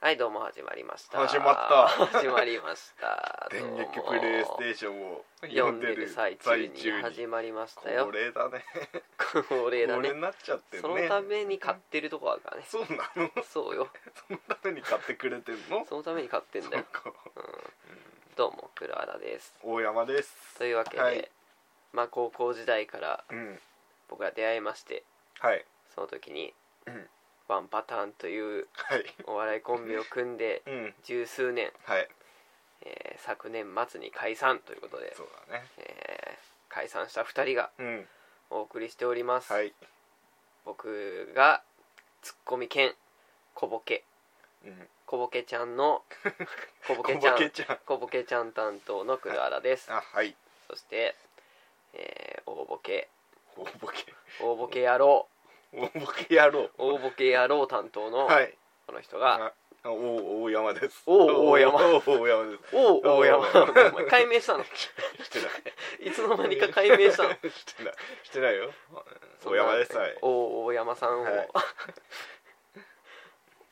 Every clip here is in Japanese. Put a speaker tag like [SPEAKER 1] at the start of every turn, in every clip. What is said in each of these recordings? [SPEAKER 1] はいどうも始まりました
[SPEAKER 2] 始まった
[SPEAKER 1] 始まりました
[SPEAKER 2] 電撃プレイステー
[SPEAKER 1] シ
[SPEAKER 2] ションを
[SPEAKER 1] 読んでる最中に始まりましたよ
[SPEAKER 2] これだね
[SPEAKER 1] これだ
[SPEAKER 2] これ
[SPEAKER 1] ね
[SPEAKER 2] になっちゃってるね
[SPEAKER 1] そのために買ってるとこあるからね
[SPEAKER 2] そうなの
[SPEAKER 1] そうよ
[SPEAKER 2] そのために買ってくれてんの
[SPEAKER 1] そのために買ってん だよ、
[SPEAKER 2] そうか
[SPEAKER 1] うん、どうも黒原です
[SPEAKER 2] 大山です
[SPEAKER 1] というわけで、
[SPEAKER 2] はい
[SPEAKER 1] まあ高校時代から
[SPEAKER 2] うん
[SPEAKER 1] 僕ら出会いまして
[SPEAKER 2] はい
[SPEAKER 1] その時に
[SPEAKER 2] うん
[SPEAKER 1] ワンパターンという
[SPEAKER 2] はい
[SPEAKER 1] お笑いコンビを組んで
[SPEAKER 2] うん
[SPEAKER 1] 十数年、
[SPEAKER 2] はい
[SPEAKER 1] えー昨年末に解散ということで、
[SPEAKER 2] そうだね
[SPEAKER 1] えー解散した2人が
[SPEAKER 2] うん
[SPEAKER 1] お送りしております、
[SPEAKER 2] はい
[SPEAKER 1] 僕がツッコミ兼小ボケ
[SPEAKER 2] うん
[SPEAKER 1] 小ボケちゃんの小ボケちゃ
[SPEAKER 2] 小
[SPEAKER 1] ん
[SPEAKER 2] ボケちゃん
[SPEAKER 1] 小ボケちゃん担当の黒原です、
[SPEAKER 2] あはい
[SPEAKER 1] そして、えー大ボケ
[SPEAKER 2] 大ボケ
[SPEAKER 1] 大ボケ野郎
[SPEAKER 2] 大ボケ野郎
[SPEAKER 1] 大ボケ野郎担当の
[SPEAKER 2] はい
[SPEAKER 1] この人が、
[SPEAKER 2] ああお大山です
[SPEAKER 1] お大山
[SPEAKER 2] お大山です
[SPEAKER 1] おお大山
[SPEAKER 2] お
[SPEAKER 1] お前解明したの
[SPEAKER 2] してない
[SPEAKER 1] いつの間にか解明したの
[SPEAKER 2] してないしてないよ大山ですはい
[SPEAKER 1] お大山さんを、
[SPEAKER 2] はい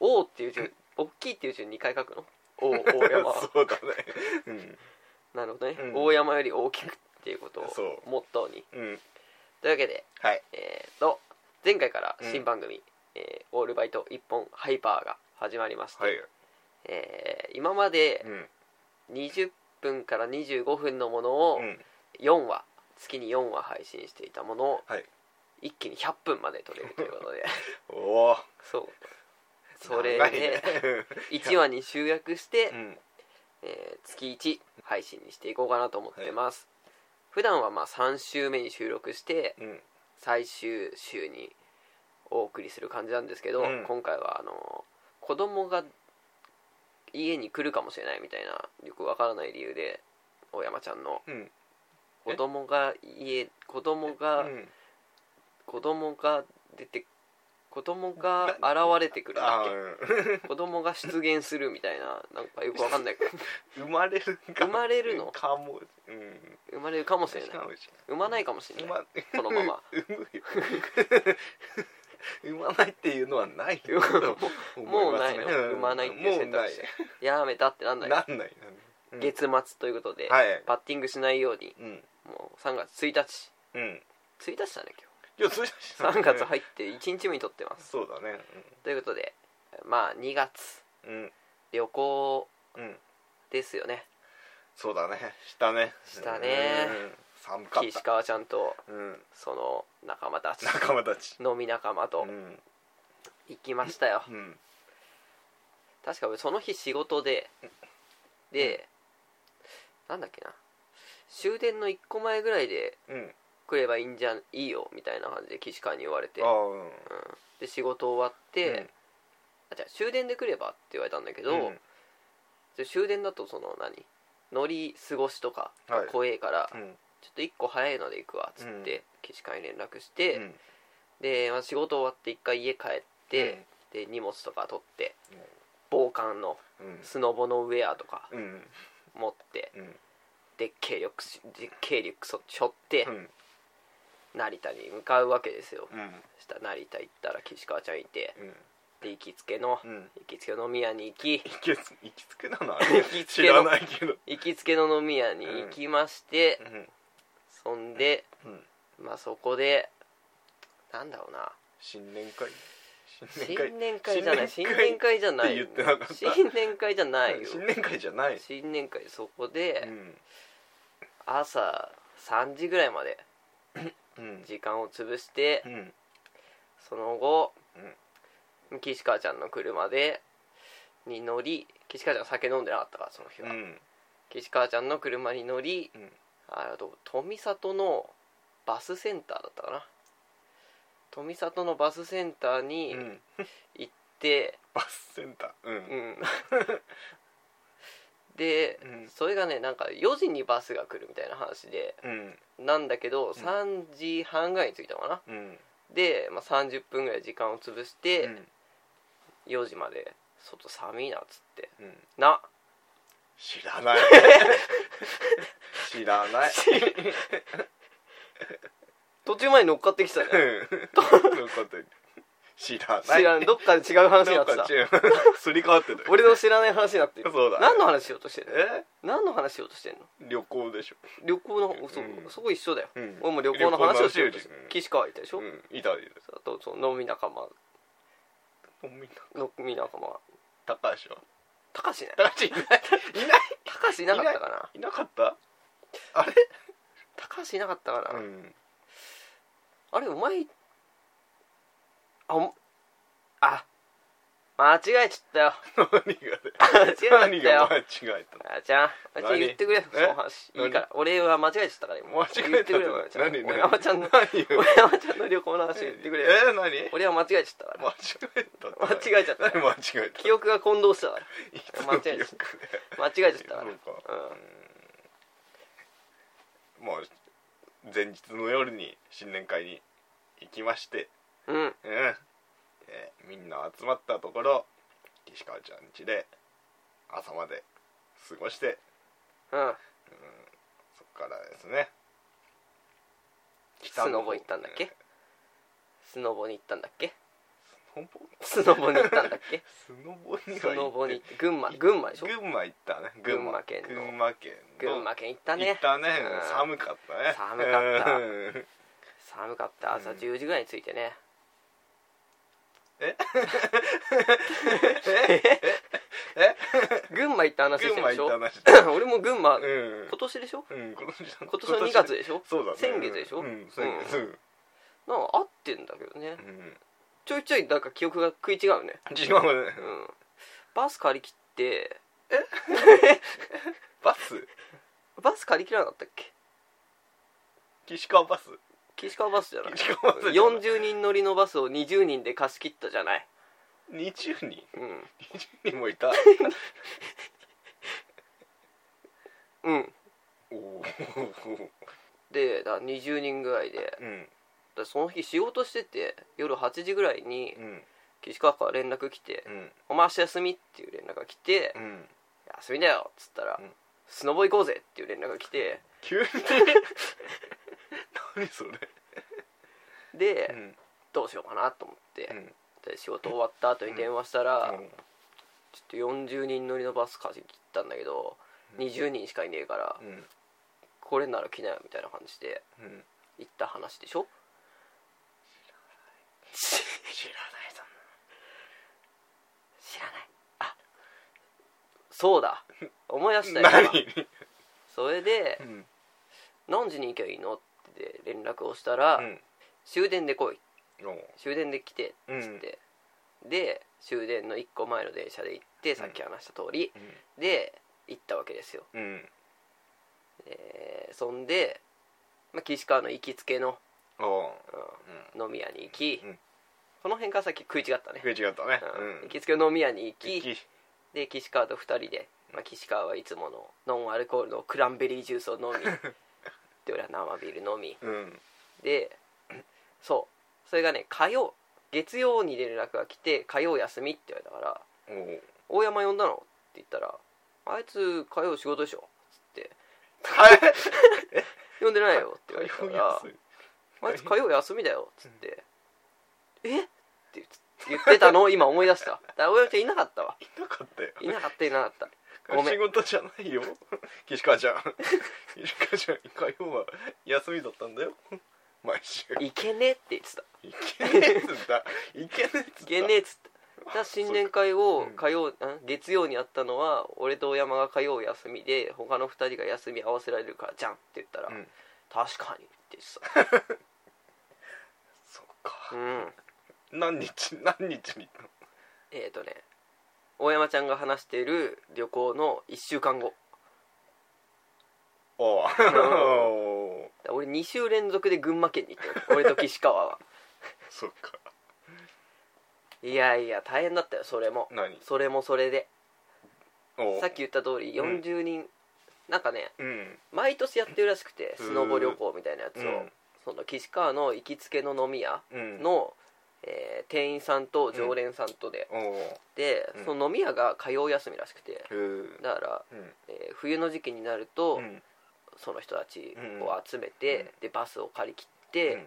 [SPEAKER 1] おっていう順大きいっていう順2回書くのお大山
[SPEAKER 2] そうだねうん
[SPEAKER 1] なるほどね、
[SPEAKER 2] うん
[SPEAKER 1] 大山より大きくっていうことを
[SPEAKER 2] そう
[SPEAKER 1] モットーに
[SPEAKER 2] うん
[SPEAKER 1] というわけで
[SPEAKER 2] はい
[SPEAKER 1] えー、と前回から
[SPEAKER 2] うん
[SPEAKER 1] 新番組、えーオールバイト一本ハイパー」が始まりまして、
[SPEAKER 2] はい
[SPEAKER 1] えー今まで
[SPEAKER 2] うん
[SPEAKER 1] 20分から25分のものを
[SPEAKER 2] うん
[SPEAKER 1] 4話月に4話配信していたものを
[SPEAKER 2] はい
[SPEAKER 1] 一気に100分まで撮れるという ことで
[SPEAKER 2] おお
[SPEAKER 1] そうそれ
[SPEAKER 2] 長い
[SPEAKER 1] で
[SPEAKER 2] ね
[SPEAKER 1] 1話に集約して
[SPEAKER 2] う、ん
[SPEAKER 1] えー月1配信にしていこうかなと思ってます、普段はまあ3週目に収録して
[SPEAKER 2] うん
[SPEAKER 1] 最終週にお送りする感じなんですけど、
[SPEAKER 2] うん
[SPEAKER 1] 今回はあの子供が家に来るかもしれないみたいなよくわからない理由で大山ちゃんの
[SPEAKER 2] うんえ
[SPEAKER 1] 子供が家子供
[SPEAKER 2] う
[SPEAKER 1] が
[SPEAKER 2] ん
[SPEAKER 1] 子供が出て子供が現れてくる
[SPEAKER 2] あ
[SPEAKER 1] だ
[SPEAKER 2] ー
[SPEAKER 1] っ
[SPEAKER 2] うん
[SPEAKER 1] け子供が出現するみたいななんかよくわかんない
[SPEAKER 2] 生まれるか
[SPEAKER 1] 生まれるの
[SPEAKER 2] かもうん
[SPEAKER 1] 生まれるかもしれない
[SPEAKER 2] かもし
[SPEAKER 1] 産まないかもしれ
[SPEAKER 2] れ
[SPEAKER 1] ない
[SPEAKER 2] ない
[SPEAKER 1] このまま
[SPEAKER 2] 産むよ産まないっていうのはないよと思ますね
[SPEAKER 1] もうないの
[SPEAKER 2] ん
[SPEAKER 1] 産まないっていう選択肢
[SPEAKER 2] も
[SPEAKER 1] やめたってなん
[SPEAKER 2] うな
[SPEAKER 1] ないい
[SPEAKER 2] なんないなんないうん
[SPEAKER 1] 月末ということで、
[SPEAKER 2] はい
[SPEAKER 1] バッティングしないように
[SPEAKER 2] うん
[SPEAKER 1] もう3月1日
[SPEAKER 2] うん
[SPEAKER 1] 1日だね
[SPEAKER 2] いやそれじ ゃ
[SPEAKER 1] 今日3月入って1日目に撮ってます
[SPEAKER 2] そうだね
[SPEAKER 1] ということでまあ2月
[SPEAKER 2] うん
[SPEAKER 1] 旅行
[SPEAKER 2] うんうん
[SPEAKER 1] ですよね
[SPEAKER 2] そうだねしたね
[SPEAKER 1] したね
[SPEAKER 2] うん寒かっ
[SPEAKER 1] 岸
[SPEAKER 2] た
[SPEAKER 1] 川ちゃんと
[SPEAKER 2] うん
[SPEAKER 1] その仲間 たち
[SPEAKER 2] 仲間たち
[SPEAKER 1] 飲み仲間と
[SPEAKER 2] うん
[SPEAKER 1] 行きましたよ、
[SPEAKER 2] うん
[SPEAKER 1] 確か俺その日仕事でで、なんだっけな終電の1個前ぐらいで
[SPEAKER 2] うん
[SPEAKER 1] 来ればいいんじゃんいいよみたいな感じで岸川に言われて、
[SPEAKER 2] あ
[SPEAKER 1] うん、
[SPEAKER 2] あうん
[SPEAKER 1] で仕事終わって、
[SPEAKER 2] うん
[SPEAKER 1] あじゃあ終電で来ればって言われたんだけど、
[SPEAKER 2] うん
[SPEAKER 1] で終電だとその何乗り過ごしとか
[SPEAKER 2] はい
[SPEAKER 1] 怖えから、
[SPEAKER 2] うん
[SPEAKER 1] ちょっと1個早いので行くわっつって、岸川に連絡して、
[SPEAKER 2] うん
[SPEAKER 1] で、まあ、仕事終わって一回家帰って、で荷物とか取って、防寒の
[SPEAKER 2] うん
[SPEAKER 1] スノボのウェアとか
[SPEAKER 2] うん
[SPEAKER 1] 持って、
[SPEAKER 2] うん
[SPEAKER 1] でっけえリュックしでっけえリュックそ背負って、
[SPEAKER 2] うん
[SPEAKER 1] 成田に向かうわけですよ、
[SPEAKER 2] うん
[SPEAKER 1] そしたら成田行ったら岸川ちゃんいて
[SPEAKER 2] うん
[SPEAKER 1] で行きつけの、
[SPEAKER 2] うん
[SPEAKER 1] 行きつけの飲み屋に行き
[SPEAKER 2] 行きつ行きつけなのあれ
[SPEAKER 1] 行きつ
[SPEAKER 2] 知
[SPEAKER 1] けの
[SPEAKER 2] らないけど
[SPEAKER 1] 行きつけの飲み屋に行きまして、
[SPEAKER 2] うん
[SPEAKER 1] そんで、
[SPEAKER 2] うん
[SPEAKER 1] まあ、そこでなんだろうな
[SPEAKER 2] 新年会新
[SPEAKER 1] 新年会じゃない新年
[SPEAKER 2] 会
[SPEAKER 1] 会じゃない
[SPEAKER 2] って言ってなかった
[SPEAKER 1] 新年会じゃないよ
[SPEAKER 2] 新年会じゃない
[SPEAKER 1] 新年会そこ
[SPEAKER 2] う
[SPEAKER 1] で
[SPEAKER 2] ん
[SPEAKER 1] 朝3時ぐらいまで
[SPEAKER 2] うん
[SPEAKER 1] 時間を潰して
[SPEAKER 2] うん
[SPEAKER 1] その後岸川ちゃんの車でに乗り岸川ちゃん酒飲んでなかったからその日
[SPEAKER 2] う
[SPEAKER 1] は、
[SPEAKER 2] ん
[SPEAKER 1] 岸川ちゃんの車に乗り、
[SPEAKER 2] うん
[SPEAKER 1] あと富里のバスセンターだったかな富里のバスセンターに
[SPEAKER 2] うん
[SPEAKER 1] 行って、
[SPEAKER 2] バスセンターうん
[SPEAKER 1] うん、で、
[SPEAKER 2] うん
[SPEAKER 1] それがねなんか4時にバスが来るみたいな話で
[SPEAKER 2] うん
[SPEAKER 1] なんだけど3時半ぐらいに着いたのかな、
[SPEAKER 2] うん
[SPEAKER 1] で、まあ、30分ぐらい時間を潰し
[SPEAKER 2] う
[SPEAKER 1] て、
[SPEAKER 2] ん
[SPEAKER 1] 4時まで外寒いなっつって
[SPEAKER 2] うん
[SPEAKER 1] な
[SPEAKER 2] 知らない知らない
[SPEAKER 1] 途中まで乗っかってきたね
[SPEAKER 2] うんそういうこと知らない
[SPEAKER 1] 知らんどっかで違う話に
[SPEAKER 2] な
[SPEAKER 1] なんって
[SPEAKER 2] か
[SPEAKER 1] た
[SPEAKER 2] 違うすり替わってたよ
[SPEAKER 1] 俺の知らない話になってる
[SPEAKER 2] そうだね
[SPEAKER 1] 何の話しようとしてんの
[SPEAKER 2] え
[SPEAKER 1] 何の話しようとしてんの
[SPEAKER 2] 旅行でしょ
[SPEAKER 1] 旅行のそう
[SPEAKER 2] うん
[SPEAKER 1] そこ一緒だよ、
[SPEAKER 2] うん
[SPEAKER 1] 俺も旅行の話をしようとして
[SPEAKER 2] 旅行の話より
[SPEAKER 1] 岸川いたでしょ、
[SPEAKER 2] うんいたいた
[SPEAKER 1] あとその飲み仲間
[SPEAKER 2] 飲みな
[SPEAKER 1] 飲み仲間
[SPEAKER 2] 高橋は
[SPEAKER 1] 高橋ね
[SPEAKER 2] 高橋いないいない
[SPEAKER 1] 高橋いなかったかない
[SPEAKER 2] なかったあれ
[SPEAKER 1] 高橋いなかったかな、
[SPEAKER 2] ん
[SPEAKER 1] あれお前あおあ間違えちゃったよ
[SPEAKER 2] 何が
[SPEAKER 1] 間違えちゃった
[SPEAKER 2] 何が
[SPEAKER 1] よ
[SPEAKER 2] 間違えたの
[SPEAKER 1] あーちゃんあーちゃん
[SPEAKER 2] 何
[SPEAKER 1] 言ってくれよそ
[SPEAKER 2] え
[SPEAKER 1] の話いいから俺は間違えちゃったから今
[SPEAKER 2] 間違
[SPEAKER 1] 言
[SPEAKER 2] え
[SPEAKER 1] ってく
[SPEAKER 2] たっ
[SPEAKER 1] れ
[SPEAKER 2] て
[SPEAKER 1] よちゃん
[SPEAKER 2] 何
[SPEAKER 1] 俺山ちゃんの
[SPEAKER 2] 何よ
[SPEAKER 1] 俺山ちゃんの旅行の話言ってくれよ
[SPEAKER 2] え何間違
[SPEAKER 1] 俺は間違えちゃったから
[SPEAKER 2] えたって
[SPEAKER 1] 間違えちゃった
[SPEAKER 2] 何間違えた
[SPEAKER 1] 記憶が混同したから
[SPEAKER 2] いつの記憶で
[SPEAKER 1] 間違えちゃったから
[SPEAKER 2] そう
[SPEAKER 1] う
[SPEAKER 2] か
[SPEAKER 1] ん
[SPEAKER 2] まあ前日の夜に新年会に行きまして
[SPEAKER 1] うん
[SPEAKER 2] うんえみんな集まったところ岸川ちゃん家で朝まで過ごして
[SPEAKER 1] うん
[SPEAKER 2] そこからですね
[SPEAKER 1] スノボ行ったんだっけスノボに行ったんだっけ
[SPEAKER 2] スノボ
[SPEAKER 1] スノボに行ったんだっけ
[SPEAKER 2] スノボに
[SPEAKER 1] スノボ
[SPEAKER 2] は行
[SPEAKER 1] に
[SPEAKER 2] っ
[SPEAKER 1] 行って群馬群馬でしょ
[SPEAKER 2] て群馬行ったね
[SPEAKER 1] 群馬県の
[SPEAKER 2] 群馬県の
[SPEAKER 1] 群馬県行ったね
[SPEAKER 2] 行ったね
[SPEAKER 1] うん
[SPEAKER 2] 寒かったね
[SPEAKER 1] 寒かった
[SPEAKER 2] うん
[SPEAKER 1] 寒かった朝10時ぐらいに着いてね
[SPEAKER 2] え
[SPEAKER 1] 群馬行った話し
[SPEAKER 2] 群
[SPEAKER 1] てる
[SPEAKER 2] 馬
[SPEAKER 1] でし
[SPEAKER 2] 行
[SPEAKER 1] ょ
[SPEAKER 2] った話
[SPEAKER 1] 俺も群馬
[SPEAKER 2] う
[SPEAKER 1] 今
[SPEAKER 2] ん
[SPEAKER 1] 年でしょ
[SPEAKER 2] うん今年
[SPEAKER 1] 今年の2月でしょ
[SPEAKER 2] そうだね
[SPEAKER 1] 先月でしょ
[SPEAKER 2] うん先月
[SPEAKER 1] う
[SPEAKER 2] うんん
[SPEAKER 1] なんか合ってんだけどねちょいちょいなんか記憶が食い違うね
[SPEAKER 2] 違うね
[SPEAKER 1] うんバス借り切って
[SPEAKER 2] バス
[SPEAKER 1] バス借り切らなかったっけ
[SPEAKER 2] 岸川バス
[SPEAKER 1] 岸川バスじゃない
[SPEAKER 2] 岸 川バスじゃない
[SPEAKER 1] 40人乗りのバスを20人で貸し切ったじゃない
[SPEAKER 2] 20人
[SPEAKER 1] うん
[SPEAKER 2] 20人もいた
[SPEAKER 1] うん
[SPEAKER 2] おお
[SPEAKER 1] でだから20人ぐらいでだか
[SPEAKER 2] うん
[SPEAKER 1] らその日仕事してて夜8時ぐらいに
[SPEAKER 2] うん
[SPEAKER 1] 岸川から連絡来て
[SPEAKER 2] うん
[SPEAKER 1] 「お前明日休み」っていう連絡が来て
[SPEAKER 2] うん
[SPEAKER 1] 「休みだよ」っつったら
[SPEAKER 2] うん
[SPEAKER 1] 「スノボ行こうぜ」っていう連絡が来て
[SPEAKER 2] 急に何それう
[SPEAKER 1] で
[SPEAKER 2] ん
[SPEAKER 1] どうしようかなと思って
[SPEAKER 2] うん
[SPEAKER 1] で仕事終わった後に電話したら、
[SPEAKER 2] うん
[SPEAKER 1] ちょっと40人乗りのバス貸し切ったんだけど、20人しかいねえから、
[SPEAKER 2] うん
[SPEAKER 1] これなら来なよみたいな感じで
[SPEAKER 2] うん
[SPEAKER 1] 行った話でしょ
[SPEAKER 2] 知らないそんな
[SPEAKER 1] 知らないあそうだ思い出したよ
[SPEAKER 2] 何
[SPEAKER 1] それで
[SPEAKER 2] うん
[SPEAKER 1] 何時に行けばいいのって連絡をしたら、
[SPEAKER 2] うん
[SPEAKER 1] 終電で来い
[SPEAKER 2] おう
[SPEAKER 1] 終電で来て
[SPEAKER 2] う
[SPEAKER 1] っ
[SPEAKER 2] ん
[SPEAKER 1] つって、で終電の1個前の電車で行ってさっき話した通り、で行ったわけですよ
[SPEAKER 2] うんうん
[SPEAKER 1] えーそんで、まあ、岸川の行きつけの、
[SPEAKER 2] おう
[SPEAKER 1] うん飲み屋に行き、
[SPEAKER 2] うん
[SPEAKER 1] この辺からさっき食い違ったね、
[SPEAKER 2] 食い違ったね
[SPEAKER 1] うん
[SPEAKER 2] うん
[SPEAKER 1] 行きつけの飲み屋に行き
[SPEAKER 2] 行き
[SPEAKER 1] で岸川と2人で、まあ、岸川はいつものノンアルコールのクランベリージュースを飲みで俺は生ビール飲み
[SPEAKER 2] うん
[SPEAKER 1] で そうそれがね火曜月曜に連絡が来て火曜休みって言われたから
[SPEAKER 2] おう
[SPEAKER 1] 「大山呼んだの?」って言ったら「あいつ火曜仕事でしょ」っつって「呼んでないよ」って言われたから「あいつ火曜休みだよ」っつって「えっ?」って言ってたのを今思い出しただから大山ちゃんいなかったわ
[SPEAKER 2] なかったよ
[SPEAKER 1] いなかったいなかったごめん
[SPEAKER 2] 仕事じゃないよ 岸川 ちゃん岸川ちゃん火曜は休みだったんだよ 毎週
[SPEAKER 1] いけねえって言ってた
[SPEAKER 2] いけねえっつったいけねえっつった
[SPEAKER 1] いけねえっつっただ新年会を
[SPEAKER 2] うん
[SPEAKER 1] 火曜、ん、月曜にやったのは俺と大山が火曜休みで他の2人が休み合わせられるからじゃんって言ったら、
[SPEAKER 2] うん
[SPEAKER 1] 確かにって言って
[SPEAKER 2] そっか
[SPEAKER 1] たうん
[SPEAKER 2] 何日何日に行ったの
[SPEAKER 1] えっ、ー、とね大山ちゃんが話している旅行の1週間後
[SPEAKER 2] お
[SPEAKER 1] ん
[SPEAKER 2] うおう
[SPEAKER 1] 俺2週連続で群馬県に行ったよ俺と岸川 は
[SPEAKER 2] そっか
[SPEAKER 1] いやいや大変だったよそれも
[SPEAKER 2] 何
[SPEAKER 1] それもそれで
[SPEAKER 2] おう
[SPEAKER 1] さっき言った通り40人、なんかね
[SPEAKER 2] うん
[SPEAKER 1] 毎年やってるらしくて
[SPEAKER 2] うん
[SPEAKER 1] スノボ旅行みたいなやつを、
[SPEAKER 2] うん
[SPEAKER 1] その岸川の行きつけの飲み屋
[SPEAKER 2] うん
[SPEAKER 1] の、えー店員さんと常連さんとで、
[SPEAKER 2] おう
[SPEAKER 1] で
[SPEAKER 2] うん
[SPEAKER 1] その飲み屋が火曜休みらしくて
[SPEAKER 2] うん
[SPEAKER 1] だから、
[SPEAKER 2] うん
[SPEAKER 1] えー冬の時期になると、
[SPEAKER 2] うん
[SPEAKER 1] その人たちを集めて、でバスを借り切って、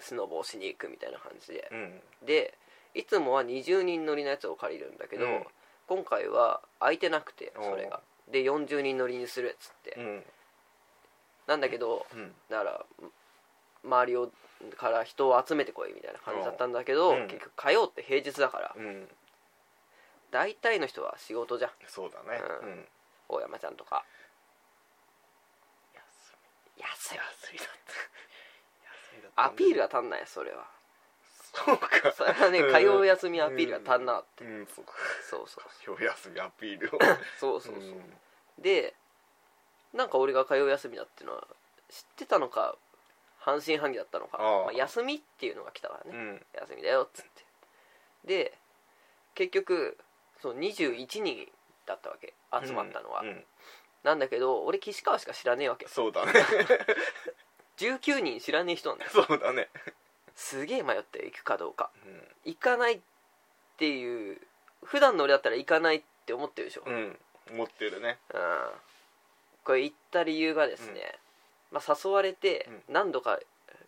[SPEAKER 1] スノボをしに行くみたいな感じで、
[SPEAKER 2] うん
[SPEAKER 1] でいつもは20人乗りのやつを借りるんだけど、
[SPEAKER 2] うん
[SPEAKER 1] 今回は空いてなくて
[SPEAKER 2] おう
[SPEAKER 1] それがで40人乗りにするっつって、
[SPEAKER 2] うん
[SPEAKER 1] なんだけど
[SPEAKER 2] うん
[SPEAKER 1] だから周りをから人を集めてこいみたいな感じだったんだけど、
[SPEAKER 2] うん
[SPEAKER 1] 結局火曜って平日だから
[SPEAKER 2] うん
[SPEAKER 1] 大体の人は仕事じゃん
[SPEAKER 2] そうだね
[SPEAKER 1] うん
[SPEAKER 2] うん
[SPEAKER 1] 大山ちゃんとか安い
[SPEAKER 2] 休み休みだった休みだった
[SPEAKER 1] アピール
[SPEAKER 2] は
[SPEAKER 1] が足んないそれは
[SPEAKER 2] そうか
[SPEAKER 1] それは ね
[SPEAKER 2] うん
[SPEAKER 1] 火曜休みアピールが足んなかっ
[SPEAKER 2] うんそうか
[SPEAKER 1] たそうそう
[SPEAKER 2] 今日休みアピールを
[SPEAKER 1] そうそうそうそう、
[SPEAKER 2] ん
[SPEAKER 1] でなんか俺が火曜休みだっていうのは知ってたのか半信半疑だったのか
[SPEAKER 2] ああ
[SPEAKER 1] まあ、休みっていうのが来たからね、
[SPEAKER 2] うん
[SPEAKER 1] 休みだよっつってで結局そう21人だったわけ集まったのは、
[SPEAKER 2] うん
[SPEAKER 1] なんだけど俺岸川しか知らねえわけ
[SPEAKER 2] そうだね
[SPEAKER 1] 19人知らねえ人なんだよ
[SPEAKER 2] そうだね
[SPEAKER 1] すげえ迷って行くかどうか
[SPEAKER 2] うん
[SPEAKER 1] 行かないっていう普段の俺だったら行かないって思ってるでしょ、
[SPEAKER 2] うん持ってるね
[SPEAKER 1] うんこれ行った理由がですね、まあ、誘われて何度か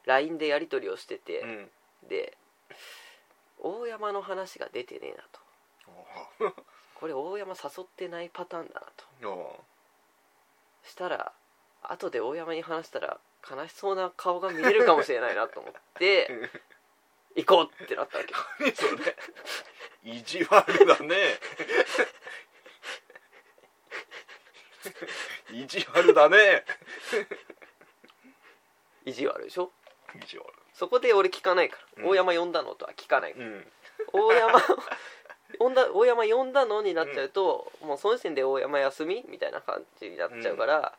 [SPEAKER 1] LINE でやり取りをしてて
[SPEAKER 2] う、ん
[SPEAKER 1] で大山の話が出てねえなと
[SPEAKER 2] おー
[SPEAKER 1] これ大山誘ってないパターンだなと
[SPEAKER 2] お
[SPEAKER 1] したら後で大山に話したら悲しそうな顔が見れるかもしれないなと思っ
[SPEAKER 2] ー
[SPEAKER 1] て
[SPEAKER 2] うん
[SPEAKER 1] 行こうってなったわけ
[SPEAKER 2] 何それ 意地悪だね 意地悪だね
[SPEAKER 1] 意地悪でしょ
[SPEAKER 2] 意地悪
[SPEAKER 1] そこで俺聞かないから、
[SPEAKER 2] うん
[SPEAKER 1] 大山呼んだのとは聞かないから
[SPEAKER 2] うん
[SPEAKER 1] 大山を呼んだ大山呼んだのになっちゃうと、もうその時点で大山休みみたいな感じになっちゃうから、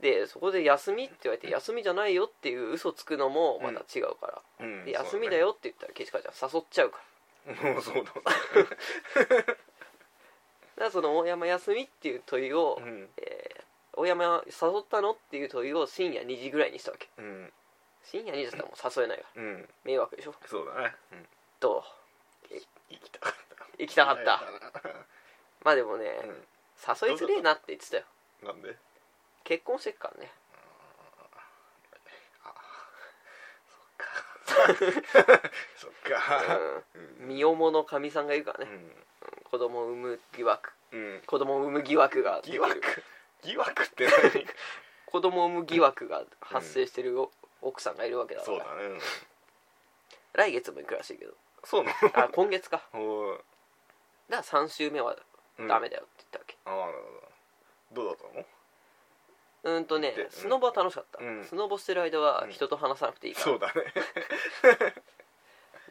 [SPEAKER 1] でそこで休みって言われて休みじゃないよっていう嘘つくのもまた違うから、
[SPEAKER 2] うん
[SPEAKER 1] で休みだよって言ったら岸川ちゃん誘っちゃうから
[SPEAKER 2] そうだねもうそうだ
[SPEAKER 1] だからその大山休みっていう問いを、
[SPEAKER 2] ね
[SPEAKER 1] えー大山誘ったのっていう問いを深夜2時ぐらいにしたわけ
[SPEAKER 2] うんうん
[SPEAKER 1] 深夜2時だったらもう誘えないから
[SPEAKER 2] うん
[SPEAKER 1] 迷惑でしょ
[SPEAKER 2] そうだねうん
[SPEAKER 1] と
[SPEAKER 2] 行きたかった
[SPEAKER 1] 行きたかったまあでもね、
[SPEAKER 2] う
[SPEAKER 1] 誘いづれえなって言ってたよ
[SPEAKER 2] んなん で
[SPEAKER 1] 結婚してっからね
[SPEAKER 2] そっか
[SPEAKER 1] うん身重のかみさんがいるから
[SPEAKER 2] う
[SPEAKER 1] ね、
[SPEAKER 2] ん
[SPEAKER 1] 子供を産む疑惑
[SPEAKER 2] うん
[SPEAKER 1] 子供を産む疑惑が
[SPEAKER 2] 疑惑疑惑って
[SPEAKER 1] 子供を産む疑惑が発生してるお奥さんがいるわけだ
[SPEAKER 2] 何
[SPEAKER 1] か
[SPEAKER 2] そう
[SPEAKER 1] ら、
[SPEAKER 2] だねうん
[SPEAKER 1] 来月も行くらしいけど
[SPEAKER 2] そうな
[SPEAKER 1] あ今月か
[SPEAKER 2] のおー
[SPEAKER 1] だから3週目は
[SPEAKER 2] うん
[SPEAKER 1] ダメだよって言ったわけ
[SPEAKER 2] ああなるほどどうだっ
[SPEAKER 1] うんとね
[SPEAKER 2] でうん
[SPEAKER 1] スノボは楽しかった、
[SPEAKER 2] うん
[SPEAKER 1] スノボしてる間は人と話さなくていい
[SPEAKER 2] たの
[SPEAKER 1] から、
[SPEAKER 2] そうだね
[SPEAKER 1] だか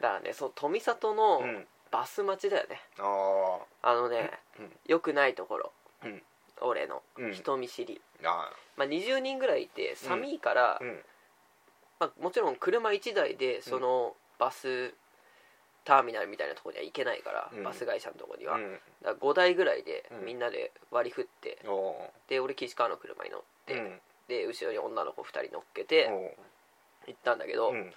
[SPEAKER 1] らねその富里の
[SPEAKER 2] うん
[SPEAKER 1] バス待ちだよね、
[SPEAKER 2] ああ
[SPEAKER 1] あのね、
[SPEAKER 2] うん
[SPEAKER 1] 良くないところ、
[SPEAKER 2] うん
[SPEAKER 1] 俺の
[SPEAKER 2] うん
[SPEAKER 1] 人見知り、
[SPEAKER 2] あ
[SPEAKER 1] まあ、20人ぐらいいて寒いから、
[SPEAKER 2] あうん
[SPEAKER 1] まあ、もちろん車1台でそのバスターミナルみたいなところには行けないから、
[SPEAKER 2] うん
[SPEAKER 1] バス会社のところには、
[SPEAKER 2] う
[SPEAKER 1] だか
[SPEAKER 2] ん
[SPEAKER 1] ら5台ぐらいで
[SPEAKER 2] うん
[SPEAKER 1] みんなで割り振って、
[SPEAKER 2] おお
[SPEAKER 1] で俺岸川の車に乗って、
[SPEAKER 2] うん
[SPEAKER 1] で後ろに女の子2人乗っけて
[SPEAKER 2] お
[SPEAKER 1] 行ったんだけど、
[SPEAKER 2] ーうん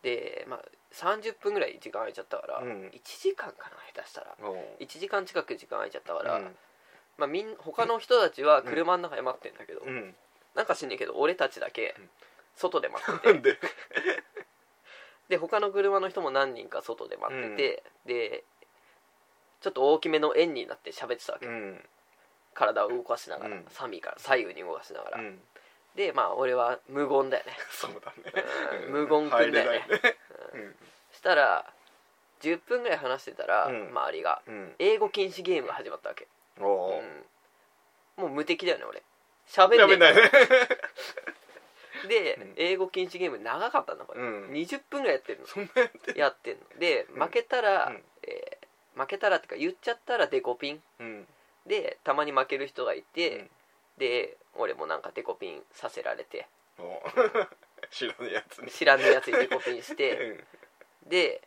[SPEAKER 1] で、まあ、30分ぐらい時間空いちゃったから、
[SPEAKER 2] うん
[SPEAKER 1] 1時間かな下手したら
[SPEAKER 2] おー
[SPEAKER 1] 1時間近く時間空いちゃったから、
[SPEAKER 2] うん
[SPEAKER 1] まあ、みん他の人たちは車の中で待ってんだけど、
[SPEAKER 2] うん
[SPEAKER 1] なんか知んねえけど俺たちだけ
[SPEAKER 2] ん
[SPEAKER 1] 外で待 ってて
[SPEAKER 2] なんで
[SPEAKER 1] で他の車の人も何人か外で待ってて、でちょっと大きめの円になって喋ってたわけ、
[SPEAKER 2] うん
[SPEAKER 1] 体を動かしながら、
[SPEAKER 2] うん
[SPEAKER 1] 寒いから左右に動かしながら、
[SPEAKER 2] うん
[SPEAKER 1] でまあ俺は無言 だよね
[SPEAKER 2] そうだね
[SPEAKER 1] うん無言くんだよね
[SPEAKER 2] 入れない
[SPEAKER 1] したら10分ぐらい話してたら、
[SPEAKER 2] うん
[SPEAKER 1] 周りが
[SPEAKER 2] うん
[SPEAKER 1] 英語禁止ゲームが始まったわけ、
[SPEAKER 2] おお
[SPEAKER 1] うんもう無敵だよね俺喋
[SPEAKER 2] や
[SPEAKER 1] んね
[SPEAKER 2] めないね
[SPEAKER 1] えで、
[SPEAKER 2] うん
[SPEAKER 1] 英語禁止ゲーム長かったんだこれ、
[SPEAKER 2] うん
[SPEAKER 1] 20分ぐらいやってるの
[SPEAKER 2] そんなやって
[SPEAKER 1] やってんので
[SPEAKER 2] うん
[SPEAKER 1] 負けたら、
[SPEAKER 2] うん
[SPEAKER 1] えー負けたらってか言っちゃったらデコピン
[SPEAKER 2] うん
[SPEAKER 1] でたまに負ける人がいて、
[SPEAKER 2] うん
[SPEAKER 1] で俺もなんかデコピンさせられて
[SPEAKER 2] お 知らないやつに
[SPEAKER 1] 知らぬやつにデコピンして
[SPEAKER 2] うん
[SPEAKER 1] で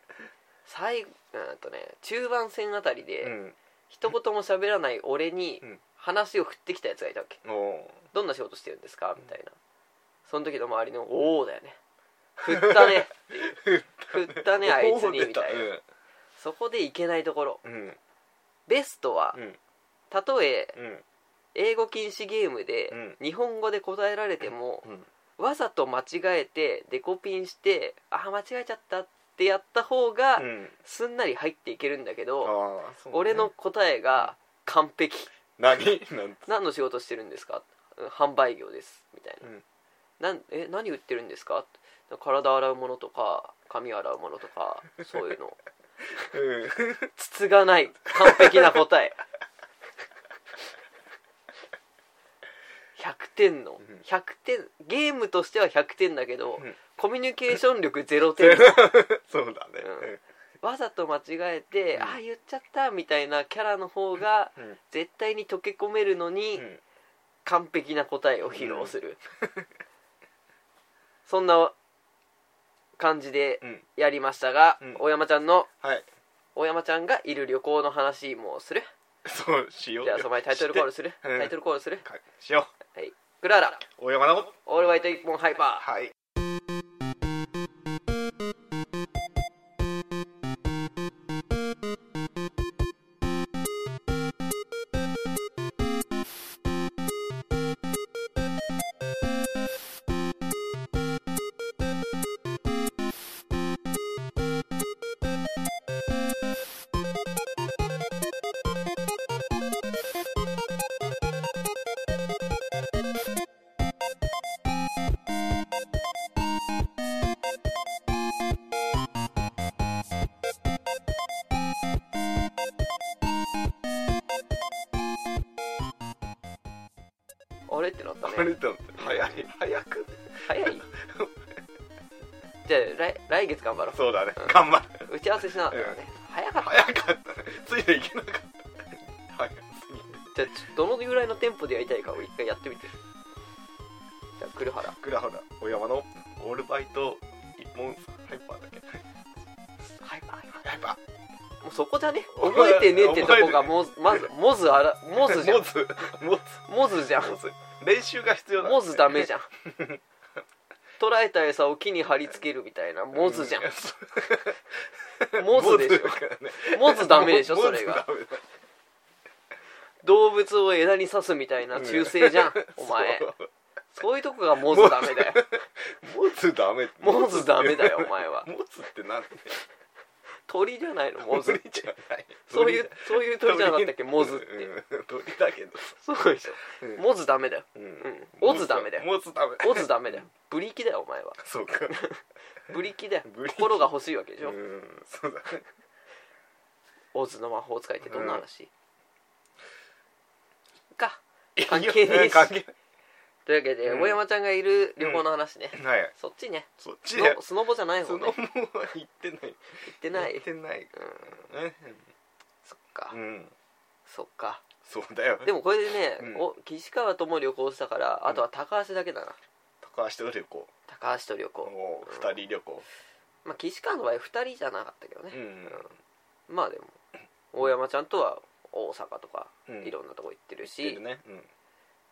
[SPEAKER 1] 最後うんとね中盤戦あたりで、
[SPEAKER 2] うん
[SPEAKER 1] 一言も喋らない俺に
[SPEAKER 2] うん
[SPEAKER 1] 話を振ってきたやつがいたわけ
[SPEAKER 2] おお
[SPEAKER 1] 「どんな仕事してるんですか?」みたいなその時の周りの「おお」だよね「振った ね」っていう「振ったねあいつに」みたいなそこでいけないところ
[SPEAKER 2] うん
[SPEAKER 1] ベストは
[SPEAKER 2] うん
[SPEAKER 1] たとえ
[SPEAKER 2] うん
[SPEAKER 1] 英語禁止ゲーム
[SPEAKER 2] う
[SPEAKER 1] で
[SPEAKER 2] ん
[SPEAKER 1] 日本語で答えられても
[SPEAKER 2] うん
[SPEAKER 1] わざと間違えてデコピンして「ああ間違えちゃった」っってやった方が
[SPEAKER 2] うん
[SPEAKER 1] すんなり入っていけるんだけ
[SPEAKER 2] あ
[SPEAKER 1] ど、
[SPEAKER 2] あそうね
[SPEAKER 1] 俺の答えが「完璧
[SPEAKER 2] 何 なん
[SPEAKER 1] 何の仕事してるんですか?」うん販売業です」みたいな
[SPEAKER 2] うん
[SPEAKER 1] 「なんえ何売ってるんですか?」体洗うものとか髪洗うものとかそういう の
[SPEAKER 2] うん
[SPEAKER 1] つつがない完璧な答え100点の
[SPEAKER 2] ん
[SPEAKER 1] 100点ゲームとしては100点だけど、
[SPEAKER 2] うん
[SPEAKER 1] コミュニケーション力0
[SPEAKER 2] そう
[SPEAKER 1] 点
[SPEAKER 2] だね
[SPEAKER 1] わざと間違えて、
[SPEAKER 2] うん
[SPEAKER 1] あ言っちゃったみたいなキャラの方が
[SPEAKER 2] うんうん
[SPEAKER 1] 絶対に溶け込めるのに
[SPEAKER 2] うん
[SPEAKER 1] 完璧な答えを披露する、 そんな感じで
[SPEAKER 2] うん
[SPEAKER 1] やりましたが、
[SPEAKER 2] うん
[SPEAKER 1] 大山ちゃんの
[SPEAKER 2] はい
[SPEAKER 1] 大山ちゃんがいる旅行の話もする
[SPEAKER 2] そうしよう
[SPEAKER 1] じゃあその前にタイトルコール
[SPEAKER 2] し
[SPEAKER 1] する
[SPEAKER 2] うん
[SPEAKER 1] タイトルコールする
[SPEAKER 2] てかしよ
[SPEAKER 1] はいクララ
[SPEAKER 2] う大山直子
[SPEAKER 1] オールワイト一本ハイパ
[SPEAKER 2] はい
[SPEAKER 1] ーあれってなった
[SPEAKER 2] あ
[SPEAKER 1] ね
[SPEAKER 2] れだって早い早く
[SPEAKER 1] 早いじゃあ来来月頑張ろ
[SPEAKER 2] そうだね頑張る
[SPEAKER 1] う打ち合わせしなかったからね早かった
[SPEAKER 2] 早かったねついていけなかった早すぎる
[SPEAKER 1] じゃあちょどのぐらいのテンポでやりたいかを一回やってみてじゃあ黒原
[SPEAKER 2] クラウダ小山のオールバイト一本ハイパーだっけ
[SPEAKER 1] ハイパー
[SPEAKER 2] ハイパ
[SPEAKER 1] もうそこじゃね
[SPEAKER 2] お前
[SPEAKER 1] 覚えてねえってとこが
[SPEAKER 2] 覚えてね
[SPEAKER 1] もう
[SPEAKER 2] え
[SPEAKER 1] まずモズあら
[SPEAKER 2] ー
[SPEAKER 1] モズじゃん
[SPEAKER 2] モズモズ
[SPEAKER 1] モズじゃん
[SPEAKER 2] モズ練習が必要だ
[SPEAKER 1] モズダメ じゃん捕らえた餌を木に貼り付けるみたいなモズ じゃん
[SPEAKER 2] うそう
[SPEAKER 1] モズでし
[SPEAKER 2] モだからね
[SPEAKER 1] ょモズダメでしょ
[SPEAKER 2] モズ
[SPEAKER 1] それが
[SPEAKER 2] ダメだ
[SPEAKER 1] 動物を枝に刺すみたいな中性じゃんお前
[SPEAKER 2] そう
[SPEAKER 1] そういうとこがモズダメだよ
[SPEAKER 2] モズダメ
[SPEAKER 1] モズダメだよお前は
[SPEAKER 2] モズってなんで
[SPEAKER 1] 鳥じゃないのモズ
[SPEAKER 2] 鳥じゃない
[SPEAKER 1] そういうそういう鳥じゃなかったっけモズって
[SPEAKER 2] うん鳥だけど
[SPEAKER 1] そうでしょ
[SPEAKER 2] うん
[SPEAKER 1] モズダメだよ
[SPEAKER 2] うん
[SPEAKER 1] うんオズダメだよ
[SPEAKER 2] モズダメ
[SPEAKER 1] オズダメだよブリキだよお前は
[SPEAKER 2] そうか
[SPEAKER 1] ブリキだよ
[SPEAKER 2] ブリキ
[SPEAKER 1] 心が欲しいわけでし
[SPEAKER 2] う
[SPEAKER 1] ょ、
[SPEAKER 2] んそうだね
[SPEAKER 1] オズの魔法使いってどんな話、か
[SPEAKER 2] いいよ
[SPEAKER 1] 関係ねえし
[SPEAKER 2] うん関係
[SPEAKER 1] というわけで、
[SPEAKER 2] うん
[SPEAKER 1] 大山ちゃんがいる旅行の話ね、
[SPEAKER 2] ないはい
[SPEAKER 1] そっちね
[SPEAKER 2] そっち
[SPEAKER 1] ス
[SPEAKER 2] で
[SPEAKER 1] ノスノボじゃない
[SPEAKER 2] そ
[SPEAKER 1] 方
[SPEAKER 2] の
[SPEAKER 1] ね
[SPEAKER 2] も
[SPEAKER 1] 行
[SPEAKER 2] うは言ってない
[SPEAKER 1] ってない
[SPEAKER 2] 言ってない
[SPEAKER 1] うん
[SPEAKER 2] ね
[SPEAKER 1] そっか、
[SPEAKER 2] うん
[SPEAKER 1] そっか
[SPEAKER 2] そうだよ
[SPEAKER 1] でもこれでね、
[SPEAKER 2] うん
[SPEAKER 1] お岸川とも旅行したからあとは高橋だけだな、
[SPEAKER 2] 高橋と旅行
[SPEAKER 1] 高橋と旅行、
[SPEAKER 2] もう二人旅行
[SPEAKER 1] まあ岸川の場合2人じゃなかったけどね
[SPEAKER 2] う、ん
[SPEAKER 1] まあでも大山ちゃんとは大阪とか
[SPEAKER 2] うん
[SPEAKER 1] いろんなとこ行ってる
[SPEAKER 2] 知って
[SPEAKER 1] し、
[SPEAKER 2] るねうん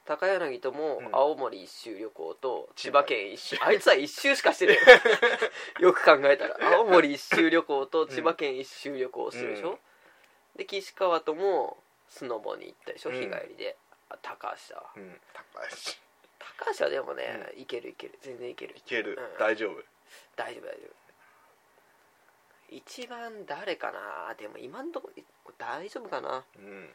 [SPEAKER 1] 高柳とも
[SPEAKER 2] うん
[SPEAKER 1] 青森一周旅行と
[SPEAKER 2] 千
[SPEAKER 1] 千
[SPEAKER 2] 葉
[SPEAKER 1] 葉県 一周あいつは 一周しかしてるよく考えたら青森一周旅行と千葉県一周旅行をしてるでしょ、
[SPEAKER 2] うん
[SPEAKER 1] で岸川ともスノボに行ったでしょ
[SPEAKER 2] うん
[SPEAKER 1] 日帰りで、あ高橋だわ
[SPEAKER 2] うん高橋
[SPEAKER 1] 高橋はでもね、いけるいける全然いける
[SPEAKER 2] いける
[SPEAKER 1] うん
[SPEAKER 2] 大丈夫
[SPEAKER 1] 大丈夫大丈夫一番誰かなでも今んとこ大丈夫かな
[SPEAKER 2] うん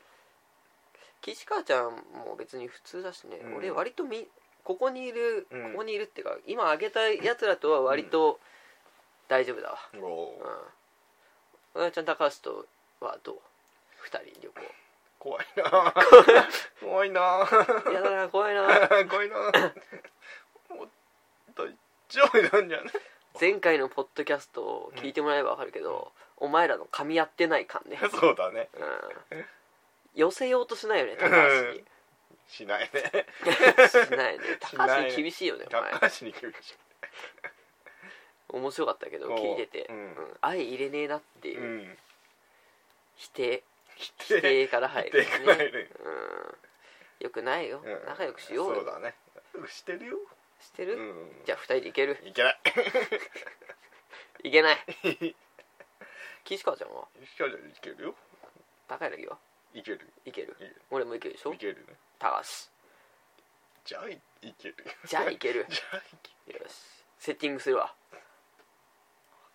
[SPEAKER 1] 岸川ちゃんも別に普通だしね、
[SPEAKER 2] うん
[SPEAKER 1] 俺割とみここにいる、
[SPEAKER 2] うん
[SPEAKER 1] ここにいるっていうか今あげたいやつらとは割と大丈夫だわ
[SPEAKER 2] お
[SPEAKER 1] う
[SPEAKER 2] お
[SPEAKER 1] ん
[SPEAKER 2] ー
[SPEAKER 1] おやちゃん高橋とはどう2人旅
[SPEAKER 2] 怖いな ぁ怖いなぁ
[SPEAKER 1] 行やだな怖い な
[SPEAKER 2] 怖いなぁもう大丈夫なんじゃない
[SPEAKER 1] 前回のポッドキャストを聞いてもらえばわかるけど、お前らの噛み合ってない感ね、
[SPEAKER 2] そうだね
[SPEAKER 1] うん、寄せようとしないよね高橋 に
[SPEAKER 2] しないね
[SPEAKER 1] しないね
[SPEAKER 2] し
[SPEAKER 1] 高
[SPEAKER 2] ないね
[SPEAKER 1] 橋に厳しいよねお前
[SPEAKER 2] 高橋に厳し
[SPEAKER 1] 面白かったけど
[SPEAKER 2] おう
[SPEAKER 1] 聞いてて、
[SPEAKER 2] うん
[SPEAKER 1] うん愛入れねえなって
[SPEAKER 2] い
[SPEAKER 1] いうう、
[SPEAKER 2] ん
[SPEAKER 1] 否定
[SPEAKER 2] 否
[SPEAKER 1] 否定から入る
[SPEAKER 2] 否定から入
[SPEAKER 1] ね
[SPEAKER 2] る
[SPEAKER 1] うんよくないよ、
[SPEAKER 2] うん
[SPEAKER 1] 仲良くしようよ
[SPEAKER 2] そうだね仲良くしてるよ
[SPEAKER 1] して
[SPEAKER 2] う
[SPEAKER 1] る、
[SPEAKER 2] ん
[SPEAKER 1] じゃあ2人で行ける
[SPEAKER 2] いけない
[SPEAKER 1] いけない岸川ちゃんは
[SPEAKER 2] ひかちゃんいけるよ
[SPEAKER 1] 高柳はい
[SPEAKER 2] ける
[SPEAKER 1] いける
[SPEAKER 2] いける
[SPEAKER 1] 俺もいけるでしょ
[SPEAKER 2] いけるね
[SPEAKER 1] 高橋
[SPEAKER 2] じゃあいいける
[SPEAKER 1] じゃあいける
[SPEAKER 2] じゃあいけ
[SPEAKER 1] よしセッティングするわ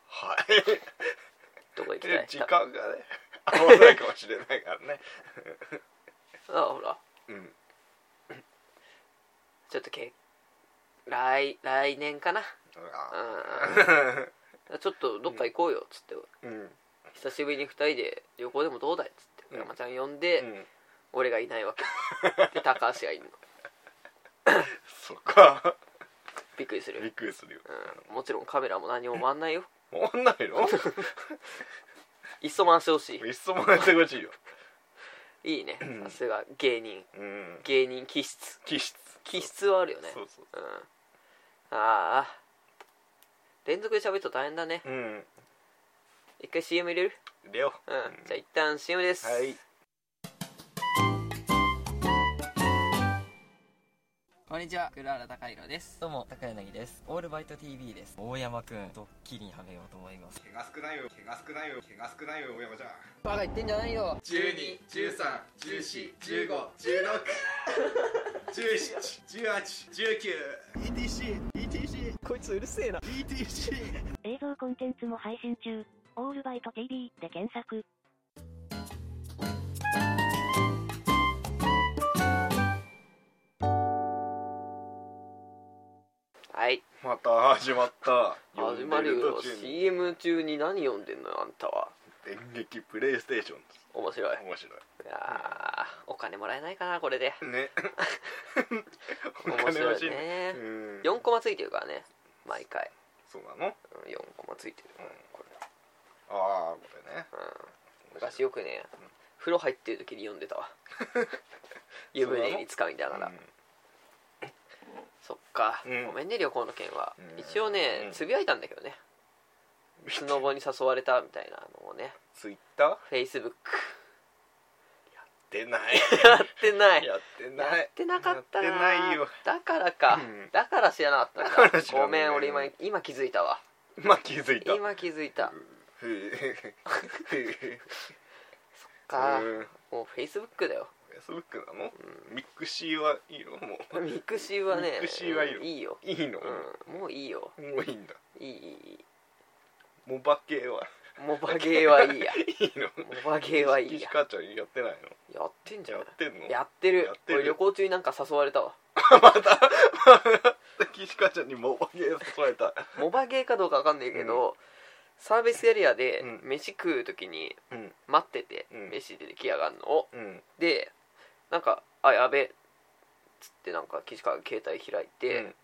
[SPEAKER 2] はい
[SPEAKER 1] どこ行きた
[SPEAKER 2] で
[SPEAKER 1] い
[SPEAKER 2] 時間がね合わないかもしれないからね
[SPEAKER 1] あほら
[SPEAKER 2] うん
[SPEAKER 1] ちょっとけ来来年かな
[SPEAKER 2] あ
[SPEAKER 1] ちょっとどっか行こうよっつって、
[SPEAKER 2] ーうん
[SPEAKER 1] 久しぶりに2人で旅行でもどうだいっつって
[SPEAKER 2] うん
[SPEAKER 1] 山ちゃん呼んで、
[SPEAKER 2] うん
[SPEAKER 1] 俺がいないわけ で高橋がいるの
[SPEAKER 2] そっか
[SPEAKER 1] びっくりする
[SPEAKER 2] びっくりするよ
[SPEAKER 1] うん、もちろんカメラも何も回んないよ
[SPEAKER 2] もんないの
[SPEAKER 1] いっそ回してほし
[SPEAKER 2] いっそもらってほしいよ
[SPEAKER 1] いいいね
[SPEAKER 2] うん
[SPEAKER 1] さすが芸人
[SPEAKER 2] うん
[SPEAKER 1] 芸人気質
[SPEAKER 2] 気質
[SPEAKER 1] 気質はあるよね
[SPEAKER 2] そうそう
[SPEAKER 1] うんああ連続で喋ると大変だね
[SPEAKER 2] うん
[SPEAKER 1] 一回 CM 入れる
[SPEAKER 2] レオ
[SPEAKER 1] うん、じゃあ一旦 CM です
[SPEAKER 2] はい
[SPEAKER 3] こんにちは、黒原隆弘です。
[SPEAKER 4] どうも高柳ですオールバイト TV です大山くんドッキリにはめようと思います
[SPEAKER 5] 毛が少ないよ毛が少ないよ毛が少ないよ大山ちゃん
[SPEAKER 3] バカ言ってんじゃないよ。
[SPEAKER 5] 12、13、14、15、16、17、18、19 ETC、ETC こいつうるせえな ETC
[SPEAKER 6] 映像コンテンツも配信中。オールバイト TV で検索。
[SPEAKER 1] はい
[SPEAKER 2] また始まった
[SPEAKER 1] 始まる
[SPEAKER 2] 呼ん
[SPEAKER 1] よ
[SPEAKER 2] で途中に
[SPEAKER 1] CM 中に何読んでんのよあんたは
[SPEAKER 2] 電撃プレイステーション
[SPEAKER 1] 面白い
[SPEAKER 2] 面白
[SPEAKER 1] いやーお金もらえないかなこれで
[SPEAKER 2] いねお
[SPEAKER 1] 面
[SPEAKER 2] 金
[SPEAKER 1] 白
[SPEAKER 2] 欲し
[SPEAKER 1] い
[SPEAKER 2] いね
[SPEAKER 1] ね
[SPEAKER 2] うん
[SPEAKER 1] 4コマついてるからね毎回
[SPEAKER 2] そうなの
[SPEAKER 1] 4コマついてる
[SPEAKER 2] うん
[SPEAKER 1] これ
[SPEAKER 2] ああこれね
[SPEAKER 1] うん、昔よくね風呂入ってる時に読んでた わ湯船につかみながらそっか、
[SPEAKER 2] うん
[SPEAKER 1] ごめんね旅行の件は、
[SPEAKER 2] うん
[SPEAKER 1] 一応ね
[SPEAKER 2] うん
[SPEAKER 1] つぶやいたんだけど ねスノボに誘われたみたいなのを ね
[SPEAKER 2] ツイッター
[SPEAKER 1] フェイスブック
[SPEAKER 2] 出ない
[SPEAKER 1] やってない
[SPEAKER 2] やって
[SPEAKER 1] や
[SPEAKER 2] ない
[SPEAKER 1] ってなかったな
[SPEAKER 2] やってないよ
[SPEAKER 1] だからか、
[SPEAKER 2] うん
[SPEAKER 1] だから知らなかっ
[SPEAKER 2] だ
[SPEAKER 1] たん
[SPEAKER 2] か
[SPEAKER 1] だ
[SPEAKER 2] ら知らない
[SPEAKER 1] ごめん俺今今気づいたわ
[SPEAKER 2] まあ気づいた
[SPEAKER 1] 今気づいた
[SPEAKER 2] ふうふう
[SPEAKER 1] か、
[SPEAKER 2] うん
[SPEAKER 1] もうフェイスブック だよ
[SPEAKER 2] Facebook なのミクシーはいいのもう
[SPEAKER 1] ミクシーはね
[SPEAKER 2] ミクシーはいいよ
[SPEAKER 1] うんいいよ、
[SPEAKER 2] いいの
[SPEAKER 1] うん、もういいよ
[SPEAKER 2] もういいんだ
[SPEAKER 1] いいいいいい
[SPEAKER 2] モバ系は
[SPEAKER 1] モバゲーはいいや
[SPEAKER 2] いいの
[SPEAKER 1] モバゲーはいい
[SPEAKER 2] 岸
[SPEAKER 1] や
[SPEAKER 2] 川ちゃんやってないの
[SPEAKER 1] やってんじゃ
[SPEAKER 2] や
[SPEAKER 1] ん
[SPEAKER 2] ってんの
[SPEAKER 1] やってる
[SPEAKER 2] やってる
[SPEAKER 1] 俺旅行中になんか誘われたわ
[SPEAKER 2] 岸川ちゃんにモバゲー誘われた
[SPEAKER 1] モバゲーかどうかわかんないけど、サービスエリアで
[SPEAKER 2] うん
[SPEAKER 1] 飯食う時に
[SPEAKER 2] うん
[SPEAKER 1] 待ってて、
[SPEAKER 2] うん
[SPEAKER 1] 飯出てきやがんのを
[SPEAKER 2] うん
[SPEAKER 1] でなんか「あやべ」っつってなんか岸川が携帯開いて、
[SPEAKER 2] うん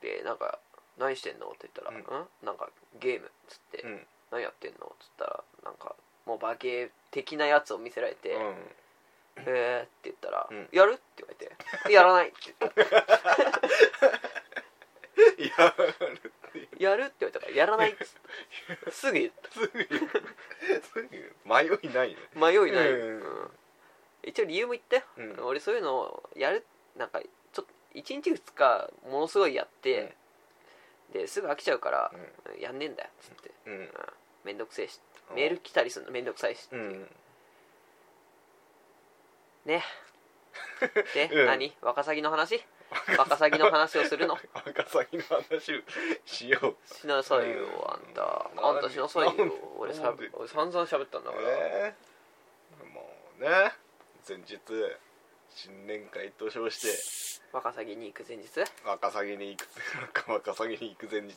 [SPEAKER 1] でなんか「何してんの?」って言ったら「
[SPEAKER 2] うん
[SPEAKER 1] ん、なんかゲーム」っつって「
[SPEAKER 2] うん
[SPEAKER 1] 何やってんの?」っつったらなんかモバゲー的なやつを見せられて「
[SPEAKER 2] うん
[SPEAKER 1] えー」って言ったら「
[SPEAKER 2] うん
[SPEAKER 1] やる?」って言われて「やらない」って言った
[SPEAKER 2] いや
[SPEAKER 1] やるって言われたからやらないっつ ってすぐ言っ
[SPEAKER 2] すぐすぐ迷いないね
[SPEAKER 1] た迷いない、
[SPEAKER 2] うん
[SPEAKER 1] うん一応理由も言ったよ、
[SPEAKER 2] うん
[SPEAKER 1] 俺そういうのをやるなんかちょっと1日2日ものすごいやって、ですぐ飽きちゃうから、やんねえんだよっつって、
[SPEAKER 2] うん
[SPEAKER 1] めんどくせえし
[SPEAKER 2] うん
[SPEAKER 1] メール来たりするのめんどくさいしって
[SPEAKER 2] う
[SPEAKER 1] いう、
[SPEAKER 2] ん
[SPEAKER 1] ねで、
[SPEAKER 2] うん
[SPEAKER 1] 何ワカサギの話ワカサギの話をするの
[SPEAKER 2] 赤崎の話をしよう
[SPEAKER 1] しなさいよ
[SPEAKER 2] うん
[SPEAKER 1] あんた
[SPEAKER 2] なん
[SPEAKER 1] あんたしなさいよ
[SPEAKER 2] なんで
[SPEAKER 1] 俺さ
[SPEAKER 2] なんで
[SPEAKER 1] 俺散々喋ったんだから、
[SPEAKER 2] ええもうね前日新年会と称して
[SPEAKER 1] ワカサギに行く前日
[SPEAKER 2] ワカサギに行くワカサギに行く前日、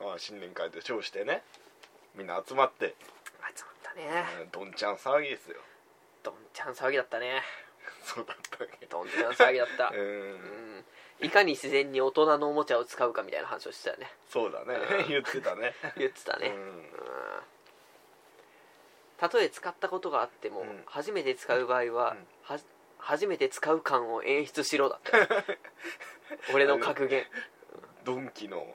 [SPEAKER 2] まあ、新年会と称してねみんな集まっ
[SPEAKER 1] 集
[SPEAKER 2] て
[SPEAKER 1] まったね
[SPEAKER 2] うんどんちゃん騒ぎですよ
[SPEAKER 1] どんちゃん騒ぎだったね
[SPEAKER 2] そうだったね
[SPEAKER 1] どんちゃん騒ぎだった
[SPEAKER 2] うん
[SPEAKER 1] うんいかに自然に大人のおもちゃを使うかみたいな話をしてたよね
[SPEAKER 2] そうだね言ってたね
[SPEAKER 1] 言ってた
[SPEAKER 2] う
[SPEAKER 1] ね
[SPEAKER 2] ん
[SPEAKER 1] うんたとえ使ったことがあっても、
[SPEAKER 2] うん
[SPEAKER 1] 初めて使う場合は,、
[SPEAKER 2] うん
[SPEAKER 1] は初めて使う感を演出しろだ ったよ俺の格言
[SPEAKER 2] ドンキの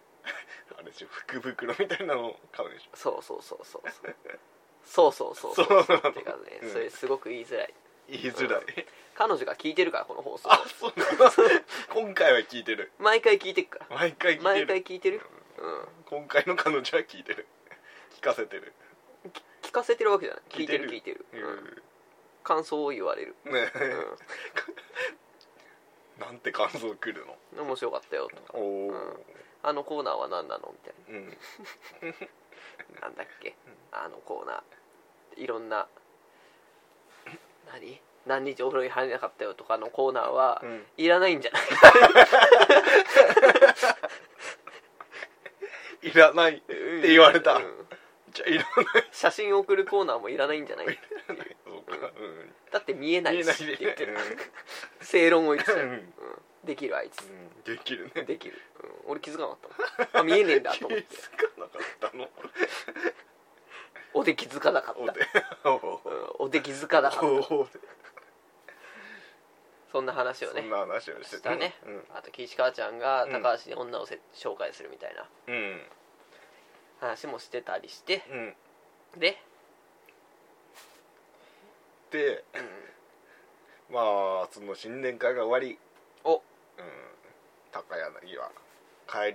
[SPEAKER 2] あれでしょ福袋みたいなのを買うでし
[SPEAKER 1] そうそうそうそうそうそうそうそう
[SPEAKER 2] そうなの
[SPEAKER 1] っていうかね、
[SPEAKER 2] うん
[SPEAKER 1] それすごく言いづらい
[SPEAKER 2] ょ言いづらい
[SPEAKER 1] 彼女が聞いてるからこの放送
[SPEAKER 2] あそうなの今回は聞いてる
[SPEAKER 1] 毎回聞いてるから
[SPEAKER 2] 毎回聞いてる
[SPEAKER 1] 毎回聞いてるうん
[SPEAKER 2] 今回の彼女は聞いてる聞かせてる
[SPEAKER 1] 聞かせてるわけじゃない聞いてる聞いてる、うん
[SPEAKER 2] う
[SPEAKER 1] 感想を言われる、
[SPEAKER 2] んねえ
[SPEAKER 1] う
[SPEAKER 2] なんて感想くるの
[SPEAKER 1] ん、面白かったよとか
[SPEAKER 2] おお
[SPEAKER 1] うんあのコーナーは何なのみたい
[SPEAKER 2] うん
[SPEAKER 1] なんだっけあのコーナーいろんな何何日お風呂に入れなかったよとかのコーナーは、
[SPEAKER 2] うん
[SPEAKER 1] いらないんじゃない
[SPEAKER 2] いらないって言われた、
[SPEAKER 1] うん
[SPEAKER 2] じゃあいらない
[SPEAKER 1] 写真送るコーナーもいらないんじゃない
[SPEAKER 2] そうか、う
[SPEAKER 1] だって見え
[SPEAKER 2] ん、
[SPEAKER 1] な
[SPEAKER 2] 見
[SPEAKER 1] い
[SPEAKER 2] え
[SPEAKER 1] し
[SPEAKER 2] ない
[SPEAKER 1] って言って
[SPEAKER 2] で
[SPEAKER 1] る
[SPEAKER 2] ね、
[SPEAKER 1] 正論を言って
[SPEAKER 2] う
[SPEAKER 1] たよ
[SPEAKER 2] んうん
[SPEAKER 1] うんできるあいつ
[SPEAKER 2] できるね
[SPEAKER 1] できる、うん俺気づかなかったもんあ見えねえんだ
[SPEAKER 2] 気
[SPEAKER 1] と
[SPEAKER 2] づ
[SPEAKER 1] 思って
[SPEAKER 2] かな かったの
[SPEAKER 1] おで気づかなかっ
[SPEAKER 2] お
[SPEAKER 1] た
[SPEAKER 2] で お
[SPEAKER 1] うんおで気づかなかった
[SPEAKER 2] お
[SPEAKER 1] そんな話を
[SPEAKER 2] そ
[SPEAKER 1] ね
[SPEAKER 2] んな話をして
[SPEAKER 1] したねあと岸川ちゃんが高橋に女をせ、紹介するみたいな
[SPEAKER 2] うんうん
[SPEAKER 1] 話もしてたりして
[SPEAKER 2] うん
[SPEAKER 1] で、
[SPEAKER 2] で
[SPEAKER 1] うん
[SPEAKER 2] まあその新年会が終わり
[SPEAKER 1] お
[SPEAKER 2] うん高柳は帰り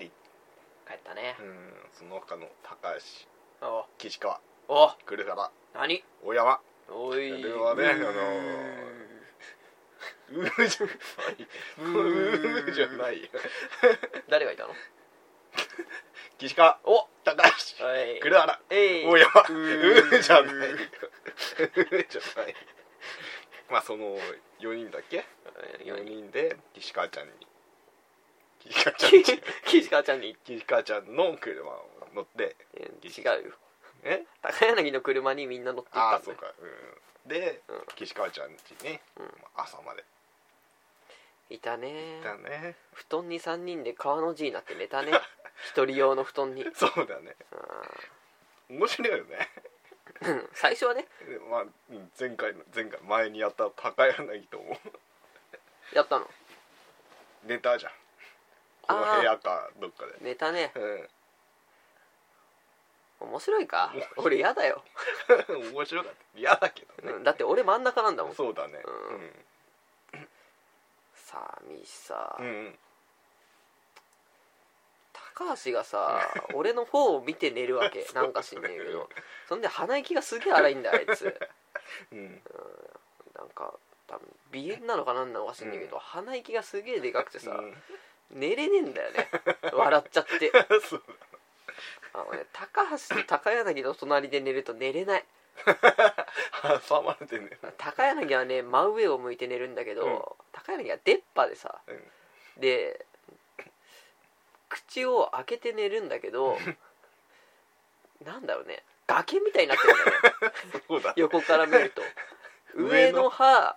[SPEAKER 1] 帰ったね
[SPEAKER 2] う、んその他の高橋
[SPEAKER 1] お
[SPEAKER 2] 岸川
[SPEAKER 1] お
[SPEAKER 2] 来るから
[SPEAKER 1] 何
[SPEAKER 2] 大山
[SPEAKER 1] おい
[SPEAKER 2] これはねあのうーじゃない
[SPEAKER 1] ー
[SPEAKER 2] うーじゃないよ
[SPEAKER 1] 誰がいたの
[SPEAKER 2] 岸川
[SPEAKER 1] お
[SPEAKER 2] 高橋
[SPEAKER 1] はい
[SPEAKER 2] 来るから
[SPEAKER 1] えい
[SPEAKER 2] 大山う
[SPEAKER 1] ー
[SPEAKER 2] ーじゃないうーじゃないまあその4人だっけ4人で岸川ちゃんに 岸川ちゃんに
[SPEAKER 1] 岸川ちゃんに
[SPEAKER 2] 岸川ちゃんの車を乗って
[SPEAKER 1] えー
[SPEAKER 2] 岸
[SPEAKER 1] 違
[SPEAKER 2] 川
[SPEAKER 1] うよ
[SPEAKER 2] え
[SPEAKER 1] 高柳の車にみんな乗っていったんだ
[SPEAKER 2] ああ
[SPEAKER 1] よ
[SPEAKER 2] そうかうんで、
[SPEAKER 1] うん
[SPEAKER 2] 岸川ちゃんちね、
[SPEAKER 1] うん
[SPEAKER 2] 朝まで
[SPEAKER 1] いたね
[SPEAKER 2] だね
[SPEAKER 1] 布団に3人で川の字になって寝たね一人用の布団に
[SPEAKER 2] そうだね面白いよね
[SPEAKER 1] うん最初はね
[SPEAKER 2] でまあうん前回の前回前にやった高柳とも
[SPEAKER 1] やったの
[SPEAKER 2] 寝たじゃんこの
[SPEAKER 1] あー
[SPEAKER 2] 部屋かどっかで
[SPEAKER 1] 寝たね面白いか
[SPEAKER 2] 面
[SPEAKER 1] 俺やだ よ、
[SPEAKER 2] うん面白かった嫌だけどね、
[SPEAKER 1] うん、だって俺真ん中なんだもん
[SPEAKER 2] そうだね
[SPEAKER 1] うん寂しさ、
[SPEAKER 2] うん、うん、
[SPEAKER 1] 高橋が さ俺の方を見て寝るわけなんか知んねえけどそんで鼻息がすげえ荒いんだよあい つ
[SPEAKER 2] うん
[SPEAKER 1] なんか多分鼻炎なのかなんなのか知んねえけど、鼻息がすげえでかくてさ、
[SPEAKER 2] うん
[SPEAKER 1] 寝れねえんだよね笑っちゃって
[SPEAKER 2] そう
[SPEAKER 1] あのね高橋と高柳の隣で寝ると寝れない
[SPEAKER 2] 挟まれてね
[SPEAKER 1] 高柳はね真上を向いて寝るんだけど、
[SPEAKER 2] うん
[SPEAKER 1] 高柳は出っ歯でさ、で口を開けて寝るんだけ どなんだろうね崖みたいになってるん だよね
[SPEAKER 2] そうだ
[SPEAKER 1] 横から見ると
[SPEAKER 2] 上の
[SPEAKER 1] 上の歯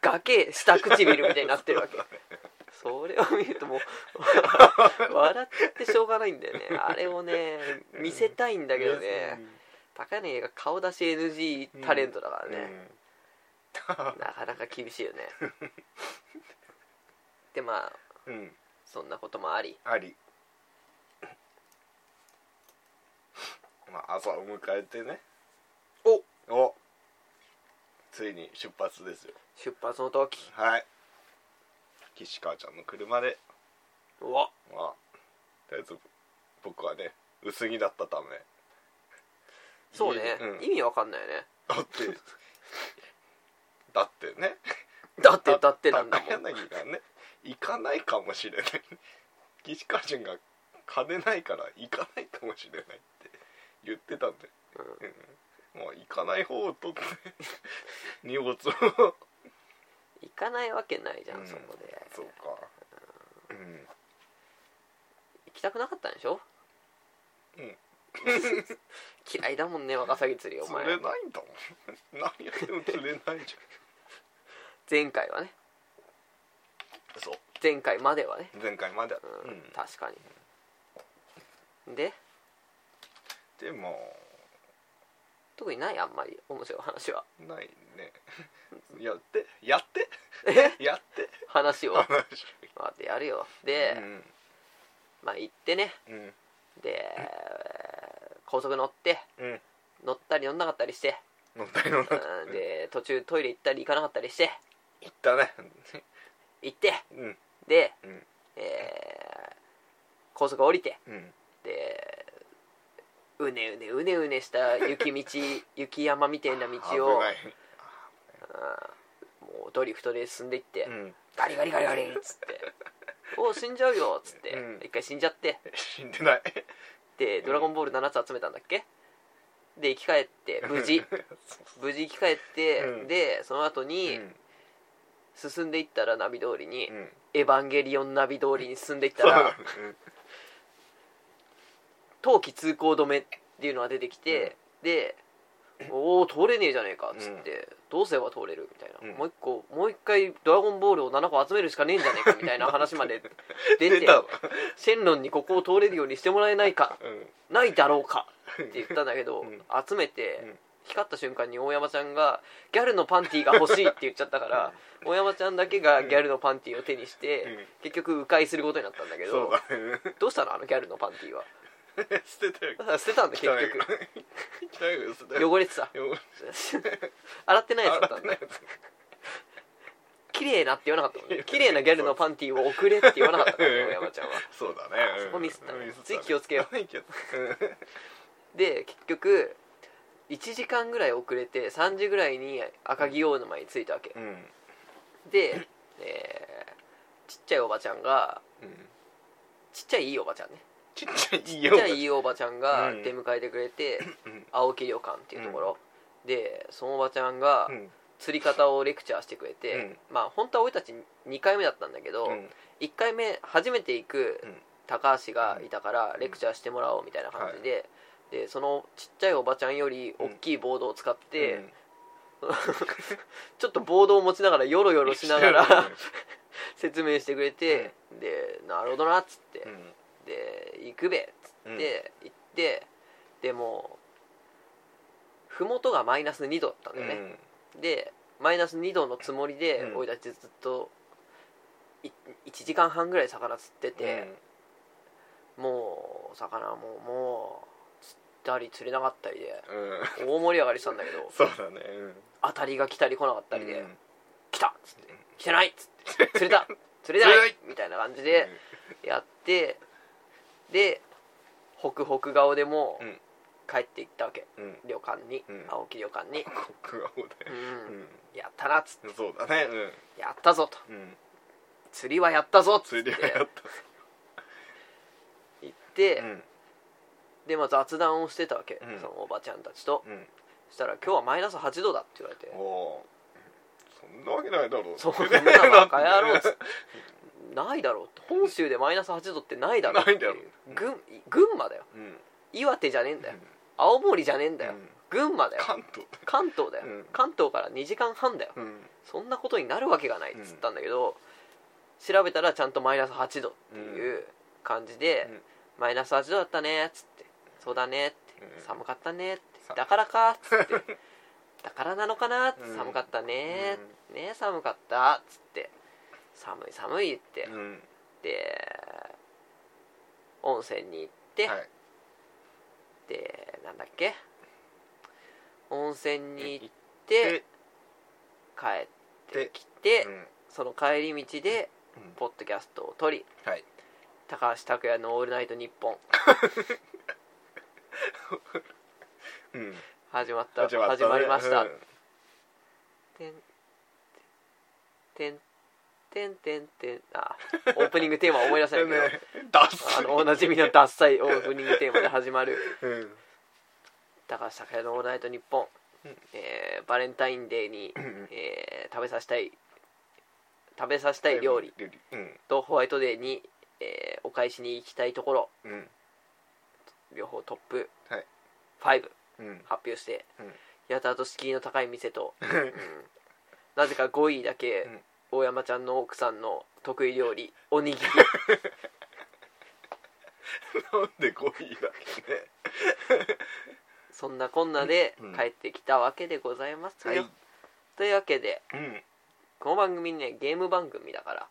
[SPEAKER 1] 崖下唇みたいになってるわけそれを見るとも う笑ってしょうがないんだよねあれをね見せたいんだけどね高柳が顔出し NG タレントだからね、
[SPEAKER 2] うん
[SPEAKER 1] なかなか厳しいよね でまあ
[SPEAKER 2] うん
[SPEAKER 1] そんなこともあり
[SPEAKER 2] ありまあ朝を迎えてねおおついに出発ですよ
[SPEAKER 1] 出発の時
[SPEAKER 2] はい岸川ちゃんの車で
[SPEAKER 1] うわ
[SPEAKER 2] まあとりあえず僕はね薄着だったため
[SPEAKER 1] そうね、
[SPEAKER 2] うん
[SPEAKER 1] 意味わかんないよね
[SPEAKER 2] だってだってね
[SPEAKER 1] だってだってなんだもん
[SPEAKER 2] 高柳がね行かないかもしれない岸川淳が金ないから行かないかもしれないって言ってたんで、うんもう行かない方を取って荷物をそうか
[SPEAKER 1] 行かないわけないじゃん、
[SPEAKER 2] うん
[SPEAKER 1] そこで
[SPEAKER 2] うん
[SPEAKER 1] 行きたくなかったんでしょ
[SPEAKER 2] うん
[SPEAKER 1] 嫌いだもんねワカサギ釣りお
[SPEAKER 2] 釣
[SPEAKER 1] 前
[SPEAKER 2] れないんだもん何やっても釣れないじ
[SPEAKER 1] 前回はね
[SPEAKER 2] ゃんそう
[SPEAKER 1] 前回まではね、
[SPEAKER 2] 前回まで、
[SPEAKER 1] うん
[SPEAKER 2] うん
[SPEAKER 1] 確かにで
[SPEAKER 2] でも
[SPEAKER 1] 特にないあんまり面白い話は
[SPEAKER 2] ないねやってやって
[SPEAKER 1] え
[SPEAKER 2] やって
[SPEAKER 1] 話を
[SPEAKER 2] 話
[SPEAKER 1] 待ってやるよで、まあ行ってね
[SPEAKER 2] うんうん
[SPEAKER 1] で高速乗って
[SPEAKER 2] うん
[SPEAKER 1] 乗ったり乗んなかったりして、
[SPEAKER 2] 飲んだり飲んだり
[SPEAKER 1] うんで途中トイレ行ったり行かなかったりして
[SPEAKER 2] 行ったね
[SPEAKER 1] 行って
[SPEAKER 2] うん
[SPEAKER 1] で、
[SPEAKER 2] うん
[SPEAKER 1] えー高速降りて
[SPEAKER 2] うん
[SPEAKER 1] でうねうねうねうねした雪道 雪山みたいな道を
[SPEAKER 2] 危ない
[SPEAKER 1] もうドリフトで進んでいって、
[SPEAKER 2] うん
[SPEAKER 1] ガリガリガリガリっ つって「おお死んじゃうよ」っつって、
[SPEAKER 2] うん
[SPEAKER 1] 一回死んじゃって
[SPEAKER 2] 死んでな
[SPEAKER 1] っ
[SPEAKER 2] い
[SPEAKER 1] て「ドラゴンボール」7つ集めたんだっけで生き返って無 事無事生き返って、
[SPEAKER 2] うん
[SPEAKER 1] でその後
[SPEAKER 2] うん
[SPEAKER 1] に進んでいったらナビ通りに「
[SPEAKER 2] うん
[SPEAKER 1] エヴァンゲリオン」ナビ通りに進んでいった
[SPEAKER 2] そうだ ね
[SPEAKER 1] ら冬季通行止めっていうのが出てきて、で「おお通れねえじゃねえか」っつって、どうすれば通れる?」みたいな、
[SPEAKER 2] うん
[SPEAKER 1] もう一個もう一回「ドラゴンボール」を7個集めるしかねえんじゃねえかみたいな話まで出
[SPEAKER 2] 出
[SPEAKER 1] て
[SPEAKER 2] たわ
[SPEAKER 1] シェンロンにここを通れるようにしてもらえないか
[SPEAKER 2] うん
[SPEAKER 1] ないだろうかって言ったんだけど、
[SPEAKER 2] うん
[SPEAKER 1] 集めて、
[SPEAKER 2] うん
[SPEAKER 1] 光った瞬間に大山ちゃんがギャルのパンティーが欲しいって言っちゃったから大山ちゃんだけがギャルのパンティーを手にして、
[SPEAKER 2] うん
[SPEAKER 1] 結局迂回することになったんだけ
[SPEAKER 2] そ
[SPEAKER 1] ど
[SPEAKER 2] うだね
[SPEAKER 1] どうしたのあのギャルのパンティーは
[SPEAKER 2] 捨てた
[SPEAKER 1] 捨
[SPEAKER 2] よ
[SPEAKER 1] てたんだ結
[SPEAKER 2] 汚い
[SPEAKER 1] 局
[SPEAKER 2] 汚いよ捨てたよ
[SPEAKER 1] 汚れてた
[SPEAKER 2] 汚れ
[SPEAKER 1] 洗ってないやつだ
[SPEAKER 2] 洗
[SPEAKER 1] った
[SPEAKER 2] っ
[SPEAKER 1] ん
[SPEAKER 2] て
[SPEAKER 1] だ
[SPEAKER 2] ないやつ
[SPEAKER 1] 綺麗なって言わなかったもんね綺麗なギャルのパンティーを送れって言わなかったもんね大山ちゃんは
[SPEAKER 2] そうだね
[SPEAKER 1] そこミスったね
[SPEAKER 2] うんミス
[SPEAKER 1] 次気をつけよ
[SPEAKER 2] う気をつけよう
[SPEAKER 1] で結局1時間ぐらい遅れて3時ぐらいに赤城大沼に着いたわけ
[SPEAKER 2] うんうん
[SPEAKER 1] で、えーちっちゃいおばちゃんが
[SPEAKER 2] うん
[SPEAKER 1] ちっちゃいいいおばちゃんね
[SPEAKER 2] ちっちゃい
[SPEAKER 1] ち
[SPEAKER 2] よ
[SPEAKER 1] っちゃいいいおばちゃんが
[SPEAKER 2] うん
[SPEAKER 1] 出迎えてくれ て、
[SPEAKER 2] うん
[SPEAKER 1] 青木旅館っていうところ、でそのおばちゃんが
[SPEAKER 2] うん
[SPEAKER 1] 釣り方をレクチャーしてくれて、まあ本当は俺たち2回目だったんだけど、
[SPEAKER 2] うん
[SPEAKER 1] 1回目初めて行く
[SPEAKER 2] うん
[SPEAKER 1] 高橋がいたからレクチャーしてもらおうみたいな感じで、でそのちっちゃいおばちゃんより大きいボードを使って、
[SPEAKER 2] うん
[SPEAKER 1] ちょっとボードを持ちながらヨロヨロしながら 説明してくれて、でなるほどなっつって、
[SPEAKER 2] うん
[SPEAKER 1] で行くべっつって行って、でも麓がマイナス2度だったんだよね、でマイナス2度のつもりで、
[SPEAKER 2] うん
[SPEAKER 1] 俺たちずっとい1時間半ぐらい魚釣って
[SPEAKER 2] うん
[SPEAKER 1] て、もう魚もうもう釣ったり釣れなかったりで
[SPEAKER 2] うんうん
[SPEAKER 1] 大盛り上がりしたんだけど
[SPEAKER 2] そうだねうん
[SPEAKER 1] 当たりが来たり来なかったりで、
[SPEAKER 2] うん
[SPEAKER 1] 来たっつって来てないっつって釣れ た釣れ
[SPEAKER 2] 釣れ
[SPEAKER 1] な
[SPEAKER 2] ない
[SPEAKER 1] みたいな感じでやってでホクホク顔でもう
[SPEAKER 2] うん
[SPEAKER 1] 帰っていったわけ
[SPEAKER 2] うん
[SPEAKER 1] 旅館に、
[SPEAKER 2] うん
[SPEAKER 1] 青木旅 館に、
[SPEAKER 2] 国語
[SPEAKER 1] う
[SPEAKER 2] で
[SPEAKER 1] ん
[SPEAKER 2] う
[SPEAKER 1] やったなっつっ
[SPEAKER 2] んそうだね
[SPEAKER 1] てやったぞと
[SPEAKER 2] うんうん
[SPEAKER 1] 釣りはやったぞっつっ
[SPEAKER 2] 釣
[SPEAKER 1] て
[SPEAKER 2] りはやった
[SPEAKER 1] 行って、
[SPEAKER 2] うん
[SPEAKER 1] でまあ雑談をしてたわけ、
[SPEAKER 2] うん
[SPEAKER 1] そのおばちゃんたちと
[SPEAKER 2] うん
[SPEAKER 1] そしたら「今日はマイナス8度だ」って言われて
[SPEAKER 2] おおそんなわけないだ
[SPEAKER 1] 「
[SPEAKER 2] ろ
[SPEAKER 1] そん
[SPEAKER 2] う
[SPEAKER 1] なバカ野郎」っつ って「ないだろ」って本州でマイナス8度ってないだろってう
[SPEAKER 2] ないだろうん
[SPEAKER 1] 群群馬だよ
[SPEAKER 2] うん
[SPEAKER 1] 岩手じゃねえんだよ
[SPEAKER 2] うん
[SPEAKER 1] 青森じゃねえんだよ、
[SPEAKER 2] うん
[SPEAKER 1] 群馬だよ
[SPEAKER 2] 関東
[SPEAKER 1] 関東だよ、
[SPEAKER 2] うん
[SPEAKER 1] 関東から2時間半だよ、
[SPEAKER 2] うん
[SPEAKER 1] そんなことになるわけがないっつったんだけど、調べたらちゃんとマイナス8度っていう感じで、
[SPEAKER 2] うん
[SPEAKER 1] マイナス8度だったねっつってそうだねって、
[SPEAKER 2] うん
[SPEAKER 1] 寒かったねって
[SPEAKER 2] さ
[SPEAKER 1] だからかっつって だからなのかなって
[SPEAKER 2] うん
[SPEAKER 1] 寒かったねーね寒かったっつって寒い寒い言って、
[SPEAKER 2] うん
[SPEAKER 1] で温泉に行って、
[SPEAKER 2] はい
[SPEAKER 1] でなんだっけ温泉に行っ
[SPEAKER 2] で
[SPEAKER 1] て帰ってきて、
[SPEAKER 2] うん
[SPEAKER 1] その帰り道で
[SPEAKER 2] うん
[SPEAKER 1] ポッドキャストを撮り
[SPEAKER 2] はい
[SPEAKER 1] 高橋拓也の「オールナイトニッポン
[SPEAKER 2] うん」
[SPEAKER 1] 始まった始ま
[SPEAKER 2] ったね
[SPEAKER 1] りました、
[SPEAKER 2] うん
[SPEAKER 1] てんてんてんてんてんあオープニングテーマは思い出せないけど、
[SPEAKER 2] ねダッ
[SPEAKER 1] あのおなじみのダッサいオープニングテーマで始まる
[SPEAKER 2] うん
[SPEAKER 1] 高橋拓也の「オールナイトニッポン
[SPEAKER 2] うん」
[SPEAKER 1] えーバレンタインデーに、
[SPEAKER 2] ん
[SPEAKER 1] えー食べさせたい食べさせたい料理
[SPEAKER 2] 料理うん
[SPEAKER 1] とホワイトデーに、えーお返しに行きたいところ
[SPEAKER 2] うん
[SPEAKER 1] 両方トップ
[SPEAKER 2] はい
[SPEAKER 1] 5
[SPEAKER 2] うん
[SPEAKER 1] 発表して、
[SPEAKER 2] うん
[SPEAKER 1] やたらと敷居の高い店と、うんなぜか5位だけ、
[SPEAKER 2] うん
[SPEAKER 1] 大山ちゃんの奥さんの得意料理お にぎり
[SPEAKER 2] なんで5位だっけね
[SPEAKER 1] そんなこんなで
[SPEAKER 2] うん
[SPEAKER 1] 帰ってきたわけでございますよ、
[SPEAKER 2] はい
[SPEAKER 1] というわけで
[SPEAKER 2] うん
[SPEAKER 1] この番組ねゲーム番組だか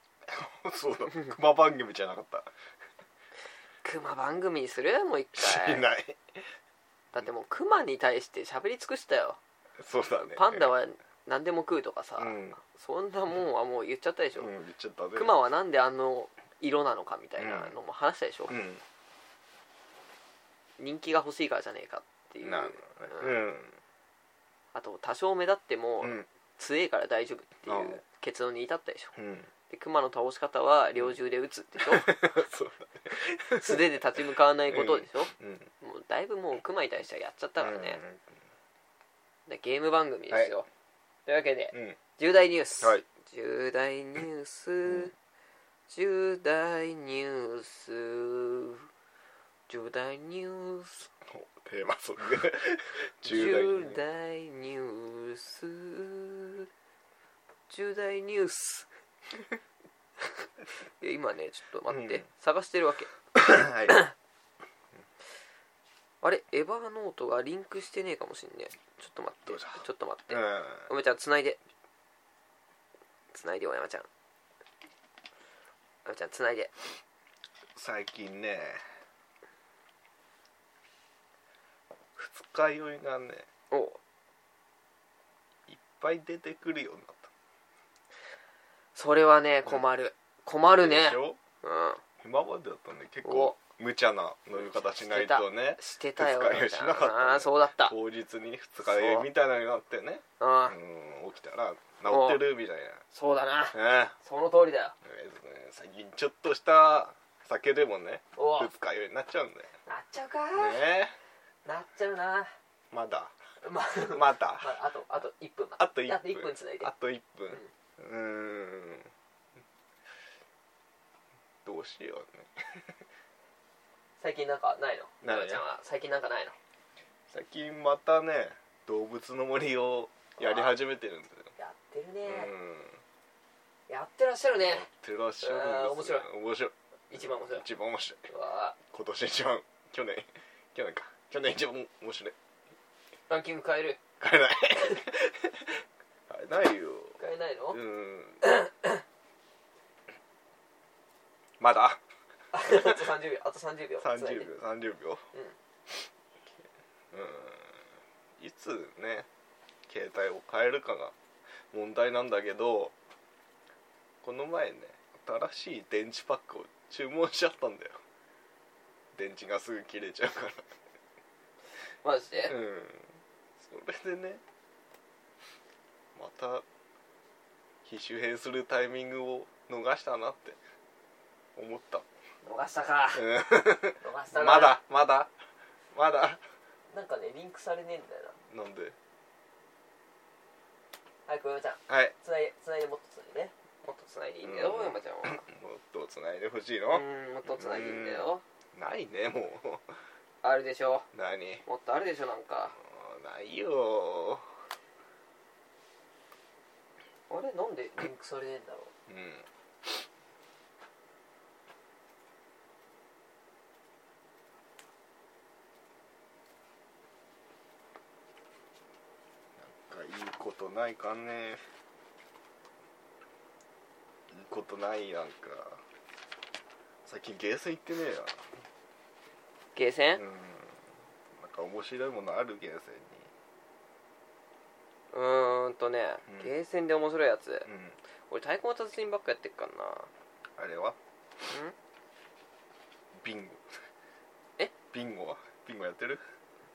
[SPEAKER 1] ら
[SPEAKER 2] そ うだ熊番組じゃなかった
[SPEAKER 1] クマ番組にするもう一
[SPEAKER 2] 知
[SPEAKER 1] 回
[SPEAKER 2] りない
[SPEAKER 1] だってもうクマに対して喋り尽くしたよ
[SPEAKER 2] そうだね
[SPEAKER 1] パンダは何でも食うとかさ、
[SPEAKER 2] うん
[SPEAKER 1] そんなもんはもう言っちゃったでしょ、
[SPEAKER 2] うん言っちゃったね
[SPEAKER 1] クマはなんであの色なのかみたいなのも話したでしょ、
[SPEAKER 2] うん
[SPEAKER 1] 人気が欲しいからじゃねえかっていう
[SPEAKER 2] なるほどね
[SPEAKER 1] あと多少目立っても
[SPEAKER 2] うん
[SPEAKER 1] 強えから大丈夫ってい
[SPEAKER 2] あ
[SPEAKER 1] う結論に至ったでしょ
[SPEAKER 2] うん
[SPEAKER 1] で熊の倒し方は猟銃で撃つでしょ
[SPEAKER 2] そう だ
[SPEAKER 1] 素手で立ち向かわないことでしょ、
[SPEAKER 2] うん
[SPEAKER 1] もうだいぶもう熊に対してはやっちゃったからね、
[SPEAKER 2] うん
[SPEAKER 1] でゲーム番組ですよ、というわけで、
[SPEAKER 2] うん
[SPEAKER 1] 重大ニュース、
[SPEAKER 2] はい
[SPEAKER 1] 重大ニュース重大ニュース重大ニュース
[SPEAKER 2] おテーマソン グ
[SPEAKER 1] 重
[SPEAKER 2] 重大
[SPEAKER 1] 大ニュース重大ニュー スいや今ねちょっと待って、
[SPEAKER 2] うん
[SPEAKER 1] 探してるわけ
[SPEAKER 2] はい
[SPEAKER 1] あれエヴァーノートがリンクしてねえかもしんねえちょっと待って
[SPEAKER 2] どうした
[SPEAKER 1] ちょっと待って、
[SPEAKER 2] うん
[SPEAKER 1] おめちゃんつないでつないでおやまちゃんおやまちゃんつないで
[SPEAKER 2] 最近ね二日酔いがね
[SPEAKER 1] おう
[SPEAKER 2] いっぱい出てくるようになっ
[SPEAKER 1] それはね困る困
[SPEAKER 2] た
[SPEAKER 1] るね
[SPEAKER 2] でしょ
[SPEAKER 1] うん
[SPEAKER 2] 今までだったんで結構無茶な乗り方しないとね
[SPEAKER 1] してたよ
[SPEAKER 2] 二日酔いしなかったね
[SPEAKER 1] ああそうだった
[SPEAKER 2] 当日に二日酔いみたいなのがあってね
[SPEAKER 1] うん
[SPEAKER 2] うん起きたら治ってるみたい
[SPEAKER 1] そうだな
[SPEAKER 2] なね
[SPEAKER 1] その通りだよ
[SPEAKER 2] え最近ちょっとした酒でもね
[SPEAKER 1] おう
[SPEAKER 2] 二日酔いになっちゃうんだよ
[SPEAKER 1] なっちゃうか
[SPEAKER 2] ね
[SPEAKER 1] なっちゃうな
[SPEAKER 2] まだ
[SPEAKER 1] まあ
[SPEAKER 2] まだ
[SPEAKER 1] まああとあと1分
[SPEAKER 2] あと1分
[SPEAKER 1] あと1分つないで
[SPEAKER 2] あと1分うーんどうしようね
[SPEAKER 1] 最近なんかないの
[SPEAKER 2] ない
[SPEAKER 1] おやまちゃんは最近なんかないの
[SPEAKER 2] 最近またね動物の森をやり始めてるんですよ
[SPEAKER 1] やってる
[SPEAKER 2] う
[SPEAKER 1] ね
[SPEAKER 2] ん
[SPEAKER 1] やってらっしゃる
[SPEAKER 2] や
[SPEAKER 1] ね
[SPEAKER 2] ってらっしゃるん
[SPEAKER 1] あー
[SPEAKER 2] で
[SPEAKER 1] 面
[SPEAKER 2] す
[SPEAKER 1] 白
[SPEAKER 2] よ
[SPEAKER 1] い
[SPEAKER 2] 面白い
[SPEAKER 1] 一番面白いう
[SPEAKER 2] 一番面白い
[SPEAKER 1] わあ
[SPEAKER 2] 今年一番去年去年か去年一番面白い
[SPEAKER 1] ランキング変える
[SPEAKER 2] 買えない買えないよ
[SPEAKER 1] 変えないの
[SPEAKER 2] うーんまだ
[SPEAKER 1] あと30秒あと30秒
[SPEAKER 2] 30
[SPEAKER 1] つない
[SPEAKER 2] 秒
[SPEAKER 1] で
[SPEAKER 2] 30秒うんいつね携帯を変えるかが問題なんだけどこの前ね新しい電池パックを注文しちゃったんだよ電池がすぐ切れちゃうから
[SPEAKER 1] マジで
[SPEAKER 2] うんそれでねまた機種変するタイミングを逃したなって思った
[SPEAKER 1] 逃したか
[SPEAKER 2] うん
[SPEAKER 1] 逃 したな
[SPEAKER 2] まだまだまだ
[SPEAKER 1] なんかねリンクされねえんだよな
[SPEAKER 2] なんで
[SPEAKER 1] 早くおやまちゃん
[SPEAKER 2] はい
[SPEAKER 1] つないでつないでもっとつないでねもっとつないでいいんだよ
[SPEAKER 2] うん
[SPEAKER 1] おやまちゃんは
[SPEAKER 2] もっとつないでほしいの、
[SPEAKER 1] うんもっとつないでいいんだよ
[SPEAKER 2] ないねもう
[SPEAKER 1] あるでしょ
[SPEAKER 2] 何も
[SPEAKER 1] もっとあるでしょなんか
[SPEAKER 2] うないよ
[SPEAKER 1] あれなんでリンクされねえんだろう
[SPEAKER 2] うんなんかいいことないかねいいことないなんか最近ゲーセン行ってね
[SPEAKER 1] ゲーセ
[SPEAKER 2] え
[SPEAKER 1] ン
[SPEAKER 2] やうんなんか面白いものあるゲーセ
[SPEAKER 1] うーんとね
[SPEAKER 2] うん
[SPEAKER 1] ゲーセンで面白いやつ
[SPEAKER 2] ンにうん
[SPEAKER 1] 俺太鼓の達人ばっかやってっからな
[SPEAKER 2] あれは
[SPEAKER 1] ん
[SPEAKER 2] ビンゴ
[SPEAKER 1] え
[SPEAKER 2] ビンゴはビンゴやってる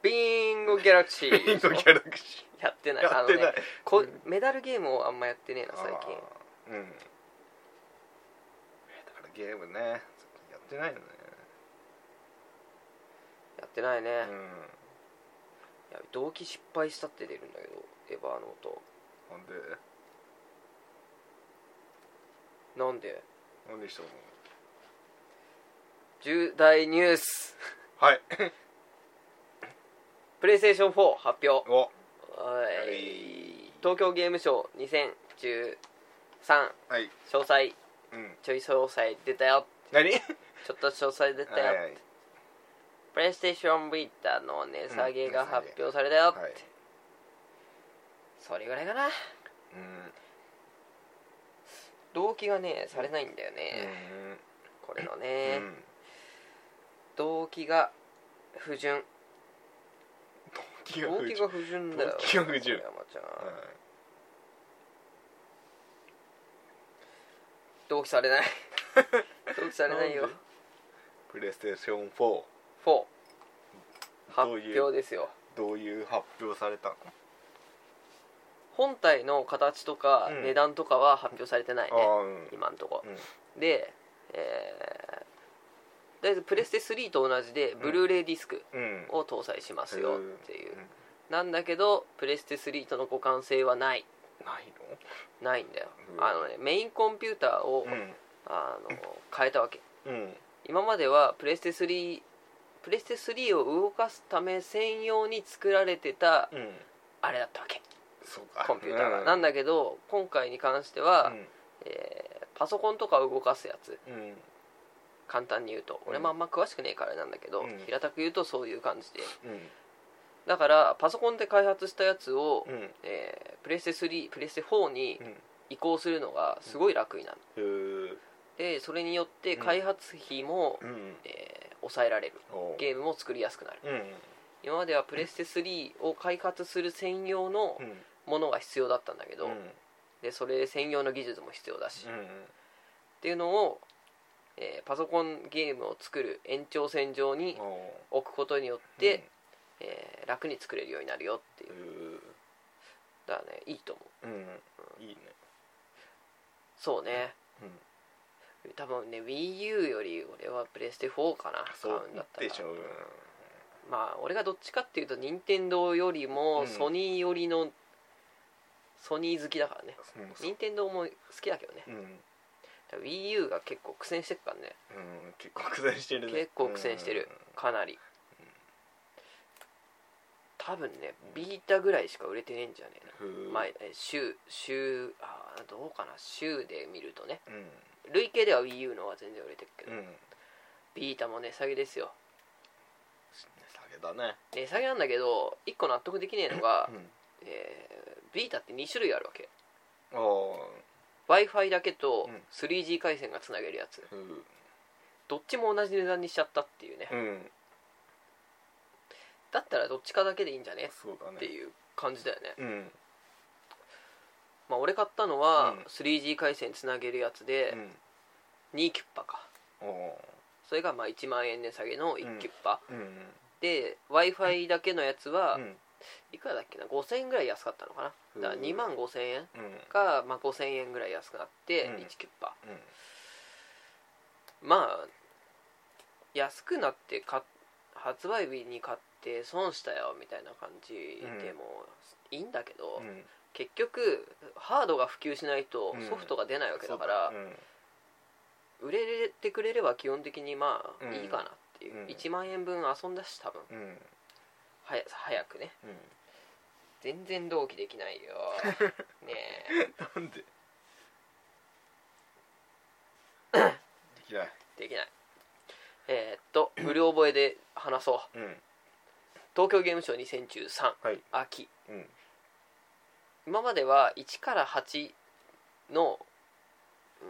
[SPEAKER 1] ビンゴギャラクシー
[SPEAKER 2] ビンゴギャラクシ
[SPEAKER 1] やってな
[SPEAKER 2] ー
[SPEAKER 1] い
[SPEAKER 2] やってない
[SPEAKER 1] あのねこ
[SPEAKER 2] うん
[SPEAKER 1] メダルゲームをあんまやってねえな最近
[SPEAKER 2] あーうんだからゲームねやってないよね
[SPEAKER 1] やってないね、
[SPEAKER 2] うん
[SPEAKER 1] いや同期失敗したって出るんだけどエヴァーノート
[SPEAKER 2] なんで
[SPEAKER 1] なんで
[SPEAKER 2] なんでしたの
[SPEAKER 1] 重大ニュース
[SPEAKER 2] はい
[SPEAKER 1] プレイステーション4発表お
[SPEAKER 2] お
[SPEAKER 1] い東京ゲームショー2013
[SPEAKER 2] はい
[SPEAKER 1] 詳細
[SPEAKER 2] うん
[SPEAKER 1] ちょい詳細出たよ
[SPEAKER 2] 何
[SPEAKER 1] ちょっと詳細出たよ、
[SPEAKER 2] はい
[SPEAKER 1] プレイステーションビーターの値下げ
[SPEAKER 2] う
[SPEAKER 1] が
[SPEAKER 2] ん
[SPEAKER 1] 発表されたよって、
[SPEAKER 2] はい
[SPEAKER 1] それぐらいかな
[SPEAKER 2] うん
[SPEAKER 1] 同期がねされないんだよね、
[SPEAKER 2] うん
[SPEAKER 1] これの
[SPEAKER 2] う
[SPEAKER 1] ね、
[SPEAKER 2] ん
[SPEAKER 1] 動機が不純
[SPEAKER 2] 気が
[SPEAKER 1] 動
[SPEAKER 2] 不
[SPEAKER 1] 機
[SPEAKER 2] 純
[SPEAKER 1] が不純だよ
[SPEAKER 2] 動機が不純
[SPEAKER 1] 山ちゃん、
[SPEAKER 2] はい
[SPEAKER 1] 同期され ない同期されないよ
[SPEAKER 2] なんでプレイステーション4
[SPEAKER 1] 4発
[SPEAKER 2] どういう
[SPEAKER 1] 表ですよ
[SPEAKER 2] どういう発表されたの
[SPEAKER 1] 本体の形とか
[SPEAKER 2] うん
[SPEAKER 1] 値段とかは発表されてない
[SPEAKER 2] あ
[SPEAKER 1] ね、
[SPEAKER 2] あうん
[SPEAKER 1] 今んとこ、
[SPEAKER 2] う
[SPEAKER 1] でえー、だいたいプレステ3と同じで
[SPEAKER 2] ん
[SPEAKER 1] ブルーレイディスク
[SPEAKER 2] うん
[SPEAKER 1] を搭載しますよっていう、
[SPEAKER 2] うんうん
[SPEAKER 1] なんだけどプレステ3との互換性はない
[SPEAKER 2] ない
[SPEAKER 1] ないんだよ、
[SPEAKER 2] うん
[SPEAKER 1] あのねメインコンピューターを、
[SPEAKER 2] の
[SPEAKER 1] あの変えたわけ
[SPEAKER 2] うんうん
[SPEAKER 1] 今まではプレステ3プレステ3を動かすため専用に作られてた
[SPEAKER 2] うん
[SPEAKER 1] あれだったわけ
[SPEAKER 2] そうか
[SPEAKER 1] コンピューターが、
[SPEAKER 2] うん
[SPEAKER 1] なんだけど今回に関しては、えーパソコンとかを動かすやつ
[SPEAKER 2] うんうん
[SPEAKER 1] 簡単に言うと
[SPEAKER 2] ん
[SPEAKER 1] 俺もあんま詳しくねえからあれなんだけど、
[SPEAKER 2] うん
[SPEAKER 1] 平たく言うとそういう感じで
[SPEAKER 2] うん
[SPEAKER 1] だからパソコンで開発したやつを、
[SPEAKER 2] うん
[SPEAKER 1] えープレステ3プレステ4に
[SPEAKER 2] うん
[SPEAKER 1] 移行するのがすごい楽になる、
[SPEAKER 2] へー
[SPEAKER 1] でそれによって開発費も、
[SPEAKER 2] うん
[SPEAKER 1] えー抑えられる
[SPEAKER 2] おう
[SPEAKER 1] ゲームも作りやすくなる
[SPEAKER 2] うん
[SPEAKER 1] 今まではプレステ3を開発する専用の
[SPEAKER 2] うん
[SPEAKER 1] ものが必要だったんだけど、
[SPEAKER 2] うん
[SPEAKER 1] でそれ専用の技術も必要だし、
[SPEAKER 2] う
[SPEAKER 1] っ
[SPEAKER 2] ん
[SPEAKER 1] ていうのを、えーパソコンゲームを作る延長線上に
[SPEAKER 2] おう
[SPEAKER 1] 置くことによって、えー楽に作れるようになるよっていううんだからねいいと思う
[SPEAKER 2] うんいいね
[SPEAKER 1] そうね、多分ね WiiU より俺はプレステ4かな買うんだったら
[SPEAKER 2] でしょうん
[SPEAKER 1] まあ俺がどっちかっていうと任天堂より
[SPEAKER 2] う
[SPEAKER 1] も
[SPEAKER 2] ん
[SPEAKER 1] ソニーよりの、ソニー好きだからね
[SPEAKER 2] うん
[SPEAKER 1] 任天堂も好きだけどね
[SPEAKER 2] うん
[SPEAKER 1] WiiU が結構苦戦してるからね
[SPEAKER 2] うん結構苦戦してるね
[SPEAKER 1] 結構苦戦してるかなり多分ねビータぐらいしか売れてねえんじゃねえ
[SPEAKER 2] うん
[SPEAKER 1] な前え週週あーどうかな週で見るとね
[SPEAKER 2] うん
[SPEAKER 1] 累計では WiiU の方が全然売れてるけど、
[SPEAKER 2] うん
[SPEAKER 1] ビータも値下げですよ
[SPEAKER 2] 下げだね
[SPEAKER 1] 値下げなんだけど1個納得できねえのが
[SPEAKER 2] う、ん
[SPEAKER 1] えービータって2種類あるわけ
[SPEAKER 2] お
[SPEAKER 1] w i f i だけと
[SPEAKER 2] うん
[SPEAKER 1] 3G 回線がつなげるやつ
[SPEAKER 2] ううん
[SPEAKER 1] どっちも同じ値段にしちゃったっていうね
[SPEAKER 2] うん
[SPEAKER 1] だったらどっちかだけでいいんじゃね
[SPEAKER 2] そうだ
[SPEAKER 1] って
[SPEAKER 2] ね
[SPEAKER 1] いう感じだよね、
[SPEAKER 2] うん
[SPEAKER 1] まあ、俺買ったのは
[SPEAKER 2] うん
[SPEAKER 1] 3G 回線つなげるやつで
[SPEAKER 2] うん
[SPEAKER 1] 2キュッパか
[SPEAKER 2] おう
[SPEAKER 1] それがまあ1万円値下げの1キュッパ、
[SPEAKER 2] うん
[SPEAKER 1] で w i f i だけのやつは
[SPEAKER 2] うん
[SPEAKER 1] いくらだっけな5000円ぐらい安かったのか
[SPEAKER 2] う
[SPEAKER 1] なんだから2万5000円
[SPEAKER 2] うん
[SPEAKER 1] がまあ5000円ぐらい安くなって
[SPEAKER 2] うん
[SPEAKER 1] 1キュッパ、
[SPEAKER 2] うん
[SPEAKER 1] まあ安くなって買っ発売日に買って損したよみたいな感じでもいいんだけど、
[SPEAKER 2] うん
[SPEAKER 1] 結局ハードが普及しないと
[SPEAKER 2] うん
[SPEAKER 1] ソフトが出ないわけだか
[SPEAKER 2] そ
[SPEAKER 1] ら
[SPEAKER 2] う、うん
[SPEAKER 1] 売れてくれれば基本的にまあ
[SPEAKER 2] うん
[SPEAKER 1] いいかなっていう、
[SPEAKER 2] うん
[SPEAKER 1] 1万円分遊んだし多分
[SPEAKER 2] うん
[SPEAKER 1] はや早くね
[SPEAKER 2] うん
[SPEAKER 1] 全然同期できない よね
[SPEAKER 2] なんでで
[SPEAKER 1] え
[SPEAKER 2] きない
[SPEAKER 1] できないえーっと無料覚えで話そう
[SPEAKER 2] うん
[SPEAKER 1] 東京ゲームショウ2013、
[SPEAKER 2] はい
[SPEAKER 1] 秋
[SPEAKER 2] うん
[SPEAKER 1] 今までは1から8のう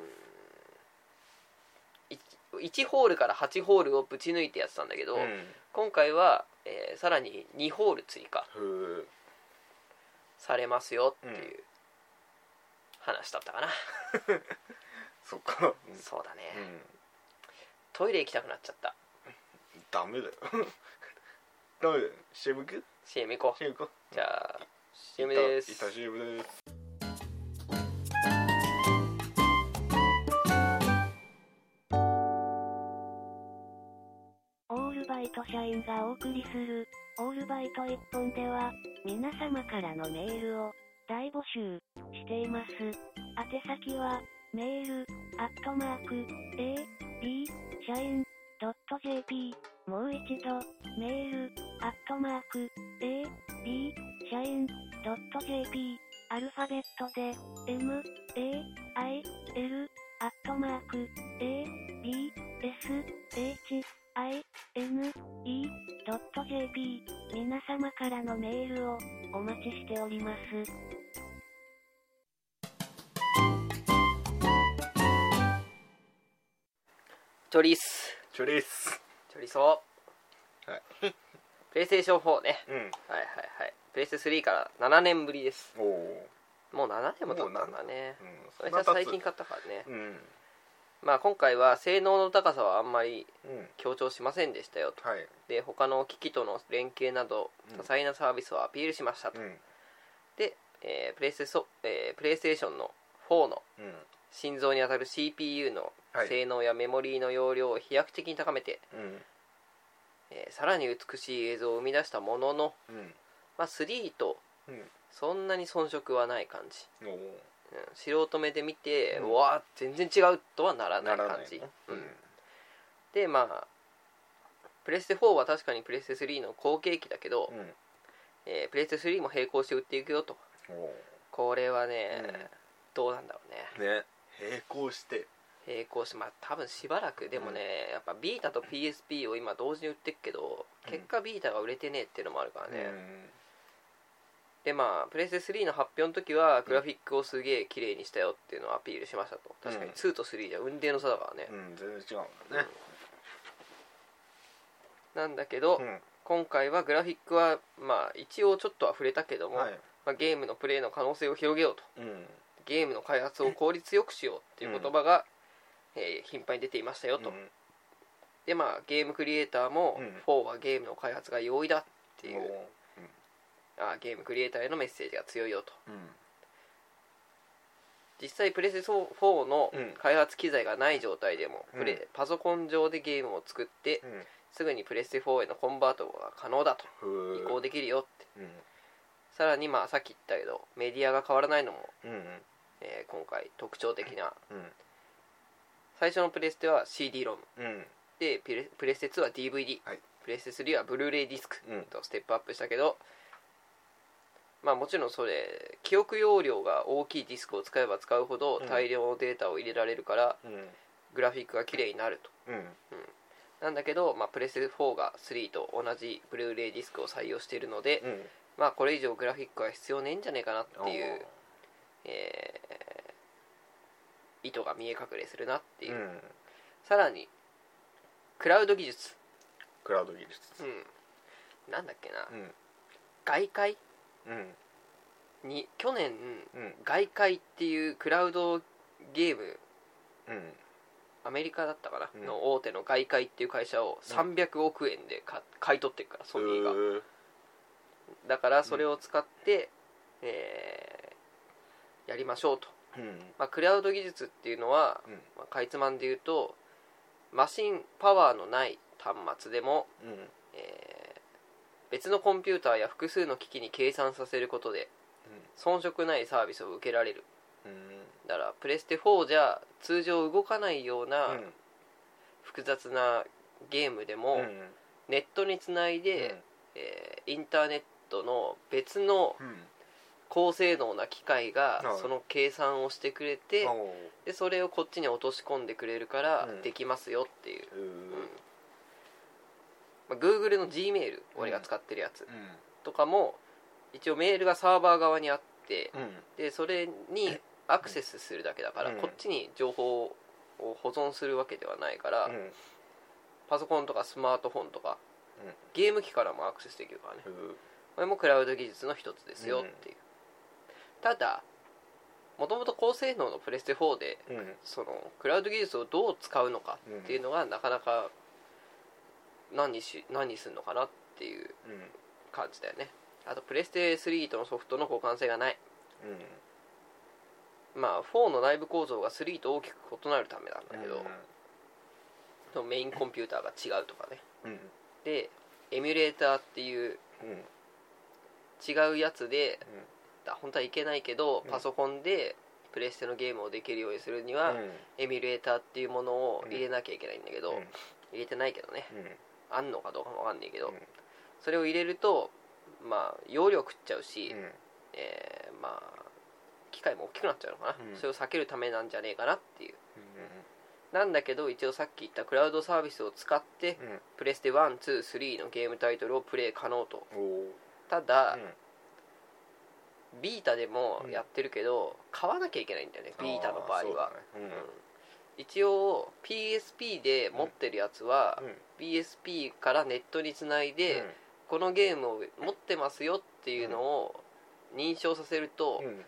[SPEAKER 1] ーん 1, ホールから8ホールをぶち抜いてやってたんだけど、
[SPEAKER 2] うん
[SPEAKER 1] 今回は、えーさらに2ホール追加
[SPEAKER 2] ふう
[SPEAKER 1] されますよって
[SPEAKER 2] う
[SPEAKER 1] いう話だったかな、
[SPEAKER 2] そっか
[SPEAKER 1] そうだね、
[SPEAKER 2] うんうん
[SPEAKER 1] トイレ行きたくなっちゃった
[SPEAKER 2] ダメだよ ダメだよ CM 行く
[SPEAKER 1] CM 行こう
[SPEAKER 2] CM 行こう
[SPEAKER 1] じゃあ CM です
[SPEAKER 2] いたいた CM です
[SPEAKER 6] オールバイト社員がお送りする、オールバイト一本では、皆様からのメールを大募集しています。宛先は、メール、アットマーク、A、B、社員、ドット JP。もう一度、メール、アットマーク、A、B、社員、ドット JP。アルファベットで、M、A、I、L、アットマーク、A、B、S、H、i n e j p 皆様からのメールをお待ちしております。
[SPEAKER 1] チョリス
[SPEAKER 2] チョリス
[SPEAKER 1] チョリソー
[SPEAKER 2] はい
[SPEAKER 1] プレイステーション4ね
[SPEAKER 2] うん
[SPEAKER 1] はいはいはいプレイステ3から7年ぶりです
[SPEAKER 2] おお
[SPEAKER 1] もう7年も経ったんだね
[SPEAKER 2] うん
[SPEAKER 1] それじゃ最近買ったからね
[SPEAKER 2] うん
[SPEAKER 1] まあ今回は性能の高さはあんまり
[SPEAKER 2] うん
[SPEAKER 1] 強調しませんでしたよと
[SPEAKER 2] はい
[SPEAKER 1] で他の機器との連携など
[SPEAKER 2] うん
[SPEAKER 1] 多彩なサービスをアピールしましたと、
[SPEAKER 2] うん
[SPEAKER 1] でえープレイステソ、えープレイステーションの4の
[SPEAKER 2] うん
[SPEAKER 1] 心臓に当たる CPU の
[SPEAKER 2] はい
[SPEAKER 1] 性能やメモリーの容量を飛躍的に高めて、
[SPEAKER 2] うん
[SPEAKER 1] えーさらに美しい映像を生み出したものの、
[SPEAKER 2] うん
[SPEAKER 1] まあ、3と
[SPEAKER 2] うん
[SPEAKER 1] そんなに遜色はない感じ、
[SPEAKER 2] おー
[SPEAKER 1] うん、素人目で見て、
[SPEAKER 2] う
[SPEAKER 1] うんわー全然違うとはならない感じ
[SPEAKER 2] な
[SPEAKER 1] う
[SPEAKER 2] の
[SPEAKER 1] んでまあプレステ4は確かにプレステ3の後継機だけど、
[SPEAKER 2] うんうん
[SPEAKER 1] えープレステ3も並行して売っていくよと
[SPEAKER 2] おー
[SPEAKER 1] これはね、
[SPEAKER 2] うん
[SPEAKER 1] どうなんだろうね
[SPEAKER 2] ね並行して
[SPEAKER 1] 並行してまあ多分しばらくでもね、やっぱビータと PSP を今同時に売ってっけど
[SPEAKER 2] うん
[SPEAKER 1] 結果ビータが売れてねえっていうのもあるからね、
[SPEAKER 2] うん
[SPEAKER 1] でまあプレステ3の発表の時はグラフィックをすげえ綺麗にしたよっていうのをアピールしましたと確かに
[SPEAKER 2] うん
[SPEAKER 1] 2と3じゃ運転の差だからね、
[SPEAKER 2] うん全然違うんだね
[SPEAKER 1] なんだけど、
[SPEAKER 2] う
[SPEAKER 1] 今回はグラフィックはまあ一応ちょっとは触れたけど
[SPEAKER 2] ん
[SPEAKER 1] も、
[SPEAKER 2] はい
[SPEAKER 1] まあ、ゲームのプレイの可能性を広げようと
[SPEAKER 2] うん
[SPEAKER 1] ゲームの開発を効率よくしようっていう言葉が、えー頻繁に出ていましたよと、
[SPEAKER 2] うん
[SPEAKER 1] でまあゲームクリエイターも
[SPEAKER 2] うん
[SPEAKER 1] 4はゲームの開発が容易だっていう、
[SPEAKER 2] おー
[SPEAKER 1] あゲームクリエイターへのメッセージが強いよと
[SPEAKER 2] うん
[SPEAKER 1] 実際プレステ4の
[SPEAKER 2] うん
[SPEAKER 1] 開発機材がない状態でも、
[SPEAKER 2] うん
[SPEAKER 1] プレパソコン上でゲームを作って、
[SPEAKER 2] うん
[SPEAKER 1] すぐにプレステ4へのコンバートが可能だと
[SPEAKER 2] ふ
[SPEAKER 1] 移
[SPEAKER 2] ー
[SPEAKER 1] 行できるよって
[SPEAKER 2] うん
[SPEAKER 1] さらにまあさっき言ったけどメディアが変わらないのも、
[SPEAKER 2] うん
[SPEAKER 1] えー今回特徴的な
[SPEAKER 2] うん
[SPEAKER 1] 最初のプレステは CD ロム
[SPEAKER 2] うん
[SPEAKER 1] でプレプレステ2は DVD、
[SPEAKER 2] はい
[SPEAKER 1] プレステ3はブルーレイディスク
[SPEAKER 2] うん
[SPEAKER 1] とステップアップしたけど、まあもちろんそれ記憶容量が大きいディスクを使えば使うほど
[SPEAKER 2] うん
[SPEAKER 1] 大量のデータを入れられるから、
[SPEAKER 2] うん
[SPEAKER 1] グラフィックが綺麗になると
[SPEAKER 2] うん
[SPEAKER 1] なんだけど、まあ、プレステ4が3と同じブルーレイディスクを採用しているので、
[SPEAKER 2] うん
[SPEAKER 1] まあこれ以上グラフィックは必要ねえんじゃねえかなっていう、えー意図が見え隠れするなって
[SPEAKER 2] お
[SPEAKER 1] い
[SPEAKER 2] ー
[SPEAKER 1] う、
[SPEAKER 2] うん
[SPEAKER 1] さらにクラウド技術
[SPEAKER 2] クラウド技術
[SPEAKER 1] うん、なんだっけな、
[SPEAKER 2] うん
[SPEAKER 1] 外界
[SPEAKER 2] うん
[SPEAKER 1] に去年
[SPEAKER 2] うん
[SPEAKER 1] 外界っていうクラウドゲーム
[SPEAKER 2] うん
[SPEAKER 1] アメリカだったかな、
[SPEAKER 2] うん
[SPEAKER 1] の大手の外界っていう会社を300億円でか買い取ってるからソニーが
[SPEAKER 2] うー
[SPEAKER 1] だからそれを使って、えーやりましょうと、
[SPEAKER 2] うん
[SPEAKER 1] まあ、クラウド技術っていうのは、
[SPEAKER 2] うん
[SPEAKER 1] まあかいつまんで言うとマシンパワーのない端末でも、
[SPEAKER 2] うん
[SPEAKER 1] えー別のコンピューターや複数の機器に計算させることで遜色ないサービスを受けられる
[SPEAKER 2] うん
[SPEAKER 1] だからプレステ4じゃ通常動かないよう
[SPEAKER 2] う
[SPEAKER 1] なん複雑なゲームでも、
[SPEAKER 2] うん
[SPEAKER 1] ネットにつないで、えーインターネットの別の
[SPEAKER 2] うんうん
[SPEAKER 1] 高性能な機械
[SPEAKER 2] は
[SPEAKER 1] が
[SPEAKER 2] い
[SPEAKER 1] その計算をしてくれて、
[SPEAKER 2] あおー
[SPEAKER 1] でそれをこっちに落とし込んでくれるから
[SPEAKER 2] うん
[SPEAKER 1] できますよっていう、
[SPEAKER 2] うー
[SPEAKER 1] うんまあ、Google の Gmail 俺が使ってるやつ
[SPEAKER 2] うん
[SPEAKER 1] とかも一応メールがサーバー側にあって、
[SPEAKER 2] うん
[SPEAKER 1] でそれにアクセスするだけだから、
[SPEAKER 2] うん
[SPEAKER 1] こっちに情報を保存するわけではないから、
[SPEAKER 2] うん
[SPEAKER 1] パソコンとかスマートフォンとか、
[SPEAKER 2] うん
[SPEAKER 1] ゲーム機からもアクセスできるからね
[SPEAKER 2] うー
[SPEAKER 1] これもクラウド技術の一つですよっていう、ただもともと高性能のプレステ4で
[SPEAKER 2] うん
[SPEAKER 1] そのクラウド技術をどう使うのかっていうのがなかなか何し何するのかなっていう
[SPEAKER 2] うん
[SPEAKER 1] 感じだよねあとプレステ3とのソフトの互換性がない
[SPEAKER 2] うん
[SPEAKER 1] まあ、4の内部構造が3と大きく異なるためなんだけど、
[SPEAKER 2] う
[SPEAKER 1] そのメインコンピューターが違うとかね
[SPEAKER 2] ん
[SPEAKER 1] でエミュレーターっていう
[SPEAKER 2] うん
[SPEAKER 1] 違うやつで、
[SPEAKER 2] うん
[SPEAKER 1] だ本当はいけないけど
[SPEAKER 2] うん
[SPEAKER 1] パソコンでプレステのゲームをできるようにするには、
[SPEAKER 2] うん
[SPEAKER 1] エミュレーターっていうものを入れなきゃいけないんだけど、
[SPEAKER 2] うん
[SPEAKER 1] 入れてないけどね
[SPEAKER 2] うん
[SPEAKER 1] あんのかどうかもわかんないけど、
[SPEAKER 2] うん
[SPEAKER 1] それを入れるとまあ容量食っちゃうし、
[SPEAKER 2] うん
[SPEAKER 1] えーまあ機械も大きくなっちゃうのかな、
[SPEAKER 2] うん
[SPEAKER 1] それを避けるためなんじゃねえかなっていう
[SPEAKER 2] う
[SPEAKER 1] なんだけど一応さっき言ったクラウドサービスを使って
[SPEAKER 2] んうん
[SPEAKER 1] プレステ123のゲームタイトルをプレイ可能と
[SPEAKER 2] おー
[SPEAKER 1] ただ、
[SPEAKER 2] うん
[SPEAKER 1] ビータでもやってるけど買わなきゃいけないんだよねビータの場合は、
[SPEAKER 2] あーそうだね
[SPEAKER 1] 一応 PSP で持ってるやつは、
[SPEAKER 2] うんうん
[SPEAKER 1] PSP からネットにつないで、
[SPEAKER 2] うん
[SPEAKER 1] このゲームを持ってますよっていうのを認証させると、
[SPEAKER 2] うん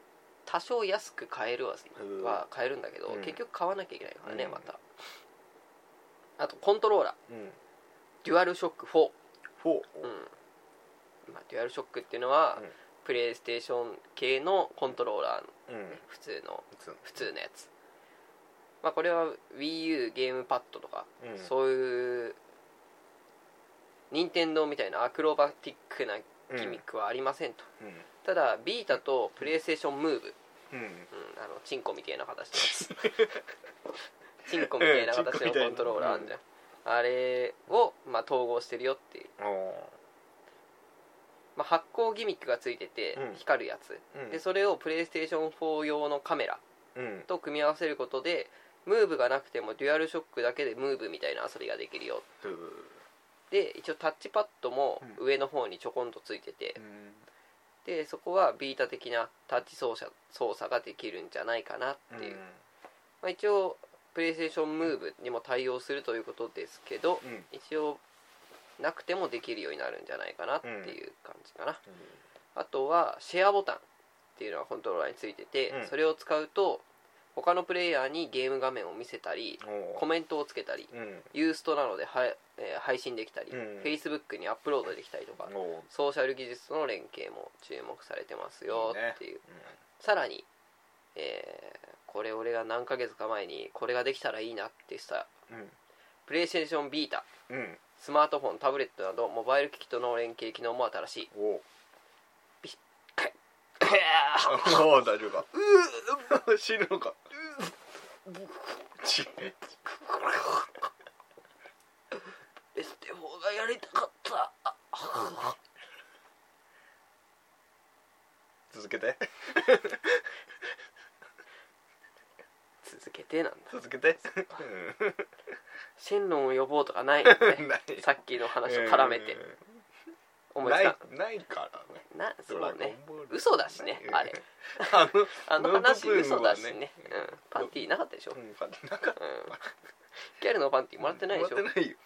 [SPEAKER 1] 多少安く買えるは
[SPEAKER 2] うん
[SPEAKER 1] は買えるんだけど、
[SPEAKER 2] うん
[SPEAKER 1] 結局買わなきゃいけないからね、
[SPEAKER 2] うん
[SPEAKER 1] またあとコントローラー
[SPEAKER 2] うん
[SPEAKER 1] デュアルショック4、
[SPEAKER 2] フォー
[SPEAKER 1] うんまあ、デュアルショックっていうのは、
[SPEAKER 2] うん
[SPEAKER 1] プレイステーション系のコントローラー
[SPEAKER 2] うん
[SPEAKER 1] 普通の
[SPEAKER 2] そう
[SPEAKER 1] 普通のやつ、まあ、これは WiiU ゲームパッドとか、
[SPEAKER 2] うん
[SPEAKER 1] そういう任天堂みたいなアクロバティックなギミックはありませんと、
[SPEAKER 2] うん
[SPEAKER 1] ただビータとプレイステーションムーブ、
[SPEAKER 2] うん
[SPEAKER 1] うん、あのチンコみたいな形 のやつチンコみたいな形のコントローラーあんじゃん、あれを、まあ、統合してるよっていう、
[SPEAKER 2] あー
[SPEAKER 1] まあ、発光ギミックがついてて
[SPEAKER 2] うん
[SPEAKER 1] 光るやつ、
[SPEAKER 2] うん
[SPEAKER 1] でそれをプレイステーション4用のカメラ
[SPEAKER 2] うん
[SPEAKER 1] と組み合わせることでムーブがなくてもデュアルショックだけでムーブみたいな遊びができるよで一応タッチパッドも上の方にちょこんとついてて、
[SPEAKER 2] うん
[SPEAKER 1] でそこはビータ的なタッチ操作操作ができるんじゃないかなっていう、まあ、一応プレイステーションムーブにも対応するということですけど、
[SPEAKER 2] うん
[SPEAKER 1] 一応なくてもできるようになるんじゃないかなっていう感じかな、あとはシェアボタンっていうのがコントローラーについてて、
[SPEAKER 2] うん
[SPEAKER 1] それを使うと他のプレイヤーにゲーム画面を見せたり
[SPEAKER 2] おー
[SPEAKER 1] コメントをつけたり
[SPEAKER 2] うん
[SPEAKER 1] ユーストなどでは、えー配信できたり、
[SPEAKER 2] うん
[SPEAKER 1] Facebook にアップロードできたりとか、
[SPEAKER 2] おー
[SPEAKER 1] ソーシャル技術との連携も注目されてますよっていう
[SPEAKER 2] うん
[SPEAKER 1] さらに、えーこれ俺が何ヶ月か前にこれができたらいいなってした
[SPEAKER 2] うん
[SPEAKER 1] プレイステーションビータ
[SPEAKER 2] うん
[SPEAKER 1] スマートフォンタブレットなどモバイル機器との連携機能も新 しい
[SPEAKER 2] おーおー大丈夫かうー死ぬのかち
[SPEAKER 1] ベステ4がやりたかったあ
[SPEAKER 2] 続けて
[SPEAKER 1] 続けてなんだ
[SPEAKER 2] 続けて
[SPEAKER 1] シェンロンを呼ぼうとかないのね
[SPEAKER 2] ない
[SPEAKER 1] さっきの話を絡めて思いつかん
[SPEAKER 2] ないないからね
[SPEAKER 1] なそうね
[SPEAKER 2] ドラゴンボール
[SPEAKER 1] 嘘だしね
[SPEAKER 2] うん
[SPEAKER 1] あれ
[SPEAKER 2] あの
[SPEAKER 1] あの話
[SPEAKER 2] ノートブー
[SPEAKER 1] 嘘
[SPEAKER 2] ムは
[SPEAKER 1] だしね、うん、パンティーなかったでしょ、
[SPEAKER 2] う
[SPEAKER 1] うん、
[SPEAKER 2] んパンなんか
[SPEAKER 1] ギャルのパンティーもらってないでしょ
[SPEAKER 2] もらってないよ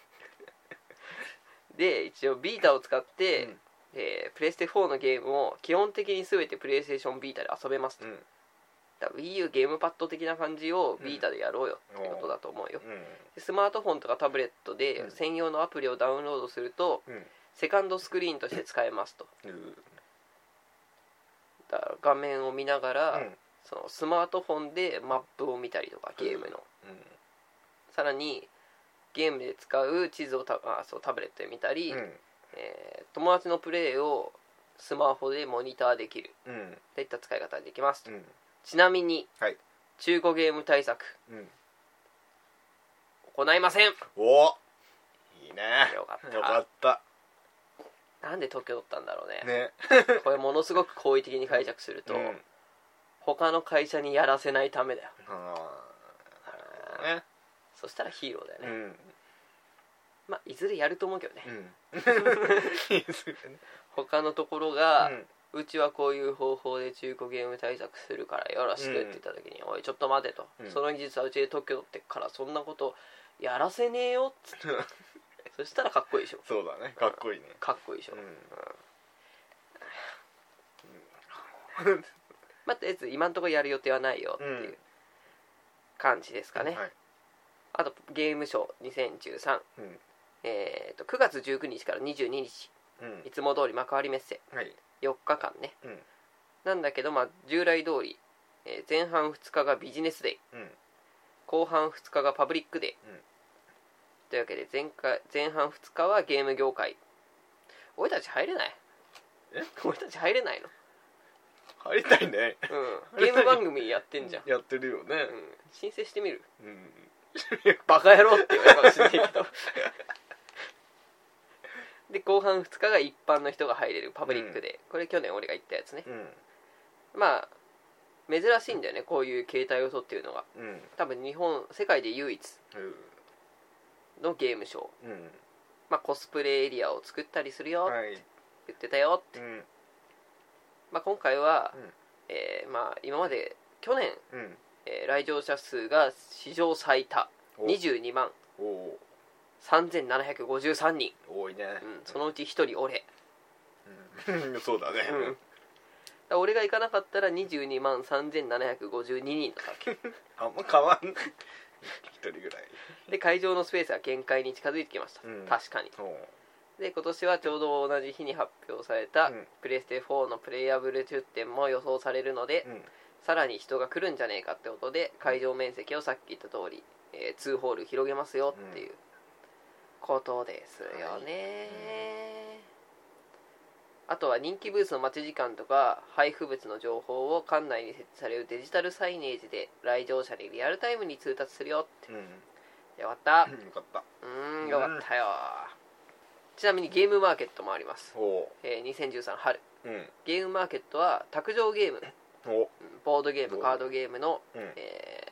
[SPEAKER 1] で一応ビータを使って、
[SPEAKER 2] うん
[SPEAKER 1] えープレステ4のゲームを基本的に全てプレイステーションビータで遊べますと、
[SPEAKER 2] うん
[SPEAKER 1] だから WiiU ゲームパッド的な感じをビータでやろうよっていうことだと思うよ、でスマートフォンとかタブレット
[SPEAKER 2] う
[SPEAKER 1] で
[SPEAKER 2] ん
[SPEAKER 1] 専用のアプリをダウンロードすると、
[SPEAKER 2] うん
[SPEAKER 1] セカンドスクリーンとして使えますと
[SPEAKER 2] うん
[SPEAKER 1] だから画面を見ながら、
[SPEAKER 2] うん
[SPEAKER 1] そのスマートフォンでマップを見たりとかゲームの、さらにゲームで使う地図をたあそうタブレットで見たり、
[SPEAKER 2] うん
[SPEAKER 1] えー友達のプレイをスマホでモニターできる
[SPEAKER 2] うん
[SPEAKER 1] といった使い方ができますと、
[SPEAKER 2] うん
[SPEAKER 1] ちなみに、
[SPEAKER 2] はい
[SPEAKER 1] 中古ゲーム対策
[SPEAKER 2] うん
[SPEAKER 1] 行いません
[SPEAKER 2] おいいね
[SPEAKER 1] よかった
[SPEAKER 2] よかった
[SPEAKER 1] なんで特許取ったんだろうね
[SPEAKER 2] ね
[SPEAKER 1] これものすごく好意的に解釈すると、
[SPEAKER 2] うん
[SPEAKER 1] 他の会社にやらせないためだよ
[SPEAKER 2] あーね
[SPEAKER 1] そしたらヒーローだよ
[SPEAKER 2] う
[SPEAKER 1] ね、
[SPEAKER 2] ん
[SPEAKER 1] まあいずれやると思うけどね、
[SPEAKER 2] うん
[SPEAKER 1] 他のところが、うちはこういう方法で中古ゲーム対策するからよろしくって言った時に「おいちょっと待てと」
[SPEAKER 2] うん
[SPEAKER 1] その技術はうちで特許取ってっからそんなことやらせねえよ」っつって そしたらかっこいいでしょ
[SPEAKER 2] そうだねかっこいいね
[SPEAKER 1] かっこいいでしょ、
[SPEAKER 2] うん
[SPEAKER 1] まあとりあえず今のところやる予定はないよっていうう感じですかね、
[SPEAKER 2] はい
[SPEAKER 1] あとゲームショー2013、
[SPEAKER 2] うん
[SPEAKER 1] えー、と9月19日から22日
[SPEAKER 2] うん
[SPEAKER 1] いつも通り幕張メッセ
[SPEAKER 2] はい
[SPEAKER 1] 4日間ね、
[SPEAKER 2] うん
[SPEAKER 1] なんだけど、まあ、従来通り、えー前半2日がビジネスデイ
[SPEAKER 2] うん
[SPEAKER 1] 後半2日がパブリックデー、
[SPEAKER 2] うん
[SPEAKER 1] というわけで前回前半2日はゲーム業界俺たち入れ ない
[SPEAKER 2] え
[SPEAKER 1] 俺たち入れないの、
[SPEAKER 2] 入りたいね
[SPEAKER 1] うん、ゲーム番組やってんじゃん、
[SPEAKER 2] やってるよね
[SPEAKER 1] うん、申請してみる
[SPEAKER 2] うん
[SPEAKER 1] バカ野郎って言われるかもしれないけど で後半2日が一般の人が入れるパブリックで、これ去年俺が行ったやつね
[SPEAKER 2] うん
[SPEAKER 1] まあ珍しいんだよねこういう携帯を取っていうのが
[SPEAKER 2] うん
[SPEAKER 1] 多分日本世界で唯一のゲームショー、
[SPEAKER 2] うん
[SPEAKER 1] まあ、コスプレエリアを作ったりするよって
[SPEAKER 2] はい
[SPEAKER 1] 言ってたよって、
[SPEAKER 2] うん
[SPEAKER 1] まあ、今回は、
[SPEAKER 2] うん
[SPEAKER 1] えーまあ、今まで去年、
[SPEAKER 2] うん
[SPEAKER 1] えー来場者数が史上最多
[SPEAKER 2] お
[SPEAKER 1] 22万
[SPEAKER 2] おおー
[SPEAKER 1] 3753人、
[SPEAKER 2] 多いね
[SPEAKER 1] うん、そのうち1人俺
[SPEAKER 2] うん そうだね
[SPEAKER 1] うんだから俺が行かなかったら22万3752人だったわけ
[SPEAKER 2] あんま変わんない一人ぐらい
[SPEAKER 1] で会場のスペースが限界に近づいてきました、
[SPEAKER 2] うん
[SPEAKER 1] 確かに
[SPEAKER 2] おう
[SPEAKER 1] で今年はちょうど同じ日に発表された、
[SPEAKER 2] うん
[SPEAKER 1] プレステ4のプレイアブル10点も予想されるので、
[SPEAKER 2] うん
[SPEAKER 1] さらに人が来るんじゃねえかってことで会場面積をさっき言った通り、えー、2ホール広げますよっていうことですよね、あとは人気ブースの待ち時間とか配布物の情報を館内に設置されるデジタルサイネージで来場者にリアルタイムに通達するよって
[SPEAKER 2] うん
[SPEAKER 1] よかった
[SPEAKER 2] うんよかった
[SPEAKER 1] うーんよかったよちなみにゲームマーケットもあります、
[SPEAKER 2] おう
[SPEAKER 1] えー2013春
[SPEAKER 2] うん
[SPEAKER 1] ゲームマーケットは卓上ゲームう
[SPEAKER 2] お
[SPEAKER 1] んボードゲームカードゲームの、
[SPEAKER 2] うん
[SPEAKER 1] えー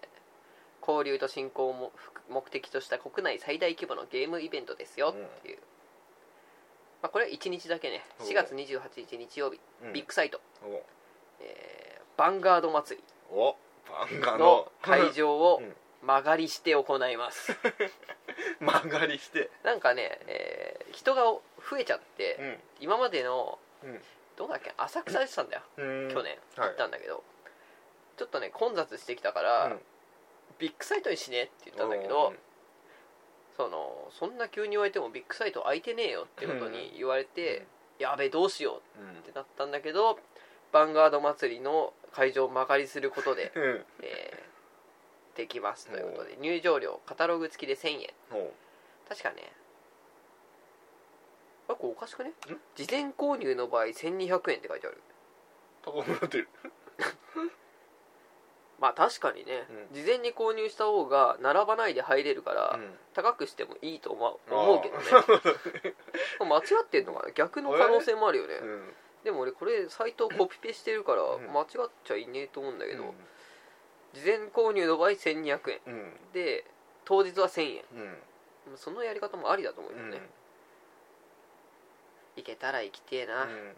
[SPEAKER 1] 交流と振興をも目的とした国内最大規模のゲームイベントですよっていう、まあ、これは1日だけね
[SPEAKER 2] お
[SPEAKER 1] 4月28日日曜日
[SPEAKER 2] うん
[SPEAKER 1] ビッグサイト、
[SPEAKER 2] お
[SPEAKER 1] えーバンガード祭り
[SPEAKER 2] おバンガ
[SPEAKER 1] の
[SPEAKER 2] の
[SPEAKER 1] 会場を
[SPEAKER 2] うん
[SPEAKER 1] 曲がりして行います、
[SPEAKER 2] 曲がりして
[SPEAKER 1] なんかね、えー人が増えちゃって、
[SPEAKER 2] ん
[SPEAKER 1] 今までの、
[SPEAKER 2] うん
[SPEAKER 1] どこだっけ浅草でしたんだよ、
[SPEAKER 2] うん
[SPEAKER 1] 去年
[SPEAKER 2] はい
[SPEAKER 1] 行ったんだけど、ちょっとね混雑してきたから、
[SPEAKER 2] うん
[SPEAKER 1] ビッグサイトにしねって言ったんだけど、そのそんな急に言われてもビッグサイト空いてねえよってことに言われて、やべえどうしよ
[SPEAKER 2] うん、
[SPEAKER 1] うってなったんだけどヴァンガード祭りの会場を曲がりすることで
[SPEAKER 2] うん
[SPEAKER 1] えーできますということで入場料カタログ付きで1000円
[SPEAKER 2] おう
[SPEAKER 1] 確かねあこれおかしくね事前購入の場合1200円って書いてある
[SPEAKER 2] 高くなってる
[SPEAKER 1] まあ確かにね、
[SPEAKER 2] うん
[SPEAKER 1] 事前に購入した方が並ばないで入れるから、
[SPEAKER 2] うん
[SPEAKER 1] 高くしてもいいと思う
[SPEAKER 2] あー
[SPEAKER 1] 思うけどね 間違ってんのかな逆の可能性もあるよね、
[SPEAKER 2] うん
[SPEAKER 1] でも俺これサイトをコピペしてるから
[SPEAKER 2] ん
[SPEAKER 1] 間違っちゃいねえと思うんだけど、事前購入の場合1200円
[SPEAKER 2] うん
[SPEAKER 1] で当日は1000円
[SPEAKER 2] うん
[SPEAKER 1] そのやり方もありだと思うよ
[SPEAKER 2] う
[SPEAKER 1] ね
[SPEAKER 2] ん、
[SPEAKER 1] いけたら行きてえな、
[SPEAKER 2] うん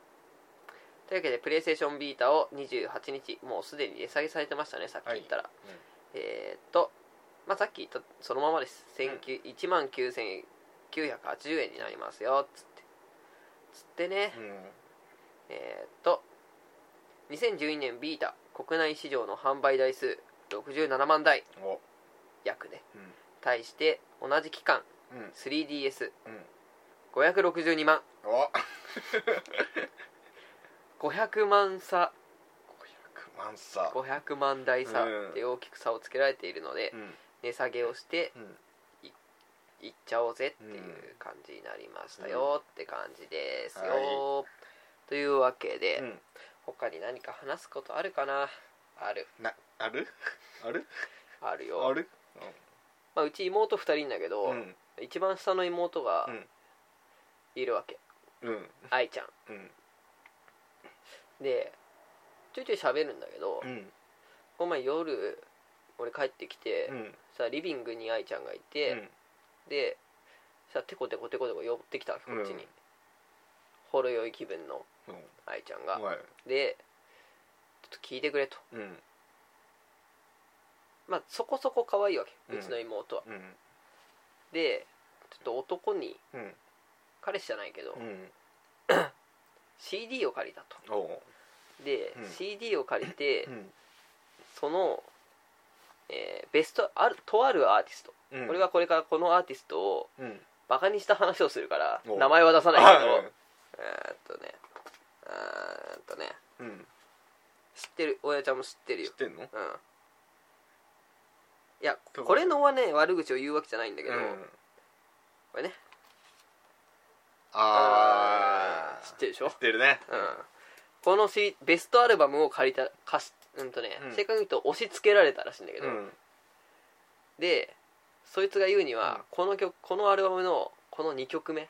[SPEAKER 1] というわけでプレイステーションビータを28日もうすでに値下げされてましたねさっき言ったら、
[SPEAKER 2] いうん
[SPEAKER 1] えーっと、まあ、さっき言ったそのままです
[SPEAKER 2] うん
[SPEAKER 1] 1万9980円になりますよつってつってね、
[SPEAKER 2] うん
[SPEAKER 1] えーっと2012年ビータ国内市場の販売台数67万台
[SPEAKER 2] お
[SPEAKER 1] 約ね、
[SPEAKER 2] うん
[SPEAKER 1] 対して同じ期間
[SPEAKER 2] うん
[SPEAKER 1] 3DS562
[SPEAKER 2] うん
[SPEAKER 1] 万
[SPEAKER 2] お
[SPEAKER 1] 500万差
[SPEAKER 2] 500万さ
[SPEAKER 1] 500万台差
[SPEAKER 2] うん
[SPEAKER 1] って大きく差をつけられているので、
[SPEAKER 2] うん
[SPEAKER 1] 値下げをして
[SPEAKER 2] うん
[SPEAKER 1] いっちゃおうぜっていううん感じになりましたよって感じですよ、
[SPEAKER 2] は
[SPEAKER 1] というわけで、
[SPEAKER 2] うん
[SPEAKER 1] 他に何か話すことあるかなある
[SPEAKER 2] なあるある
[SPEAKER 1] あるよ
[SPEAKER 2] ある
[SPEAKER 1] まあ、うち妹2人いんだけど、
[SPEAKER 2] うん
[SPEAKER 1] 一番下の妹が
[SPEAKER 2] うん
[SPEAKER 1] いるわけ、
[SPEAKER 2] うん
[SPEAKER 1] 愛ちゃん
[SPEAKER 2] うん
[SPEAKER 1] でちょいちょい喋るんだけど、
[SPEAKER 2] うん
[SPEAKER 1] この前夜俺帰ってきて、
[SPEAKER 2] うん
[SPEAKER 1] さリビングに愛ちゃんがいて、でさテコテコテコテコ寄ってきたわけこっちに、
[SPEAKER 2] うん
[SPEAKER 1] ほろ酔い気分の
[SPEAKER 2] うん
[SPEAKER 1] 愛ちゃんが、
[SPEAKER 2] はい
[SPEAKER 1] でちょっと聞いてくれと
[SPEAKER 2] うん
[SPEAKER 1] まあそこそこ可愛いわけ
[SPEAKER 2] うん
[SPEAKER 1] うちの妹は、
[SPEAKER 2] うん
[SPEAKER 1] でちょっと男に
[SPEAKER 2] うん
[SPEAKER 1] 彼氏じゃないけど、
[SPEAKER 2] うん
[SPEAKER 1] CD を借りたと
[SPEAKER 2] おう
[SPEAKER 1] で、
[SPEAKER 2] うん
[SPEAKER 1] CD を借りて、
[SPEAKER 2] うん
[SPEAKER 1] その、えーベストあるとあるアーティスト、
[SPEAKER 2] うん
[SPEAKER 1] 俺はこれからこのアーティストを
[SPEAKER 2] うん
[SPEAKER 1] バカにした話をするから
[SPEAKER 2] お
[SPEAKER 1] 名前は出さないけど、
[SPEAKER 2] は
[SPEAKER 1] え
[SPEAKER 2] い
[SPEAKER 1] ーっとねえーっとね
[SPEAKER 2] うん
[SPEAKER 1] 知ってる親ちゃんも知ってる
[SPEAKER 2] 知
[SPEAKER 1] よ
[SPEAKER 2] ってんの
[SPEAKER 1] うんいや
[SPEAKER 2] どう
[SPEAKER 1] これのはね悪口を言うわけじゃないんだけど、
[SPEAKER 2] うん
[SPEAKER 1] これね
[SPEAKER 2] あー
[SPEAKER 1] 知ってるでしょ
[SPEAKER 2] 知ってるね
[SPEAKER 1] うんこのシリベストアルバムを借りた貸しうんとね、
[SPEAKER 2] うん
[SPEAKER 1] 正確に言うと押し付けられたらしいんだけど、
[SPEAKER 2] うん
[SPEAKER 1] でそいつが言うには、
[SPEAKER 2] うん
[SPEAKER 1] この曲このアルバムのこの2曲目、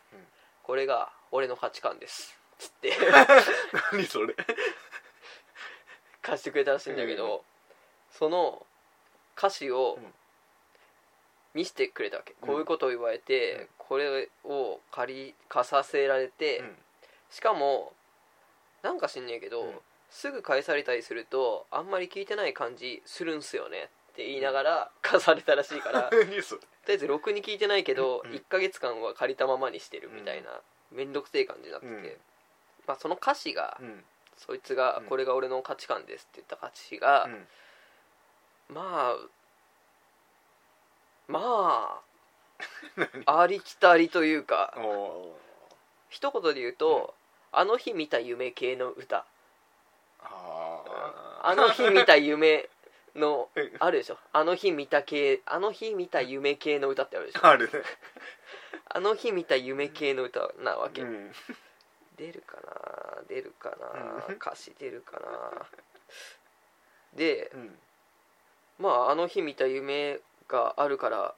[SPEAKER 1] これが俺の価値観ですつって
[SPEAKER 2] 何それ
[SPEAKER 1] 貸してくれたらしいんだけど、その歌詞を
[SPEAKER 2] うん
[SPEAKER 1] 見せてくれたわけ、
[SPEAKER 2] うん
[SPEAKER 1] こういうことを言われて、
[SPEAKER 2] うん
[SPEAKER 1] これを借り貸させられて、
[SPEAKER 2] うん
[SPEAKER 1] しかもなんか知んねえけど、
[SPEAKER 2] うん
[SPEAKER 1] すぐ返されたりするとあんまり聞いてない感じするんすよねって言いながら貸されたらしい から
[SPEAKER 2] 何それ
[SPEAKER 1] とりあえずろくに聞いてないけど、
[SPEAKER 2] うん
[SPEAKER 1] 1ヶ月間は借りたままにしてるみたいな、めんどくせえ感じになってて、
[SPEAKER 2] うん
[SPEAKER 1] まあ、その歌詞が、
[SPEAKER 2] うん
[SPEAKER 1] そいつが
[SPEAKER 2] うん
[SPEAKER 1] 「これが俺の価値観です」って言った歌詞が、
[SPEAKER 2] うん
[SPEAKER 1] まあ まあありきたりというか
[SPEAKER 2] お
[SPEAKER 1] 一言で言うと、あの日見た夢系の歌
[SPEAKER 2] ああ
[SPEAKER 1] あの日見た夢の
[SPEAKER 2] うん
[SPEAKER 1] あるでしょあの日見た系あの日見た夢系の歌ってあるでしょ
[SPEAKER 2] あるね
[SPEAKER 1] あの日見た夢系の歌なわけ、
[SPEAKER 2] うん
[SPEAKER 1] 出るかな出るかな、
[SPEAKER 2] うん
[SPEAKER 1] 歌詞出るかなで
[SPEAKER 2] うん
[SPEAKER 1] まああの日見た夢があるから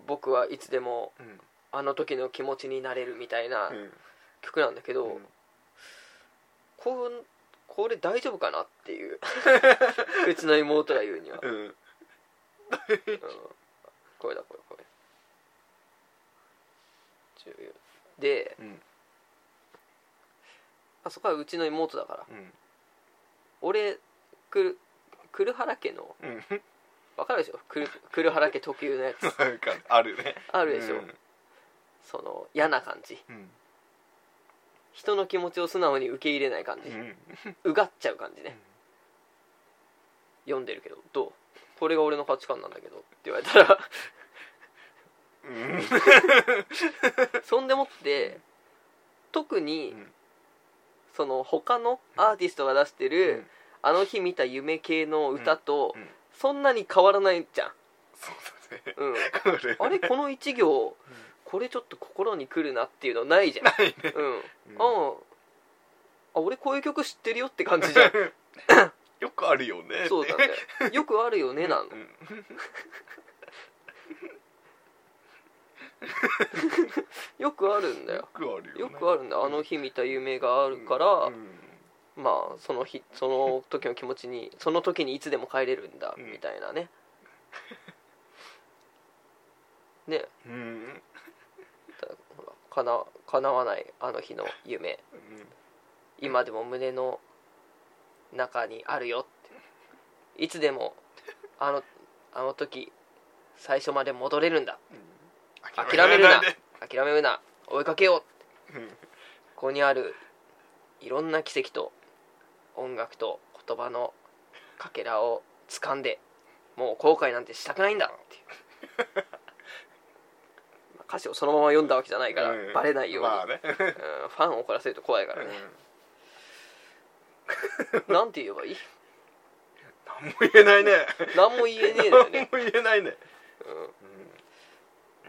[SPEAKER 1] 僕はいつでも
[SPEAKER 2] うん
[SPEAKER 1] あの時の気持ちになれるみたいな
[SPEAKER 2] うん
[SPEAKER 1] 曲なんだけど、
[SPEAKER 2] うん
[SPEAKER 1] こうこれ大丈夫かなっていう うちの妹が言うには、
[SPEAKER 2] うん
[SPEAKER 1] うん、これだこれこれ14で、
[SPEAKER 2] うん
[SPEAKER 1] あそこはうちの妹だから
[SPEAKER 2] うん
[SPEAKER 1] 俺くる黒原家の
[SPEAKER 2] うん
[SPEAKER 1] わかるでしょくる黒原家特有のやつ
[SPEAKER 2] なんかあるね
[SPEAKER 1] あるでしょ、
[SPEAKER 2] うん
[SPEAKER 1] その嫌な感じ
[SPEAKER 2] うん
[SPEAKER 1] 人の気持ちを素直に受け入れない感じ、
[SPEAKER 2] うん
[SPEAKER 1] うがっちゃう感じね、読んでるけどどうこれが俺の価値観なんだけどって言われたら
[SPEAKER 2] うん
[SPEAKER 1] そんでもって特に、
[SPEAKER 2] うん
[SPEAKER 1] その他のアーティストが出してる、あの日見た夢系の歌と、
[SPEAKER 2] うんうん
[SPEAKER 1] そんなに変わらないじゃん、
[SPEAKER 2] そうだね
[SPEAKER 1] うん、
[SPEAKER 2] これ
[SPEAKER 1] あれこの一行これちょっと心にくるなっていうのないじゃん
[SPEAKER 2] ないね
[SPEAKER 1] うん、あ
[SPEAKER 2] うん
[SPEAKER 1] ああ俺こういう曲知ってるよって感じじゃ ん
[SPEAKER 2] よくあるよね
[SPEAKER 1] そうだねよくあるよねなの
[SPEAKER 2] うん
[SPEAKER 1] よくあるんだよ
[SPEAKER 2] よくあるよね
[SPEAKER 1] よくあるんだあの日見た夢があるから、
[SPEAKER 2] うん
[SPEAKER 1] まあその日その時の気持ちにその時にいつでも帰れるんだ
[SPEAKER 2] うん
[SPEAKER 1] みたいなね、ね
[SPEAKER 2] うん
[SPEAKER 1] ただほらかな叶わないあの日の夢
[SPEAKER 2] うん
[SPEAKER 1] 今でも胸の中にあるよっていつでもあのあの時最初まで戻れるんだ諦めるな諦めるな追いかけよう
[SPEAKER 2] うん
[SPEAKER 1] ここにあるいろんな奇跡と音楽と言葉のかけらを掴んでもう後悔なんてしたくないんだっていう まあ歌詞をそのまま読んだわけじゃないから、
[SPEAKER 2] うん
[SPEAKER 1] バレないように、
[SPEAKER 2] まあね
[SPEAKER 1] うんファンを怒らせると怖いからね、 なんて言えばいい
[SPEAKER 2] 何も言えないね
[SPEAKER 1] 何も言えねえんだよ
[SPEAKER 2] 何も
[SPEAKER 1] ね、
[SPEAKER 2] 言えないね
[SPEAKER 1] うん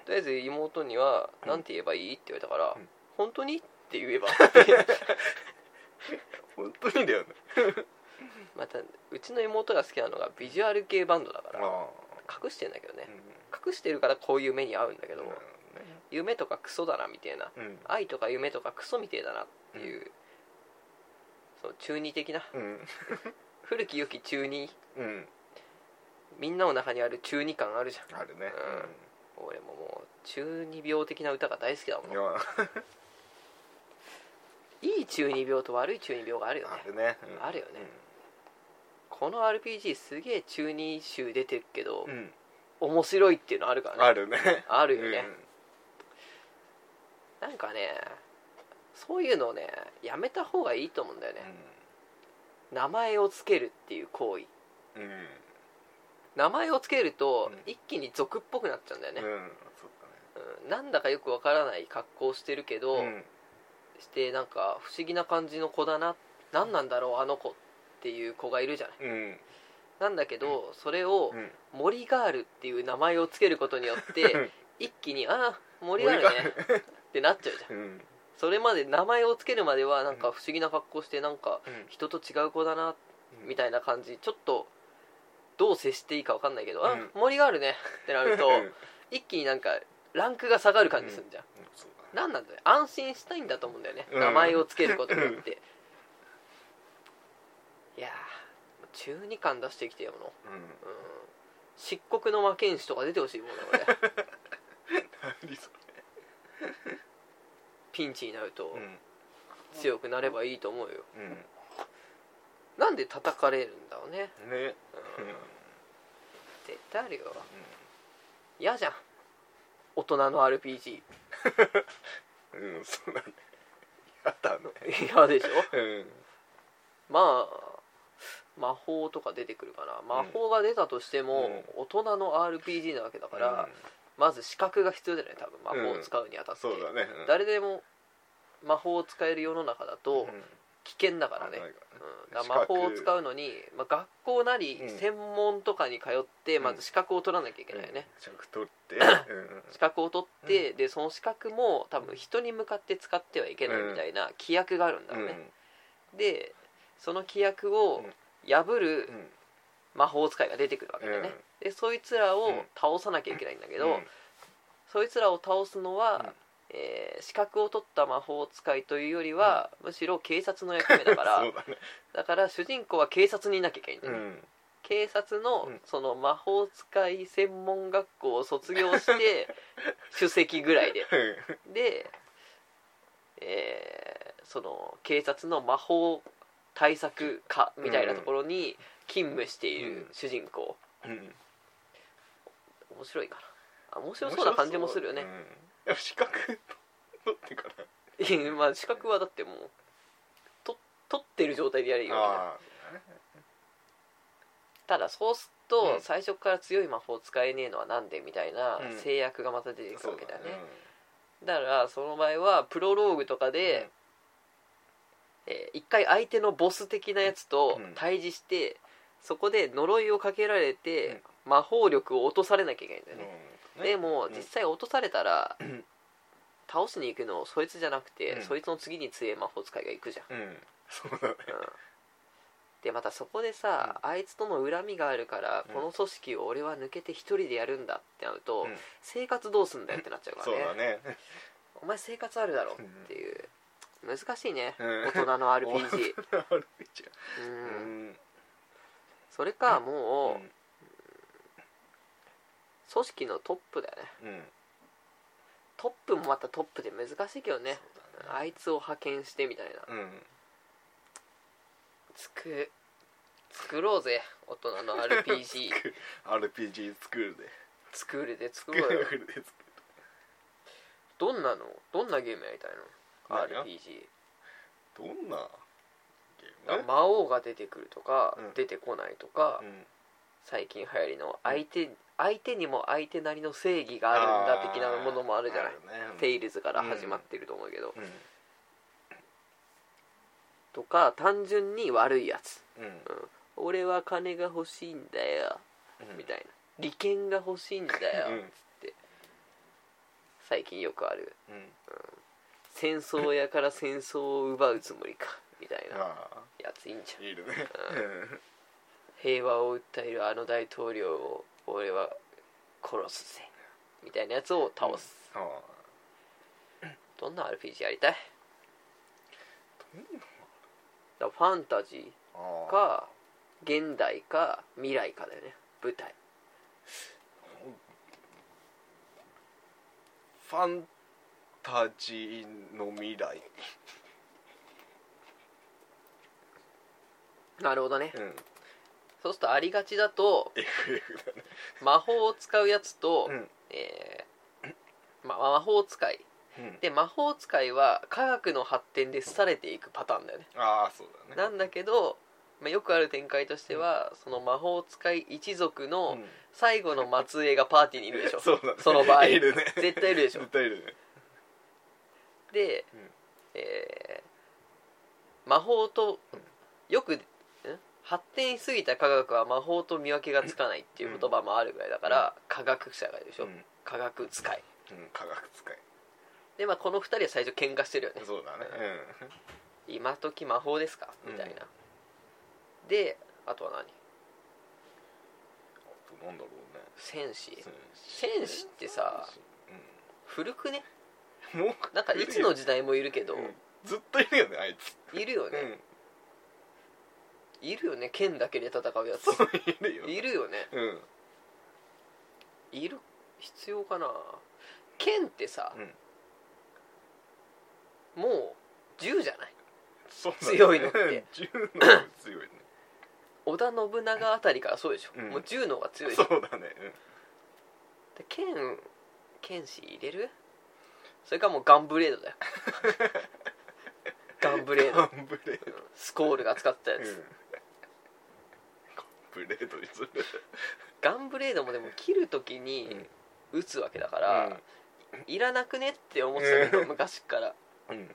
[SPEAKER 1] とりあえず妹には「なんて言えばいい?」って言われたから「
[SPEAKER 2] ん
[SPEAKER 1] 本当に?」って言え ば
[SPEAKER 2] 本当にだよね
[SPEAKER 1] またうちの妹が好きなのがビジュアル系バンドだから
[SPEAKER 2] あ
[SPEAKER 1] 隠してんだけどね
[SPEAKER 2] あ
[SPEAKER 1] 隠してるからこういう目に遭うんだけど、
[SPEAKER 2] うん
[SPEAKER 1] 夢とかクソだなみたいな
[SPEAKER 2] うん
[SPEAKER 1] 愛とか夢とかクソみたいだなっていう、その中二的な
[SPEAKER 2] うん
[SPEAKER 1] 古き良き中二
[SPEAKER 2] うん
[SPEAKER 1] みんなの中にある中二感あるじゃん
[SPEAKER 2] あるね
[SPEAKER 1] 俺ももう中二病的な歌が大好きだも
[SPEAKER 2] うん
[SPEAKER 1] ん
[SPEAKER 2] いや
[SPEAKER 1] いい中二病と悪い中二病があるよね
[SPEAKER 2] あるねうん
[SPEAKER 1] あるよねこの RPG すげえ中二集出てるけど、
[SPEAKER 2] うん
[SPEAKER 1] 面白いっていうのあるからね
[SPEAKER 2] あるね
[SPEAKER 1] あ
[SPEAKER 2] あ
[SPEAKER 1] るよね、なんかねそういうのをねやめた方がいいと思うんだよね、名前をつけるっていう行為
[SPEAKER 2] うんうん
[SPEAKER 1] 名前をつけると
[SPEAKER 2] うん
[SPEAKER 1] 一気に俗っぽくなっちゃうんだよね
[SPEAKER 2] う、んそうだね
[SPEAKER 1] うんなんだかよくわからない格好をしてるけど、
[SPEAKER 2] うん
[SPEAKER 1] してなんか不思議な感じの子だな何なんだろうあの子っていう子がいるじゃない
[SPEAKER 2] うん
[SPEAKER 1] なんだけど、それを
[SPEAKER 2] うん
[SPEAKER 1] 森ガールっていう名前をつけることによって、
[SPEAKER 2] うん
[SPEAKER 1] 一気にああ森ガールねってなっちゃうじゃん
[SPEAKER 2] うん
[SPEAKER 1] それまで名前をつけるまではなんか不思議な格好してなんか
[SPEAKER 2] うん
[SPEAKER 1] 人と違う子だなみ
[SPEAKER 2] た
[SPEAKER 1] たいな感じちょっとどう接していいか分かんないけど、あ
[SPEAKER 2] うん
[SPEAKER 1] 森があるねってなると
[SPEAKER 2] うん
[SPEAKER 1] 一気になんかランクが下がる感じするじゃん、
[SPEAKER 2] そうだね
[SPEAKER 1] なん、なんだよ安心したいんだと思うんだよね、
[SPEAKER 2] うん
[SPEAKER 1] 名前をつけることによって、いやー中二感出してきてよの、
[SPEAKER 2] うん
[SPEAKER 1] うん、漆黒の魔剣士とか出てほしいもんね俺
[SPEAKER 2] 何そ
[SPEAKER 1] ピンチになると
[SPEAKER 2] れうん
[SPEAKER 1] 強くなればいいと思うよ
[SPEAKER 2] うん
[SPEAKER 1] なんで叩かれるんだろうね
[SPEAKER 2] ね
[SPEAKER 1] 絶対あるよ嫌じゃん大人の RPG
[SPEAKER 2] うん、うん、そうだねやだね
[SPEAKER 1] 嫌でしょ
[SPEAKER 2] うん
[SPEAKER 1] まあ魔法とか出てくるかな魔法が出たとしても、大人の RPG なわけだから、まず資格が必要だよね多分魔法を使うにあたって、
[SPEAKER 2] そうだね、うん、
[SPEAKER 1] 誰でも魔法を使える世の中だと
[SPEAKER 2] うん
[SPEAKER 1] 危険だからね、
[SPEAKER 2] 危ない
[SPEAKER 1] うん
[SPEAKER 2] か
[SPEAKER 1] だから魔法を
[SPEAKER 2] 資格
[SPEAKER 1] 使うのに、まあ、学校なり
[SPEAKER 2] うん
[SPEAKER 1] 専門とかに通ってまず資格を取らなきゃいけ
[SPEAKER 2] ら
[SPEAKER 1] ないよね、
[SPEAKER 2] うん尺取って、うん
[SPEAKER 1] 資格を取って、でその資格も多分人に向かって使ってはいけないみたいな規約があるんだ
[SPEAKER 2] うん
[SPEAKER 1] ろ
[SPEAKER 2] う
[SPEAKER 1] うんね、でその規約を破る
[SPEAKER 2] うん
[SPEAKER 1] 魔法使いが出てくるわけだよね、でそいつらを
[SPEAKER 2] うん
[SPEAKER 1] 倒さなきゃいけないんだけど、
[SPEAKER 2] うん
[SPEAKER 1] そいつらを倒すのは、
[SPEAKER 2] うん
[SPEAKER 1] えー資格を取った魔法使いというよりは、むしろ警察の役目だから
[SPEAKER 2] そうだね
[SPEAKER 1] だから主人公は警察にいなきゃいけないんだ
[SPEAKER 2] う
[SPEAKER 1] よね、
[SPEAKER 2] ん
[SPEAKER 1] 警察の
[SPEAKER 2] うん
[SPEAKER 1] その魔法使い専門学校を卒業して 首席ぐらいでで、えーその警察の魔法対策課みたいなところに勤務している主人公、
[SPEAKER 2] うん
[SPEAKER 1] 面白いかなあ面白そうな感じもするよね
[SPEAKER 2] うんやっぱ資格取ってから
[SPEAKER 1] いやまあ資格はだってもうと取ってる状態でやれるよね
[SPEAKER 2] あ
[SPEAKER 1] ただそうすると、
[SPEAKER 2] うん
[SPEAKER 1] 最初から強い魔法使えねえのはなんでみたいな
[SPEAKER 2] うん
[SPEAKER 1] 制約がまた出て
[SPEAKER 2] あ
[SPEAKER 1] くるわけだよね、
[SPEAKER 2] そう
[SPEAKER 1] だからその場合はプロローグとかで、えー一回相手のボス的なやつと
[SPEAKER 2] うん
[SPEAKER 1] 対峙して、そこで呪いをかけられて、魔法力を落とされなきゃいけないんだよね、
[SPEAKER 2] うん
[SPEAKER 1] でも、
[SPEAKER 2] うん
[SPEAKER 1] 実際落とされた ら、
[SPEAKER 2] ん
[SPEAKER 1] 倒しに行くのそいつじゃなくて、
[SPEAKER 2] うん
[SPEAKER 1] そいつの次に強い魔法使いが行くじゃん、
[SPEAKER 2] うんそうだね
[SPEAKER 1] うんでまたそこでさ、あいつとの恨みがあるから、
[SPEAKER 2] うん
[SPEAKER 1] この組織を俺は抜けて一人でやるんだってなると、
[SPEAKER 2] うん
[SPEAKER 1] 生活どうすんだよってなっちゃうから
[SPEAKER 2] そうだね
[SPEAKER 1] お前生活あるだろっていう難しいね、
[SPEAKER 2] うん
[SPEAKER 1] 大人 の RPG
[SPEAKER 2] 大人の RPG
[SPEAKER 1] う、
[SPEAKER 2] うんん
[SPEAKER 1] それかもう、
[SPEAKER 2] うん
[SPEAKER 1] 組織のトップだよね
[SPEAKER 2] うん
[SPEAKER 1] トップもまたトップで難しいけどねあいつを派遣してみたいな
[SPEAKER 2] うん
[SPEAKER 1] つく作ろうぜ大人の RPG
[SPEAKER 2] RPG スクールで
[SPEAKER 1] スクールで作
[SPEAKER 2] スク
[SPEAKER 1] ろうよ
[SPEAKER 2] ールで作
[SPEAKER 1] どんなのどんなゲームやりたい
[SPEAKER 2] 何
[SPEAKER 1] の
[SPEAKER 2] が
[SPEAKER 1] RPG
[SPEAKER 2] どんなゲ
[SPEAKER 1] だか
[SPEAKER 2] ー
[SPEAKER 1] ら
[SPEAKER 2] ム
[SPEAKER 1] 魔王が出てくるとか、
[SPEAKER 2] うん
[SPEAKER 1] 出てこないとか、
[SPEAKER 2] うん
[SPEAKER 1] 最近流行りの相手,、相手にも相手なりの正義があるんだ的なものもあるじゃない
[SPEAKER 2] あーあるね
[SPEAKER 1] テイルズから始まってると思うけど、
[SPEAKER 2] う
[SPEAKER 1] とか単純に悪いやつ
[SPEAKER 2] んうん
[SPEAKER 1] 俺は金が欲しいんだよ
[SPEAKER 2] うん
[SPEAKER 1] みたいな利権が欲しいんだよ、
[SPEAKER 2] うん
[SPEAKER 1] 最近よくある
[SPEAKER 2] うん
[SPEAKER 1] 戦争やから戦争を奪うつもりかみたいな
[SPEAKER 2] あ
[SPEAKER 1] やついいんじゃ
[SPEAKER 2] あ
[SPEAKER 1] ん
[SPEAKER 2] いるねうん
[SPEAKER 1] 平和を訴えるあの大統領を俺は殺すぜみたいなやつを倒す、
[SPEAKER 2] ああ
[SPEAKER 1] どんな RPG やりたいだからファンタジ
[SPEAKER 2] あ
[SPEAKER 1] ー
[SPEAKER 2] あ
[SPEAKER 1] か現代か未来かだよね舞台
[SPEAKER 2] ファンタジーの未来
[SPEAKER 1] なるほどね、
[SPEAKER 2] うん
[SPEAKER 1] そうするとありがちだと
[SPEAKER 2] FF だね
[SPEAKER 1] 魔法を使うやつと、
[SPEAKER 2] うん
[SPEAKER 1] えーまあ、魔法使い
[SPEAKER 2] うん
[SPEAKER 1] で魔法使いは科学の発展で廃れていくパターンだよね
[SPEAKER 2] ああそうだね
[SPEAKER 1] なんだけど、まあ、よくある展開としては、その魔法使い一族の
[SPEAKER 2] うん
[SPEAKER 1] 最後の末裔がパーティーにいるでし ょ
[SPEAKER 2] そうだね
[SPEAKER 1] その場合
[SPEAKER 2] いるね
[SPEAKER 1] 絶対いるでしょ
[SPEAKER 2] 絶対いるね
[SPEAKER 1] で、
[SPEAKER 2] うん
[SPEAKER 1] えー魔法とよくん発展しすぎた科学は魔法と見分けがつかないっていう言葉もあるぐらいだから、科学者がいるでしょ、
[SPEAKER 2] うん
[SPEAKER 1] 科学使い
[SPEAKER 2] うん科学使い
[SPEAKER 1] でまあこの2人は最初喧嘩してるよね
[SPEAKER 2] そうだね
[SPEAKER 1] 今時魔法ですかみたいな、であとは何
[SPEAKER 2] うんなんだろうね
[SPEAKER 1] 戦士
[SPEAKER 2] 戦
[SPEAKER 1] 戦士ってさ古くね
[SPEAKER 2] うんもう
[SPEAKER 1] なんかいつの時代もいるけど、
[SPEAKER 2] うんずっといるよねあいつ
[SPEAKER 1] いるよ
[SPEAKER 2] う
[SPEAKER 1] ね、
[SPEAKER 2] ん
[SPEAKER 1] いるよね剣だけで戦うやつ
[SPEAKER 2] そういるよ
[SPEAKER 1] いるよね
[SPEAKER 2] うん
[SPEAKER 1] いる必要かな剣ってさ、もう銃じゃない
[SPEAKER 2] そうだね
[SPEAKER 1] 強いのって
[SPEAKER 2] 銃の方が強いね
[SPEAKER 1] 織田信長あたりからそうでしょ、
[SPEAKER 2] うん
[SPEAKER 1] もう銃の方が強いじ
[SPEAKER 2] そ
[SPEAKER 1] ゃん
[SPEAKER 2] うだねうん
[SPEAKER 1] で剣剣士入れるそれかもうガンブレー ドだよガンブレード
[SPEAKER 2] ガンブレード
[SPEAKER 1] スコールが使ってたやつ、
[SPEAKER 2] うんガンブレードにする
[SPEAKER 1] ガンブレードもでも切る時に撃つわけだから、いらなくねって思ってたけど、
[SPEAKER 2] うん
[SPEAKER 1] 昔から
[SPEAKER 2] うん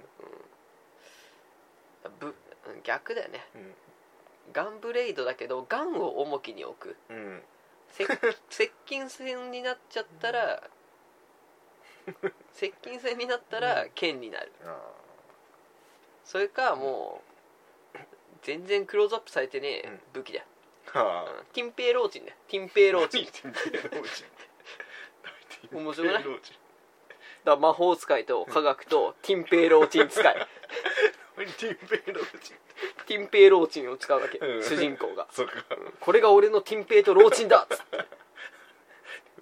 [SPEAKER 1] ぶ逆だよね
[SPEAKER 2] うん
[SPEAKER 1] ガンブレイドだけどガンを重きに置く
[SPEAKER 2] うん
[SPEAKER 1] せ接近戦になっちゃった ら接近戦になったら剣になる
[SPEAKER 2] ああ
[SPEAKER 1] それかもう全然クローズアップされてねえ
[SPEAKER 2] うん
[SPEAKER 1] 武器だよ、
[SPEAKER 2] は
[SPEAKER 1] う
[SPEAKER 2] あ
[SPEAKER 1] ん、ティンペイローチンだよティンペイローチン
[SPEAKER 2] 何ティンペイローチン
[SPEAKER 1] 面白くない
[SPEAKER 2] ティンペイローチン
[SPEAKER 1] だ魔法使いと科学とティンペイローチン使 い
[SPEAKER 2] 何ティンペイローチン
[SPEAKER 1] ティンペイローチンを使うわけ、
[SPEAKER 2] うん
[SPEAKER 1] 主人公が
[SPEAKER 2] そうか
[SPEAKER 1] これが俺のティンペイとローチンだっつって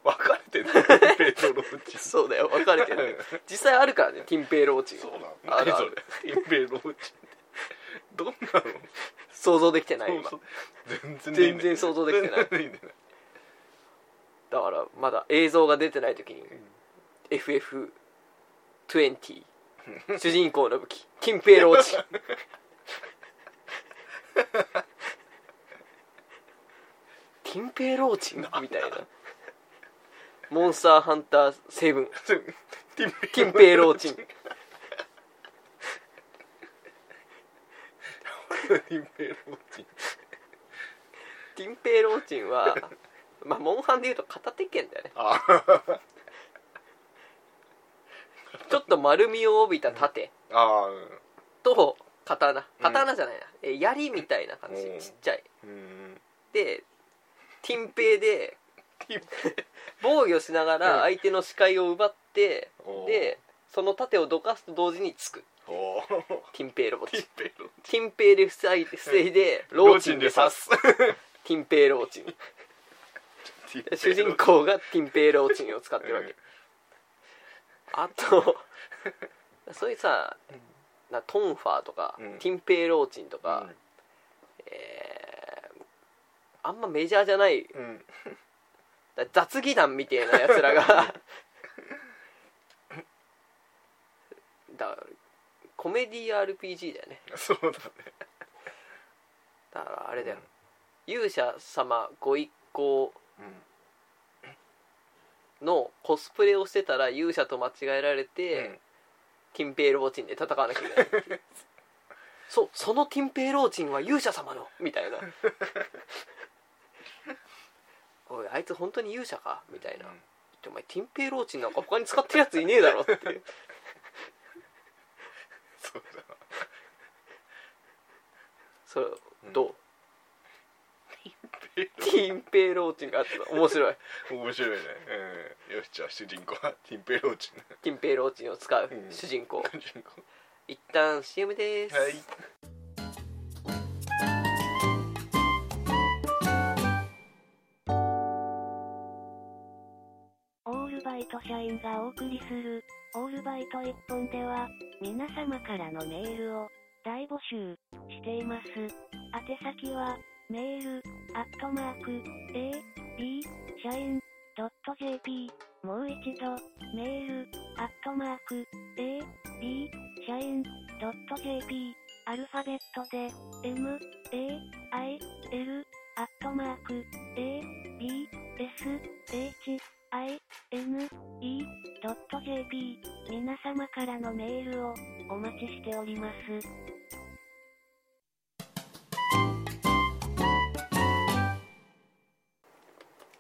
[SPEAKER 2] 分かれてんだティンペイとローチン
[SPEAKER 1] そうだよ分かれてる実際あるからねティンペイローチン
[SPEAKER 2] そうな
[SPEAKER 1] あ
[SPEAKER 2] の何
[SPEAKER 1] るあ
[SPEAKER 2] それ
[SPEAKER 1] る
[SPEAKER 2] ティンペイローチンってどんなの
[SPEAKER 1] 想像できてない今
[SPEAKER 2] そうそう全然
[SPEAKER 1] 全然想像できてない
[SPEAKER 2] 全然できてない
[SPEAKER 1] だからまだ映像が出てない時に FF20 主人公の武器 ティンペイローチンティンペイローチンみたいなモンスターハンター7
[SPEAKER 2] ティン
[SPEAKER 1] ティンペイローチン
[SPEAKER 2] ティンペイローチン
[SPEAKER 1] ティンペイローチンはまあモンハンでいうと片手剣だよね
[SPEAKER 2] あー
[SPEAKER 1] ちょっと丸みを帯びた盾
[SPEAKER 2] あ
[SPEAKER 1] と刀刀じゃないな、え槍みたいな感じ
[SPEAKER 2] うん
[SPEAKER 1] ちっちゃい
[SPEAKER 2] ーうん
[SPEAKER 1] でティンペイで防御しながら相手の視界を奪って
[SPEAKER 2] おー
[SPEAKER 1] でその盾をどかすと同時に突く
[SPEAKER 2] おー
[SPEAKER 1] ティンペイロボ
[SPEAKER 2] ティ
[SPEAKER 1] チ
[SPEAKER 2] ンペイロー
[SPEAKER 1] テ
[SPEAKER 2] チン
[SPEAKER 1] ィンペイで防いで防いでローチンで刺すティンペイローチンで主人公がティンペイローチンを使ってるわけあとそういうさなトンファーとか、
[SPEAKER 2] うん
[SPEAKER 1] ティンペイローチンとか、えーあんまメジャーじゃない
[SPEAKER 2] うんうん
[SPEAKER 1] だ雑技団みたいなやつら がだコメディ RPG だよね
[SPEAKER 2] そうだね
[SPEAKER 1] だからあれだよ、勇者様ご一行のコスプレをしてたら勇者と間違えられて、
[SPEAKER 2] うん
[SPEAKER 1] ティンペイローチンで戦わなきゃいけない そうそのティンペイローチンは勇者様のみた いなおいあいつ本当に勇者かみたいな、お前ティンペイローチンなんか他に使ってるやついねえだろっていう
[SPEAKER 2] そうだな
[SPEAKER 1] それ
[SPEAKER 2] うん
[SPEAKER 1] どう
[SPEAKER 2] ペイ
[SPEAKER 1] ティンペイローチンがあって面白い
[SPEAKER 2] ロ面白いねうんよしじゃあ主人公はティンペイローチンだ
[SPEAKER 1] ティンペイローチンを使う
[SPEAKER 2] うん
[SPEAKER 1] 主人公、
[SPEAKER 2] 主人公
[SPEAKER 1] 一旦 CM です、
[SPEAKER 2] はい
[SPEAKER 6] オールバイト社員がお送りする、オールバイト一本では、皆様からのメールを大募集しています。宛先は、メール、アットマーク、A、B、社員、ドット JP。もう一度、メール、アットマーク、A、B、社員、ドット JP。アルファベットで、M、A、I、L、アットマーク、A、B、S、H、i n e j p 皆様からのメールをお待ちしております。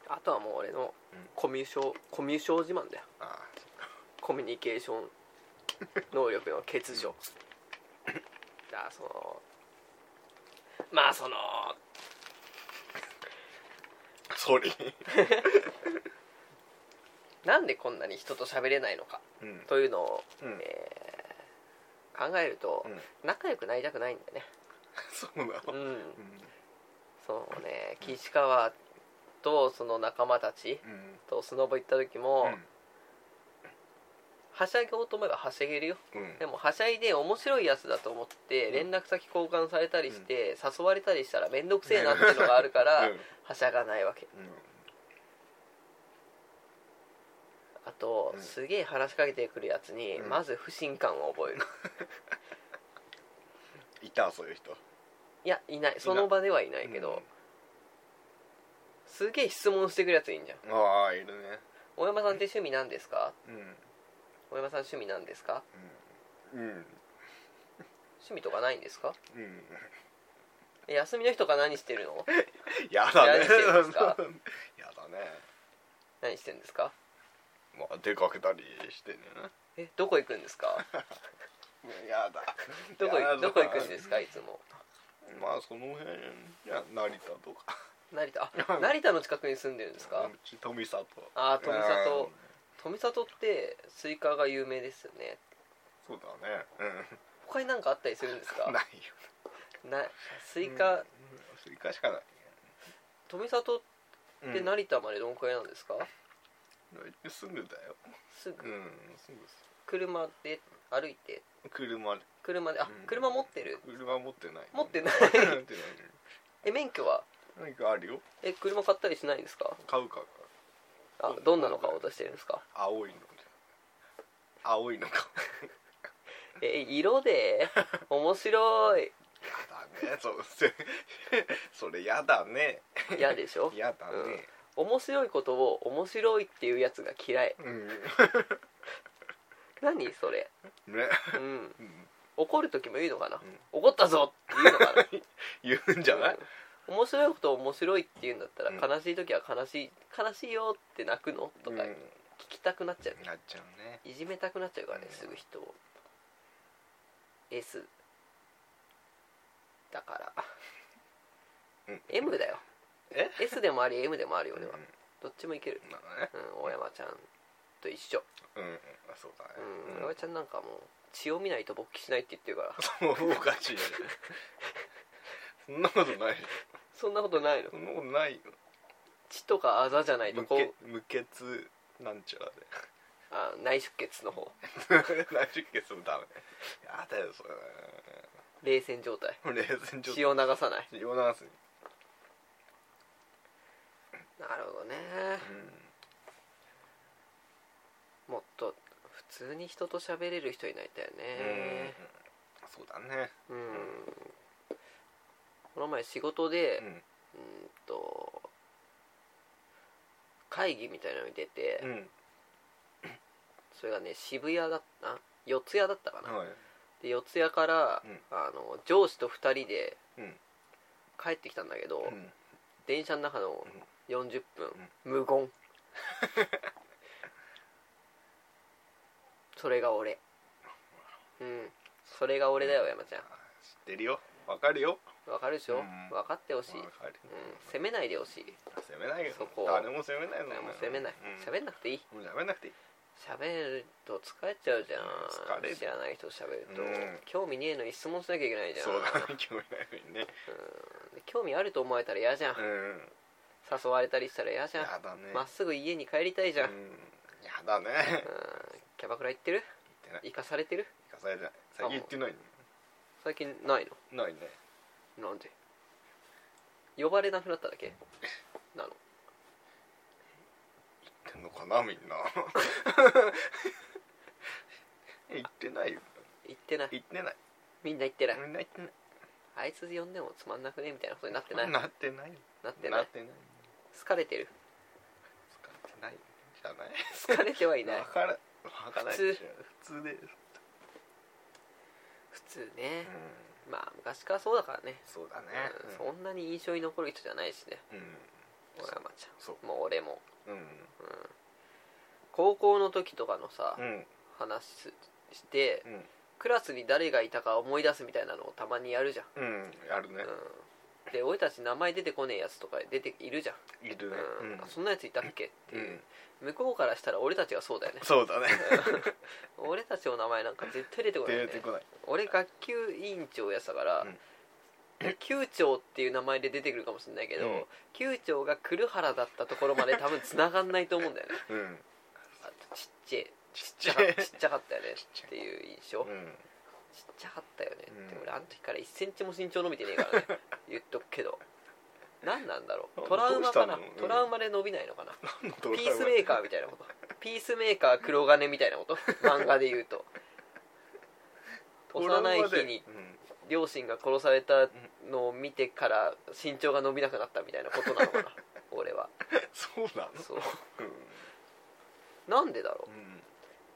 [SPEAKER 1] あとはもう俺の
[SPEAKER 2] うん
[SPEAKER 1] コミュ障コミュ障自慢だよ
[SPEAKER 2] あー
[SPEAKER 1] コミュニケーション能力の欠如だからそのまあその
[SPEAKER 2] それ
[SPEAKER 1] なんでこんなに人と喋れないのか
[SPEAKER 2] うん
[SPEAKER 1] というのを、
[SPEAKER 2] うん
[SPEAKER 1] えー考えると、
[SPEAKER 2] うん
[SPEAKER 1] 仲良くなりたくないんだよね
[SPEAKER 2] そうなの
[SPEAKER 1] うん
[SPEAKER 2] うん
[SPEAKER 1] そうね岸川とその仲間たち
[SPEAKER 2] うん
[SPEAKER 1] とスノボ行った時も、はしゃごうと思えばはしゃげるよ
[SPEAKER 2] うんうん
[SPEAKER 1] でもはしゃいで面白いやつだと思って連絡先交換されたりして、誘われたりしたら面倒くせえなっていうのがあるから、はしゃがないわけ
[SPEAKER 2] うん
[SPEAKER 1] あと、
[SPEAKER 2] うん
[SPEAKER 1] すげえ話しかけてくるやつに、
[SPEAKER 2] うん
[SPEAKER 1] まず不信感を覚える
[SPEAKER 2] いたそういう人
[SPEAKER 1] いやいないその場ではいないけど、すげえ質問してくるやついいんじゃん
[SPEAKER 2] うんああいるね
[SPEAKER 1] 「大山さんって趣味なんですか?
[SPEAKER 2] うん」
[SPEAKER 1] 「大山さん趣味なんですか?」
[SPEAKER 2] ううん
[SPEAKER 1] 趣味とかないんですか
[SPEAKER 2] うん
[SPEAKER 1] え休みの日とか何してるの
[SPEAKER 2] やだね
[SPEAKER 1] やるんですか
[SPEAKER 2] やだね
[SPEAKER 1] 何してるんですか
[SPEAKER 2] まあ出かけたりしてね
[SPEAKER 1] えどこ行くんですか
[SPEAKER 2] やだ
[SPEAKER 1] どこ
[SPEAKER 2] やだ
[SPEAKER 1] どこ行くんですかいつも
[SPEAKER 2] まあその辺いや成田とか
[SPEAKER 1] 成田あ成田の近くに住んでるんですか
[SPEAKER 2] うち富里
[SPEAKER 1] あー富里
[SPEAKER 2] うん
[SPEAKER 1] 富里ってスイカが有名ですよね
[SPEAKER 2] そうだね
[SPEAKER 1] 他に何かあったりするんです
[SPEAKER 2] う
[SPEAKER 1] か
[SPEAKER 2] んないよ
[SPEAKER 1] なスイカ、
[SPEAKER 2] うんスイカしかない
[SPEAKER 1] 富里って
[SPEAKER 2] うん
[SPEAKER 1] 成田までどんくらいなんですか、
[SPEAKER 2] すぐだよ
[SPEAKER 1] す
[SPEAKER 2] う
[SPEAKER 1] ぐ
[SPEAKER 2] んすぐです
[SPEAKER 1] 車で歩いて
[SPEAKER 2] 車
[SPEAKER 1] 車であ
[SPEAKER 2] うん
[SPEAKER 1] 車持ってる
[SPEAKER 2] 車持ってない
[SPEAKER 1] 持ってない
[SPEAKER 2] 持ってない
[SPEAKER 1] え免許は
[SPEAKER 2] 何かあるよ
[SPEAKER 1] え車買ったりしないんですか
[SPEAKER 2] 買うか
[SPEAKER 1] あどんなの買おうとしてるんですか
[SPEAKER 2] 青いの青いのか
[SPEAKER 1] え色で面白い
[SPEAKER 2] やだねそうせ それやだね
[SPEAKER 1] 嫌でし ょ
[SPEAKER 2] やだね
[SPEAKER 1] 面白いことを面白いっていうやつが嫌い
[SPEAKER 2] うん
[SPEAKER 1] 何それ
[SPEAKER 2] ね
[SPEAKER 1] うん
[SPEAKER 2] うん
[SPEAKER 1] 怒る時も言うのかな、
[SPEAKER 2] ん
[SPEAKER 1] 怒ったぞって言うのかな
[SPEAKER 2] 言うんじゃない
[SPEAKER 1] うん面白いことを面白いって言うんだったら、
[SPEAKER 2] うん
[SPEAKER 1] 悲しい時は悲しい悲しいよって泣くのとか
[SPEAKER 2] う
[SPEAKER 1] 聞
[SPEAKER 2] ん
[SPEAKER 1] きたくなっちゃう、
[SPEAKER 2] なっちゃうね
[SPEAKER 1] いじめたくなっちゃうからね
[SPEAKER 2] うん
[SPEAKER 1] すぐ人を S だから、
[SPEAKER 2] うん
[SPEAKER 1] M だよ
[SPEAKER 2] え
[SPEAKER 1] S でもあり M でもあるよ俺は、
[SPEAKER 2] うん
[SPEAKER 1] どっちもいける
[SPEAKER 2] まあね
[SPEAKER 1] うん大山ちゃんと一緒
[SPEAKER 2] うんそうだね
[SPEAKER 1] うん大
[SPEAKER 2] うん
[SPEAKER 1] 山ちゃんなんかもう血を見ないと勃起しないって言ってるから
[SPEAKER 2] そうおかしいよねそんなことない
[SPEAKER 1] そんなことないの
[SPEAKER 2] そんなことないよ
[SPEAKER 1] 血とかあざじゃないと
[SPEAKER 2] 無
[SPEAKER 1] こう
[SPEAKER 2] 血無血なんちゃら で
[SPEAKER 1] あ内出血の方
[SPEAKER 2] 何十件するダメやだよそれ
[SPEAKER 1] 冷戦状態
[SPEAKER 2] 冷静にちょっ
[SPEAKER 1] 血を流さない
[SPEAKER 2] とヨナスに
[SPEAKER 1] なるほどねもっと普通に人と喋れる人になりたいよ
[SPEAKER 2] うん
[SPEAKER 1] ね
[SPEAKER 2] そうだね
[SPEAKER 1] うんこの前仕事で
[SPEAKER 2] う、ん
[SPEAKER 1] うん、と会議みたいなのに出て、
[SPEAKER 2] うん
[SPEAKER 1] それがね渋谷だった四ツ谷だったかな、
[SPEAKER 2] はい
[SPEAKER 1] で四ツ谷から、
[SPEAKER 2] うん
[SPEAKER 1] あの上司と2人で
[SPEAKER 2] うん
[SPEAKER 1] 帰ってきたんだけど、
[SPEAKER 2] うん
[SPEAKER 1] 電車の中の40分、無言 それが俺うんそれが俺だよ山ちゃん
[SPEAKER 2] 知ってるよわかるよ
[SPEAKER 1] わかるでしょ、
[SPEAKER 2] うん
[SPEAKER 1] 分かってほしい、うん
[SPEAKER 2] わ、かる
[SPEAKER 1] 責めないでほしい
[SPEAKER 2] 責めないよ
[SPEAKER 1] そこ
[SPEAKER 2] 誰も責めないの
[SPEAKER 1] もう責めない
[SPEAKER 2] うん
[SPEAKER 1] 喋、ん、なくていい
[SPEAKER 2] もう喋んなくていい
[SPEAKER 1] 喋ると疲れちゃうじゃん
[SPEAKER 2] 疲れる
[SPEAKER 1] 知らない人と喋ると、
[SPEAKER 2] うん
[SPEAKER 1] 興味ねえのに質問しなきゃいけないじゃん
[SPEAKER 2] そうだね興味ないのにね
[SPEAKER 1] で興味あると思われたら嫌じゃん、
[SPEAKER 2] うん
[SPEAKER 1] 誘われたりしたら嫌じゃん
[SPEAKER 2] やだね
[SPEAKER 1] まっすぐ家に帰りたいじゃん、
[SPEAKER 2] う
[SPEAKER 1] うん
[SPEAKER 2] んやだね
[SPEAKER 1] キャバクラ行ってる
[SPEAKER 2] 言ってない
[SPEAKER 1] 行かされてる
[SPEAKER 2] 行かされない最近行ってない
[SPEAKER 1] 最近ない
[SPEAKER 2] のないね
[SPEAKER 1] のなんで呼ばれなくなっただけなの
[SPEAKER 2] 行ってんのかなみんな 行ってないよ
[SPEAKER 1] 行ってない
[SPEAKER 2] 行ってない
[SPEAKER 1] みんな行ってない
[SPEAKER 2] みんな行ってな
[SPEAKER 1] あいつ呼んでもつまんなくねみたいなことになってない
[SPEAKER 2] い
[SPEAKER 1] な
[SPEAKER 2] なってない
[SPEAKER 1] ってない
[SPEAKER 2] てない
[SPEAKER 1] 好かれ てる
[SPEAKER 2] 使ってないじゃない
[SPEAKER 1] 好かれてはいない
[SPEAKER 2] わからわからない
[SPEAKER 1] 普通
[SPEAKER 2] 普通で
[SPEAKER 1] 普通ね
[SPEAKER 2] うん
[SPEAKER 1] まあ昔からそうだからね
[SPEAKER 2] そうだね
[SPEAKER 1] うんそんなに印象に残る人じゃないしね
[SPEAKER 2] うん
[SPEAKER 1] 小山ち
[SPEAKER 2] そ
[SPEAKER 1] ゃんもう俺も
[SPEAKER 2] ううん
[SPEAKER 1] 高校の時とかのさ、
[SPEAKER 2] うん
[SPEAKER 1] 話すして
[SPEAKER 2] うん
[SPEAKER 1] クラスに誰がいたか思い出すみたいなのをたまにやるじゃん、
[SPEAKER 2] うんやるね
[SPEAKER 1] うん、で俺たち名前出てこねえやつとか出ているじゃん、
[SPEAKER 2] いる
[SPEAKER 1] う
[SPEAKER 2] ね
[SPEAKER 1] ん
[SPEAKER 2] うん
[SPEAKER 1] あそんなやついたっけって
[SPEAKER 2] う
[SPEAKER 1] いう、
[SPEAKER 2] ん
[SPEAKER 1] 向こうからしたら俺たちがそうだよね
[SPEAKER 2] そうだね
[SPEAKER 1] 俺たちの名前なんか絶対出てこないよ
[SPEAKER 2] 出
[SPEAKER 1] ね
[SPEAKER 2] てこない
[SPEAKER 1] 俺学級委員長やってたから、
[SPEAKER 2] うん
[SPEAKER 1] 級長っていう名前で出てくるかもしれないけど、
[SPEAKER 2] うん
[SPEAKER 1] 級長が黒原だったところまで多分繋がんないと思うんだよね
[SPEAKER 2] うん
[SPEAKER 1] あとちっちゃい
[SPEAKER 2] ちっ
[SPEAKER 1] ちっちゃかちっちゃかったよねっていう印象、
[SPEAKER 2] うん
[SPEAKER 1] ちっちゃかったよね、
[SPEAKER 2] うん
[SPEAKER 1] でも俺あの時から1センチも身長伸びてねえ からね言っとくけど何なんだろ
[SPEAKER 2] あ
[SPEAKER 1] うトラウマかな、
[SPEAKER 2] どうしたのうん
[SPEAKER 1] トラウマで伸びないのかな
[SPEAKER 2] ピ
[SPEAKER 1] ピースメーカーみたいなことピースメーカー黒金みたいな こと漫画で言うと幼い日に
[SPEAKER 2] うん
[SPEAKER 1] 両親が殺されたのを見てから身長が伸びなくなったみたいなことなのか な俺は
[SPEAKER 2] そうなの
[SPEAKER 1] そう
[SPEAKER 2] うん
[SPEAKER 1] なんでだろ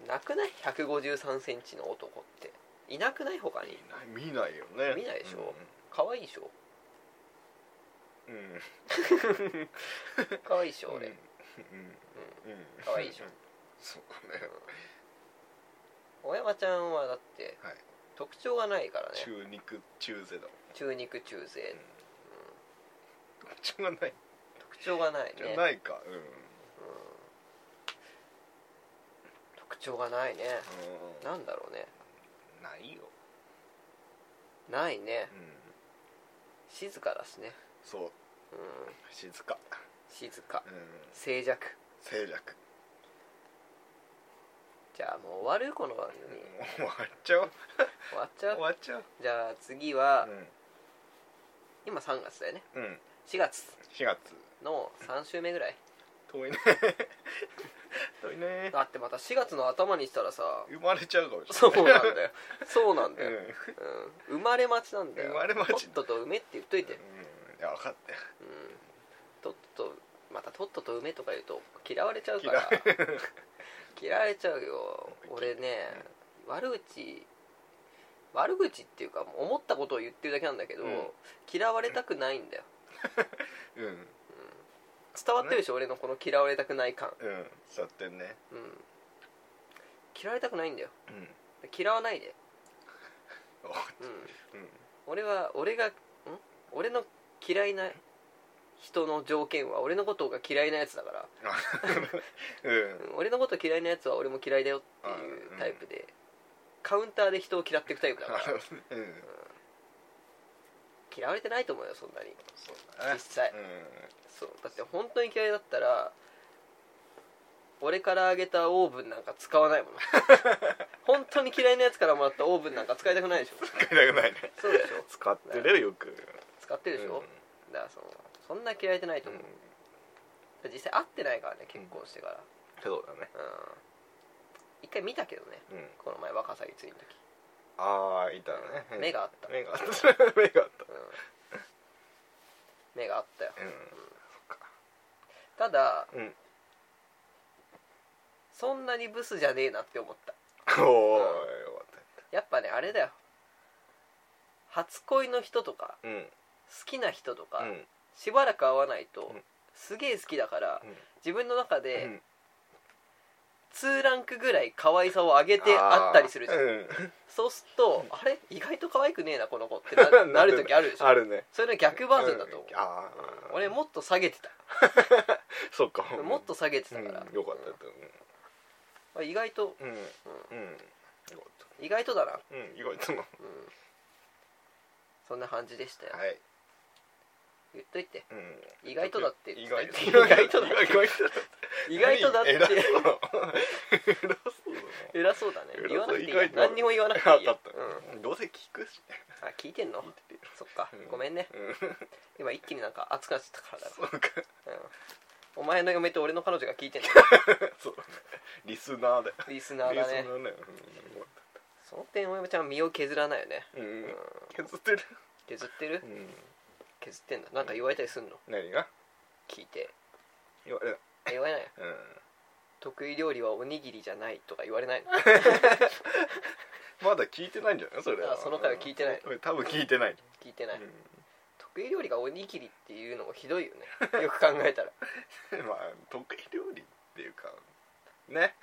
[SPEAKER 2] う
[SPEAKER 1] うなくない1 5 3センチの男っていなくない他に
[SPEAKER 2] 見ないよね
[SPEAKER 1] 見ないでしょ可愛いでしょ
[SPEAKER 2] うんうんうん
[SPEAKER 1] 可愛いでしょ
[SPEAKER 2] う
[SPEAKER 1] 俺
[SPEAKER 2] んうんうん
[SPEAKER 1] 可愛いでしょ
[SPEAKER 2] そうだね
[SPEAKER 1] 小山ちゃんはだって
[SPEAKER 2] はい
[SPEAKER 1] 特徴がないからね
[SPEAKER 2] 中肉中背だもん
[SPEAKER 1] 中肉中背
[SPEAKER 2] 特徴がない
[SPEAKER 1] 特徴がない
[SPEAKER 2] じゃ
[SPEAKER 1] ね
[SPEAKER 2] ないかうん
[SPEAKER 1] 特徴がないね
[SPEAKER 2] うん
[SPEAKER 1] なんだろうね
[SPEAKER 2] ないよ
[SPEAKER 1] ないね
[SPEAKER 2] うん
[SPEAKER 1] 静かだしね
[SPEAKER 2] そう
[SPEAKER 1] うん
[SPEAKER 2] 静か
[SPEAKER 1] 静か
[SPEAKER 2] うん
[SPEAKER 1] 静寂
[SPEAKER 2] 静寂
[SPEAKER 1] じゃあもう終わるこの番組
[SPEAKER 2] 終わっちゃおう
[SPEAKER 1] 終わっちゃ
[SPEAKER 2] 終
[SPEAKER 1] う
[SPEAKER 2] わっちゃおう
[SPEAKER 1] じゃあ次は
[SPEAKER 2] う
[SPEAKER 1] 今3月だよね
[SPEAKER 2] んうん
[SPEAKER 1] 4月
[SPEAKER 2] 4月
[SPEAKER 1] の3週目ぐらい
[SPEAKER 2] 遠い ね遠いね
[SPEAKER 1] だってまた4月の頭にしたらさ
[SPEAKER 2] 生まれちゃうかもし
[SPEAKER 1] そう
[SPEAKER 2] れな
[SPEAKER 1] ないんだよそうなんだ
[SPEAKER 2] う
[SPEAKER 1] よ
[SPEAKER 2] ん、う
[SPEAKER 1] う
[SPEAKER 2] ん、い
[SPEAKER 1] ん、生まれ待ちなんだよ
[SPEAKER 2] 生まれ待ち
[SPEAKER 1] とっとと梅って言っといて
[SPEAKER 2] や分かったよ
[SPEAKER 1] うんとっととまたとっとと梅とか言うと嫌われちゃうか
[SPEAKER 2] 嫌
[SPEAKER 1] ら
[SPEAKER 2] われ
[SPEAKER 1] 嫌われちゃうよ俺ね悪口悪口っていうかもう思ったことを言ってるだけなんだけど、
[SPEAKER 2] うん
[SPEAKER 1] 嫌われたくないんだよ
[SPEAKER 2] うん
[SPEAKER 1] 伝わってるでしょ、俺のこの嫌われたくない感
[SPEAKER 2] うん座ってんね
[SPEAKER 1] うん嫌われたくないんだよ
[SPEAKER 2] うん
[SPEAKER 1] 嫌わないで
[SPEAKER 2] お
[SPEAKER 1] うん
[SPEAKER 2] うん
[SPEAKER 1] 俺は俺がん俺の嫌いな人の条件は俺のことが嫌いなやつだから、
[SPEAKER 2] あうん
[SPEAKER 1] うん俺のこと嫌いなやつは俺も嫌いだよっていうタイプで、カウンターで人を嫌っていくタイプだか
[SPEAKER 2] あ
[SPEAKER 1] ら
[SPEAKER 2] のうん
[SPEAKER 1] 嫌われてないと思うよそんなに
[SPEAKER 2] そうだね
[SPEAKER 1] 実際
[SPEAKER 2] う
[SPEAKER 1] そうだって本当に嫌いだったら俺からあげたオーブンなんか使わない もの本当に嫌いなやつからもらったオーブンなんか使いたくないでしょ
[SPEAKER 2] ん使いたくないね
[SPEAKER 1] そうでしょ
[SPEAKER 2] 使ってるよよく
[SPEAKER 1] 使ってるでしょ、だからそのそんな嫌いじゃないと
[SPEAKER 2] うん
[SPEAKER 1] 思う、実際会ってないからね結婚してから
[SPEAKER 2] そうだね
[SPEAKER 1] うん、一回見たけどね
[SPEAKER 2] うん
[SPEAKER 1] この前若さぎついの時
[SPEAKER 2] ああいたね
[SPEAKER 1] 目があった
[SPEAKER 2] 目があった目があった
[SPEAKER 1] 目があったよ
[SPEAKER 2] うん
[SPEAKER 1] ただ
[SPEAKER 2] うん
[SPEAKER 1] そんなにブスじゃねえなって思った
[SPEAKER 2] おーよかっ
[SPEAKER 1] やっぱねあれだよ初恋の人とか
[SPEAKER 2] たうん
[SPEAKER 1] 好きな人とか、
[SPEAKER 2] うん
[SPEAKER 1] しばらく会わないと、
[SPEAKER 2] うん
[SPEAKER 1] すげえ好きだから、
[SPEAKER 2] うん
[SPEAKER 1] 自分の中で、
[SPEAKER 2] うん
[SPEAKER 1] 2ランクぐらい可愛さを上げてあったりするじゃん、
[SPEAKER 2] う
[SPEAKER 1] そうするとあれ意外と可愛くねえなこの子って ななる時あるでし
[SPEAKER 2] ん
[SPEAKER 1] ょ
[SPEAKER 2] あるね
[SPEAKER 1] それの逆バージョンだと思う、
[SPEAKER 2] んああ
[SPEAKER 1] 俺もっと下げてた
[SPEAKER 2] そうか
[SPEAKER 1] もっと下げて
[SPEAKER 2] う
[SPEAKER 1] た
[SPEAKER 2] ん
[SPEAKER 1] から、
[SPEAKER 2] よかったと思
[SPEAKER 1] あ意外と
[SPEAKER 2] ううんうんよかっ
[SPEAKER 1] 意外とだな、
[SPEAKER 2] たうん意外とも
[SPEAKER 1] うん、そんな感じでしたよ、
[SPEAKER 2] はい
[SPEAKER 1] 言っといて
[SPEAKER 2] うん
[SPEAKER 1] 意外とだって
[SPEAKER 2] 意外と
[SPEAKER 1] 意外とだ
[SPEAKER 2] 意外とだ
[SPEAKER 1] 意外とだって
[SPEAKER 2] 偉そう偉そうだ
[SPEAKER 1] 偉そうだね
[SPEAKER 2] 偉そう
[SPEAKER 1] 言わなくていい
[SPEAKER 2] 意
[SPEAKER 1] よ
[SPEAKER 2] 外と
[SPEAKER 1] 何にも言わなくて
[SPEAKER 2] ない
[SPEAKER 1] い
[SPEAKER 2] 分か
[SPEAKER 1] よ
[SPEAKER 2] っ、
[SPEAKER 1] うん、
[SPEAKER 2] た、どうせ聞くし
[SPEAKER 1] あ聞いてんの
[SPEAKER 2] 聞いてる
[SPEAKER 1] そっか
[SPEAKER 2] うん
[SPEAKER 1] ごめんね
[SPEAKER 2] うん
[SPEAKER 1] 今一気になんか熱くなっちゃったからだ
[SPEAKER 2] そうか
[SPEAKER 1] お前の嫁と俺の彼女が聞いてん の
[SPEAKER 2] そうリスナーだよ
[SPEAKER 1] リスナーだ
[SPEAKER 2] リス
[SPEAKER 1] ね
[SPEAKER 2] ナーだよ
[SPEAKER 1] その点お嫁ちゃんは身を削らないよね
[SPEAKER 2] うん、うん、削ってる、
[SPEAKER 1] 削ってる
[SPEAKER 2] うん、
[SPEAKER 1] 削ってんだなんか言われたりすんの
[SPEAKER 2] 何が
[SPEAKER 1] 聞いて
[SPEAKER 2] 言われない
[SPEAKER 1] あ言われないよ
[SPEAKER 2] うん
[SPEAKER 1] 得意料理はおにぎりじゃないとか言われないの
[SPEAKER 2] まだ聞いてないんじゃないそれは
[SPEAKER 1] あその回は聞いてない
[SPEAKER 2] うん多分聞いてない、
[SPEAKER 1] 聞いて
[SPEAKER 2] う
[SPEAKER 1] ない、
[SPEAKER 2] ん、
[SPEAKER 1] 得意料理がおにぎりっていうのもひどいよ ねよく考えたら
[SPEAKER 2] まあ得意料理っていうかね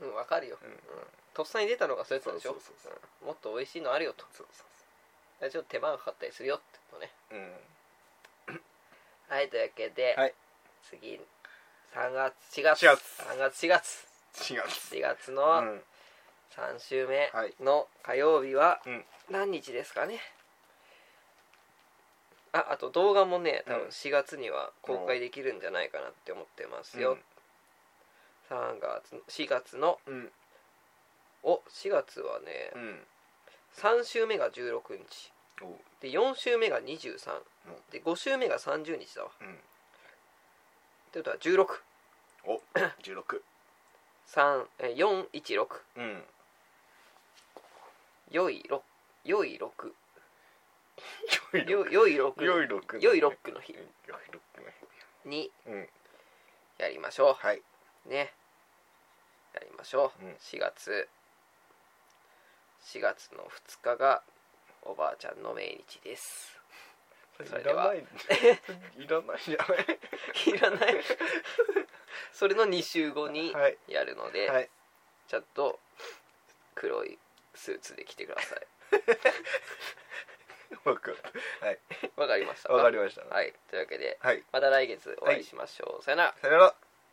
[SPEAKER 1] うんわかるよ、
[SPEAKER 2] うん
[SPEAKER 1] とっさに出たのがそうやったでしょ
[SPEAKER 2] そうそうそうそ
[SPEAKER 1] うんもっと美味しいのあるよと
[SPEAKER 2] そうそ
[SPEAKER 1] あちょっと手間がかかったりするよってことね
[SPEAKER 2] ううん
[SPEAKER 1] はいというわけで、
[SPEAKER 2] はい
[SPEAKER 1] 次3月4月
[SPEAKER 2] 4月
[SPEAKER 1] 3月4月
[SPEAKER 2] 違う
[SPEAKER 1] 4月
[SPEAKER 2] う
[SPEAKER 1] の
[SPEAKER 2] ん
[SPEAKER 1] 3週目
[SPEAKER 2] はい
[SPEAKER 1] の火曜日は
[SPEAKER 2] うん
[SPEAKER 1] 何日ですかね、ああと動画もね多
[SPEAKER 2] う
[SPEAKER 1] 分
[SPEAKER 2] ん
[SPEAKER 1] 4月には公開できるんじゃないかなって思ってますよ、3月4月の
[SPEAKER 2] うん
[SPEAKER 1] お4月はね
[SPEAKER 2] うん
[SPEAKER 1] 3週目が16日
[SPEAKER 2] おう
[SPEAKER 1] で4週目が23
[SPEAKER 2] うん
[SPEAKER 1] で5週目が30日だわ
[SPEAKER 2] うん
[SPEAKER 1] ってことは16
[SPEAKER 2] お16
[SPEAKER 1] 3え416
[SPEAKER 2] うん
[SPEAKER 1] よいろよい6
[SPEAKER 2] 良
[SPEAKER 1] よよい6
[SPEAKER 2] 良いロック
[SPEAKER 1] よいロックの日
[SPEAKER 2] 良いロックの
[SPEAKER 1] に
[SPEAKER 2] 日うん
[SPEAKER 1] やりましょう、
[SPEAKER 2] はい
[SPEAKER 1] ねやりましょう、
[SPEAKER 2] うん
[SPEAKER 1] 4月4月の2日がおばあちゃんの命日です それで はい
[SPEAKER 2] らないいらないじゃない
[SPEAKER 1] いらない それの2週後に
[SPEAKER 2] はい
[SPEAKER 1] やるので、
[SPEAKER 2] はい
[SPEAKER 1] ちゃんと黒いスーツで来てください
[SPEAKER 2] わかったはい
[SPEAKER 1] わかりました
[SPEAKER 2] わかりました
[SPEAKER 1] はいというわけで
[SPEAKER 2] はい
[SPEAKER 1] また来月お会いしましょう、さよなら
[SPEAKER 2] さよなら